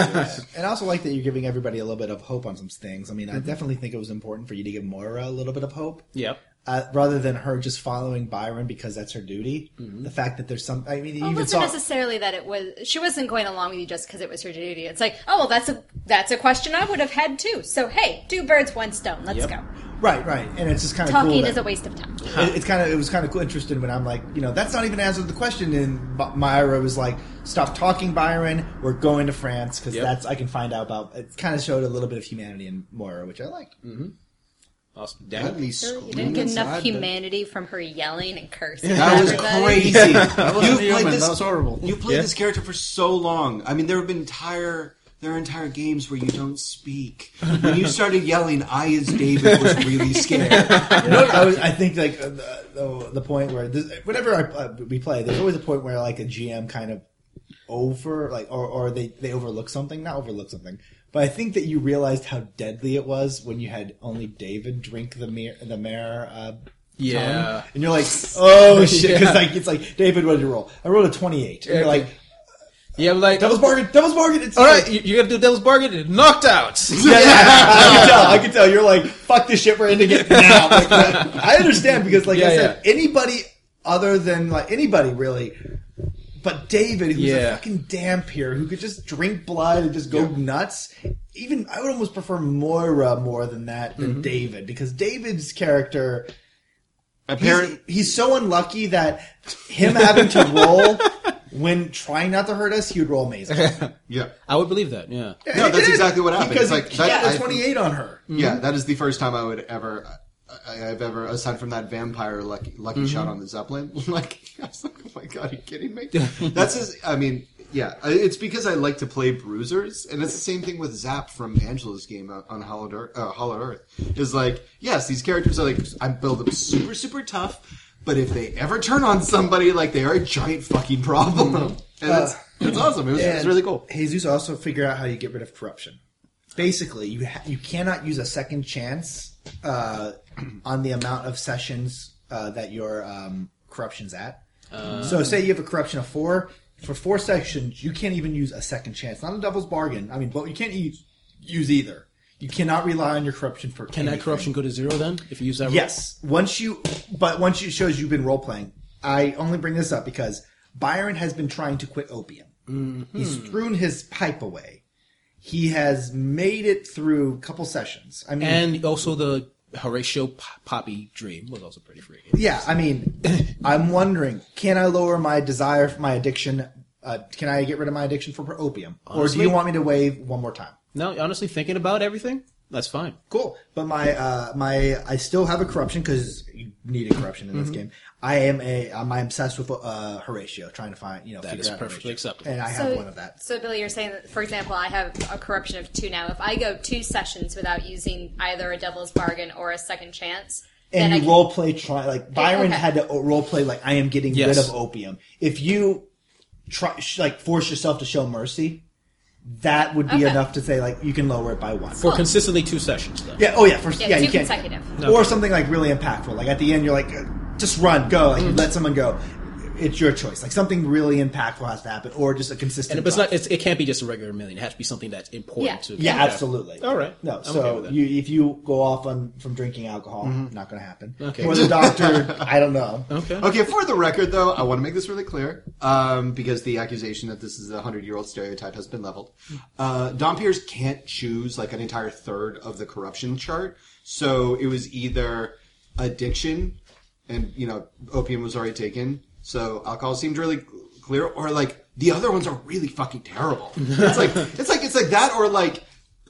F: And I also like that you're giving everybody a little bit of hope on some things. I mean, I definitely think it was important for you to give Moira a little bit of hope.
B: Mm-hmm. Yep.
F: Uh, rather than her just following Byron because that's her duty,
B: Mm-hmm.
F: the fact that there's some, I mean, you
E: Well, it
F: even
E: wasn't
F: saw.
E: necessarily that it was. She wasn't going along with you just because it was her duty. It's like, oh well, that's a that's a question I would have had too. So hey, two birds, one stone. Let's
B: Yep.
E: go.
F: Right, right. And it's just kind of
E: Talking
F: cool.
E: is a
F: that-
E: waste of time.
F: it, it's kind of, it was kind of cool, interesting when I'm like, you know, that's not even answered the question. And Bi- Myra was like, stop talking, Byron. We're going to France because
B: Yep.
F: that's, I can find out about. It kind of showed a little bit of humanity in Moira, which I liked.
B: Awesome.
D: Had
B: Dan?
D: me
E: You
D: screaming
E: didn't get enough
D: inside,
E: humanity from her yelling and cursing.
D: That was
E: Everybody.
H: (laughs)
D: crazy.
H: wasn't
D: You've
H: human,
D: played this.
H: that was horrible.
D: You played this character for so long. I mean, there have been entire there are entire games where you don't speak. When you started yelling, I as David
H: (laughs)
D: was really scared.
F: No, I, was, I think like uh, the, the, the point where this, whenever I, uh, we play, there's always a point where like a GM kind of over like or, or they they overlook something, not overlook something. But I think that you realized how deadly it was when you had only David drink the mir- the mare. Uh,
B: Yeah.
F: tongue. and you're like,
B: (laughs)
F: oh shit, because like it's like David, what did you roll? I rolled a 28. And you're like,
B: Yeah, I'm like,
F: devil's bargain, devil's bargain. It's
B: all
F: like-
B: right, you, you got to do devil's bargain. Knocked out.
F: yeah, yeah. (laughs) I can tell. I can tell. You're like, fuck this shit. We're ending it now. Like, uh, I understand because, like I
B: Yeah,
F: said, anybody other than like anybody really, but David, who's
B: Yeah.
F: a fucking dampier who could just drink blood and just go nuts. Even I would almost prefer Moira more than that than David because David's character. He's, he's so unlucky that him having to roll when trying not to hurt us, he would roll amazing. yeah,
D: Yeah.
B: I would believe that. Yeah.
D: No,
F: he
D: that's
F: did,
D: exactly what happened.
F: Because
D: It's like
F: he
D: that-
F: got a
D: I-
F: twenty-eight on her.
D: Yeah, that is the first time I would ever, I, I've ever, aside from that vampire lucky, lucky
B: Mm-hmm.
O: Mhm.
D: shot on the zeppelin. (laughs) Like, I was like, oh my god, are you
B: (laughs)
D: kidding me? That's his. I mean, yeah, I- it's because I like to play bruisers, and it's the same thing with Zap from Angela's game on- on Hollowed Earth. Uh, Hollowed Earth is like, yes, these characters are like, I build them super, super tough, but if they ever turn on somebody, like they are a giant fucking problem.
H: Mm-hmm.
D: And it's, it's awesome. It was, it was
F: and
D: really cool.
F: Jesus also figured out how you get rid of corruption. Basically, you ha- you cannot use a second chance uh, on the amount of sessions uh, that your um, corruption's at.
O: Uh.
F: so, say you have a corruption of four. For four sessions, you can't even use a second chance. Not a devil's bargain. I mean, but you can't use, use either. You cannot rely on your corruption for.
B: Can that
F: anything.
B: corruption go to zero then if you use that? route?
F: Yes. Once you, but once you shows you've been role playing. I only bring this up because Byron has been trying to quit opium.
B: Mm-hmm.
F: He's thrown his pipe away. He has made it through a couple sessions. I mean,
B: and also the Horatio P- Poppy dream was also pretty freaky.
F: yeah, I
B: (laughs)
F: mean, I'm wondering, can I lower my desire, for my addiction? Uh, can I get rid of my addiction for opium, or
B: Honestly-
F: do you want me to waive one more time?
B: No, honestly, thinking about everything, that's fine.
F: Cool. But my uh, my I still have a corruption because you need a corruption in this
B: Mhm.
F: game. I am a I'm obsessed with uh, Horatio, trying to find you know
B: That
F: figure
B: is
F: out
B: perfectly
F: Horatio.
B: acceptable.
F: and I have one of that.
E: So, Billy, you're saying that, for example, I have a corruption of two now. If I go two sessions without using either a devil's bargain or a second chance,
F: And
E: then I
F: you
E: can,
F: role play try like Byron
E: okay.
F: had to role play like I am getting
B: Yes.
F: rid of opium. If you try sh- like force yourself to show mercy, that would be
E: Okay.
F: enough to say like you can lower it by one
B: For consistently two sessions, though.
F: Yeah. Oh yeah. For, yeah.
E: Yeah, two
F: you can't.
E: consecutive.
F: Or something like really impactful. Like at the end, you're like, uh, just run, go.
B: Mm-hmm.
F: Like you let someone go. It's your choice. Like something really impactful has to happen, or just a consistent.
B: And if it's
F: drop.
B: not, it's, it can't be just a regular million. It has to be something that's important to.
F: Yeah. Yeah, absolutely.
B: All right.
F: No,
B: I'm
F: so
B: okay with that. Mm-hmm.
F: you if you go off on from drinking alcohol, not going to happen.
D: Okay.
F: Or
B: (laughs)
F: the doctor, I don't know.
D: (laughs) Okay, for the record, though, I want to make this really clear um, because the accusation that this is a 100 year old stereotype has been leveled. Uh, Dompiers can't choose like an entire third of the corruption chart. So it was either addiction, and, you know, opium was already taken. So alcohol seemed really clear, or like the other ones are really fucking terrible. It's like, it's like, it's like that, or like,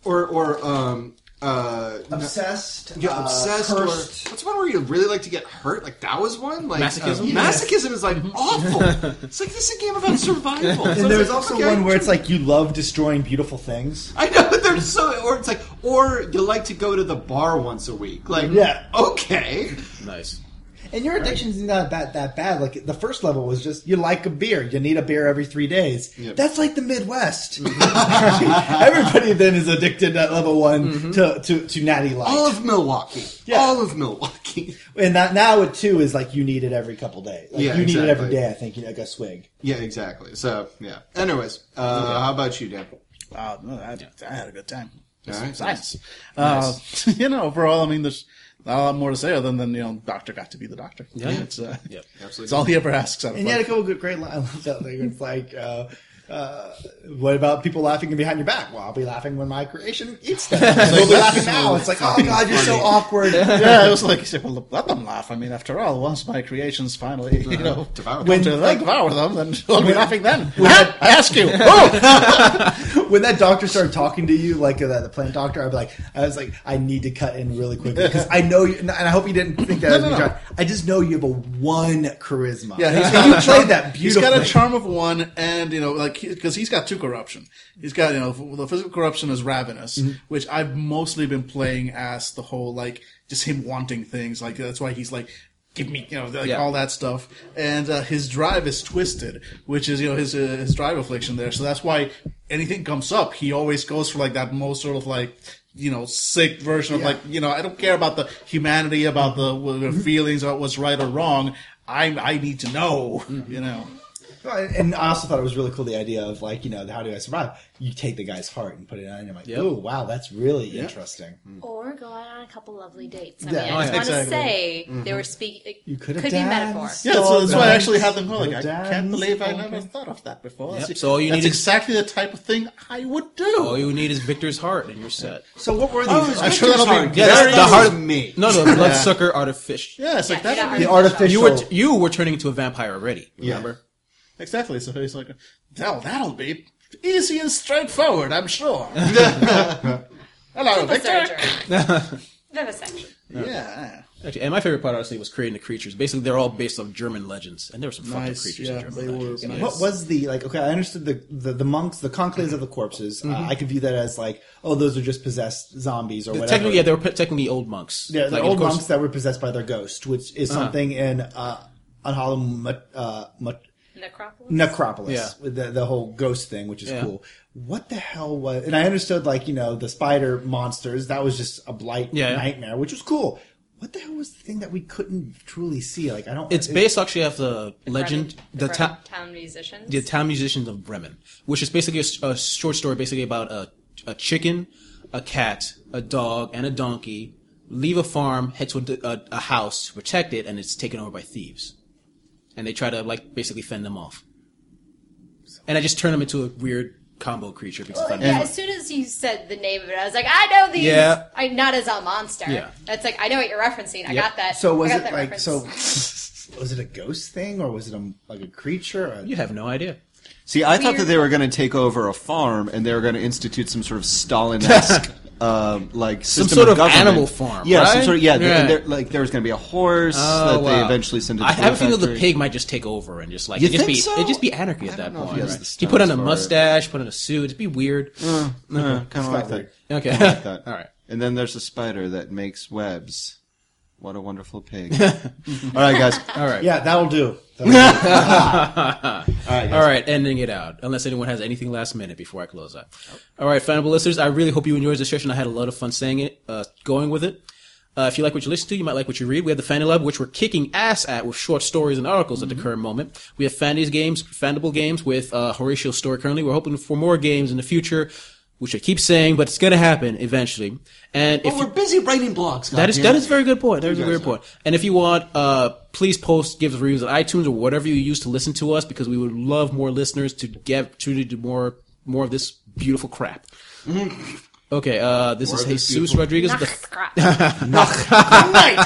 D: or, or, um, uh,
F: Obsessed,
D: yeah,
F: uh,
D: obsessed. or,
F: cursed.
D: what's one where you really like to get hurt? Like that was one. Like
F: Masochism?
D: um,
F: Yeah.
D: masochism is like awful.
F: (laughs)
D: it's like this is a game about survival. So
F: and there's
D: it's like,
F: also
D: okay.
F: one where it's like you love destroying beautiful things.
D: I know, but they're so. Or it's like, or you like to go to the bar once a week. Like,
F: Yeah.
D: okay,
B: nice.
F: And your addiction's not that that bad. Like the first level was just you like a beer, you need a beer every three days. That's like the Midwest. Mm-hmm. (laughs) Everybody then is addicted at level one to, to to Natty Light. Mm-hmm. All
D: of Milwaukee. All of Milwaukee. (laughs)
F: And that now it too is like you need it every couple days. Like
D: Yeah,
F: you need it every
D: exactly.
F: day. I think you know, like a swig.
D: Yeah, exactly. So yeah. Anyways, uh,
H: Okay.
D: how about you, Dan?
H: Uh, no, I, I had a good time.
D: All right.
H: It's nice. Uh, (laughs) you know, overall, I mean, there's not a lot more to say other than you know, doctor got to be the doctor.
F: Yeah.
H: it's, uh,
B: yeah,
D: absolutely.
H: It's all he ever asks. Out of
F: And you had a couple good great lines. (laughs) I love that thing. It's like. Uh, uh, what about people laughing behind your back? Well, I'll be laughing when my creation eats (laughs) them. They'll be laughing now. It's like, oh god, you're so awkward. (laughs)
H: yeah, it was like, well, let them laugh. I mean, after all, once my creations finally, you know,
D: devour
H: when
F: Uh-huh. them.
H: they devour them, then (laughs) I'll be
F: When-
H: laughing then.
F: (laughs) when-
H: Huh? (laughs) I ask you. Oh!
F: when that doctor started talking to you, like uh, the plant doctor, I'd be like, I was like, I need to cut in really quickly because I know you, and I hope you didn't think that.
H: No,
F: was
H: no,
F: me
H: no.
F: trying- I just know you have a one charisma.
H: Yeah, he's
F: you
H: got a charm,
F: played that
H: (laughs) He's
F: beautifully.
H: got a charm of one, and you know, like because he, has got two corruption. He's got you know the physical corruption is ravenous,
M: Mhm.
H: which I've mostly been playing as the whole like just him wanting things. Like that's why he's like. Give me, you know, like
M: Yeah.
H: all that stuff, and uh, his drive is twisted, which is you know his uh, his drive affliction there. So that's why anything comes up, he always goes for like that most sort of like you know sick version of
M: Yeah. Mm-hmm.
H: like you know I don't care about the humanity, about the, the feelings, about what's right or wrong. I I need to know,
M: Mm-hmm.
H: you know.
F: and I also thought it was really cool the idea of like, you know, how do I survive? You take the guy's heart and put it on, and I'm like,
H: Yep.
F: oh wow, that's really
H: Yeah.
F: interesting.
E: or go out on a couple lovely dates. I
F: Yeah.
E: mean,
F: Oh, yeah.
E: I just want to
F: Exactly.
E: say
F: Mhm.
E: they were speaking.
F: You
E: could
F: could've
E: be
F: danced
E: metaphor.
H: Yeah, so that's why I
F: Dance,
H: actually had them go like, I
F: dance,
H: can't believe I
F: dance.
H: never thought of that before.
B: Yep,
H: See,
B: so all you
H: that's
B: need is-
H: exactly the type of thing I would do.
B: All you need is Victor's heart, and you're set.
F: So what were
H: Oh, it's I'm sure Victor's that'll be heart.
B: Yeah,
H: very-
B: that's the heart
H: that was me.
B: No, no, (laughs)
H: Yeah.
B: bloodsucker artificial.
H: Yeah, it's like Yeah, that- yeah,
F: the artificial-
B: You were you were turning into a vampire already.
F: Yeah.
B: Remember?
H: Exactly. So he's like, "Well, that'll be easy and straightforward,
B: (laughs)
H: I'm sure." Hello,
E: Simple
H: Victor.
B: (laughs)
E: surgery. Vivisection.
H: Yeah.
B: Actually, and my favorite part honestly was creating the creatures. Basically, they're all based on German legends, and there were some fucking
H: Nice,
B: creatures in
H: yeah,
B: German
H: they were
B: legends.
H: nice.
F: What was the like? Okay, I understood the the, the monks, the conclaves of the corpses. Uh, I could view that as like, oh, those are just possessed zombies or
B: The-
F: whatever.
B: Technically, yeah, they were pe- technically old monks.
F: Yeah, the
B: Like, of
F: old
B: course-
F: monks that were possessed by their ghost, which is
B: Uh-huh.
F: something in uh, on Hollow uh, Mut-
E: Necropolis.
F: Necropolis,
B: Yeah.
F: with the, the whole ghost thing, which is
B: Yeah.
F: cool. What the hell was? And I understood like you know the spider monsters. That was just a blight
B: Yeah, yeah.
F: nightmare, which was cool. What the hell was the thing that we couldn't truly see? Like I don't.
B: It's
F: it-
B: based actually off the legend,
E: Bremen-
B: the,
E: Bremen
B: town,
E: town musicians.
B: the town musicians of Bremen, which is basically a, s- a short story, basically about a, a chicken, a cat, a dog, and a donkey leave a farm, head to a, d- a- a house to protect it, and it's taken over by thieves, and they try to like basically fend them off. And I just turn them into a weird combo creature because
E: Well,
B: I
E: yeah, as soon as you said the name of it, I was like, I know these.
B: Yeah.
E: I not as a monster.
B: Yeah.
E: That's like I know what you're referencing. I
B: Yep.
E: got that.
F: So was
E: I
F: it
E: got that
F: like
E: reference.
F: so? (laughs) Was it a ghost thing or was it a, like a creature? Or
B: you have no idea.
O: See, I thought that
E: Weird.
O: they were going to take over a farm and they were going to institute some sort of
B: (laughs)
O: Stalin-esque, uh, like
B: Some
O: system
B: sort of
O: government.
B: animal farm,
O: Yeah, some
B: right?
O: sort of yeah. th-
B: Yeah.
O: and there- like there was going to be a horse
B: Oh,
O: that they
B: wow.
O: eventually sent to the
B: I have a
O: toy
B: feeling the
O: factory.
B: pig might just take over and just like
O: You
B: it'd just
O: think
B: be
O: so?
B: it'd just be anarchy at that
O: know if
B: point.
O: he has
B: right?
O: the
B: He put on a
O: stones for it.
B: mustache, put on a suit. It'd be weird.
O: No, kind of Uh, like that.
B: Okay.
O: Kinda like that.
B: (laughs) All right.
O: And then there's a spider that makes webs. What a wonderful pig! All right, guys.
B: All right.
F: Yeah, that'll do.
B: (laughs)
F: (laughs)
B: All right, ending it out. Unless anyone has anything last minute before I close out. All right, fanable listeners, I really hope you enjoyed this session. I had a lot of fun saying it, uh, going with it. Uh, if you like what you listen to, you might like what you read. We have the Fanny Lab, which we're kicking ass at with short stories and articles at the current moment. We have Fanny's games, Fandible games with uh, Horatio's story currently. We're hoping for more games in the future, which I keep saying, but it's going to happen eventually. And if
U: We're busy writing blogs.
B: that is that is a very good point. That is a very good point. And if you want, uh, please post, give us reviews on iTunes or whatever you use to listen to us, because we would love more listeners to get to do more more of this beautiful crap.
U: Mm-hmm.
B: Okay, uh, this is Jesus Rodriguez.
E: Nach
B: The,
E: scrap. (laughs)
U: night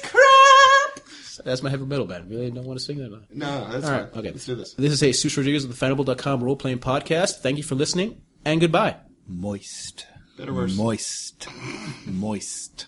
U: (laughs) crap.
B: that's my heavy metal band. Really don't want to sing that. Now.
U: No, that's
B: All
U: fine.
B: right, okay,
U: let's do this.
B: This is Jesus Rodriguez of the Fanable.com role playing podcast. Thank you for listening and goodbye.
V: Moist.
U: Better worse.
V: Moist. Moist.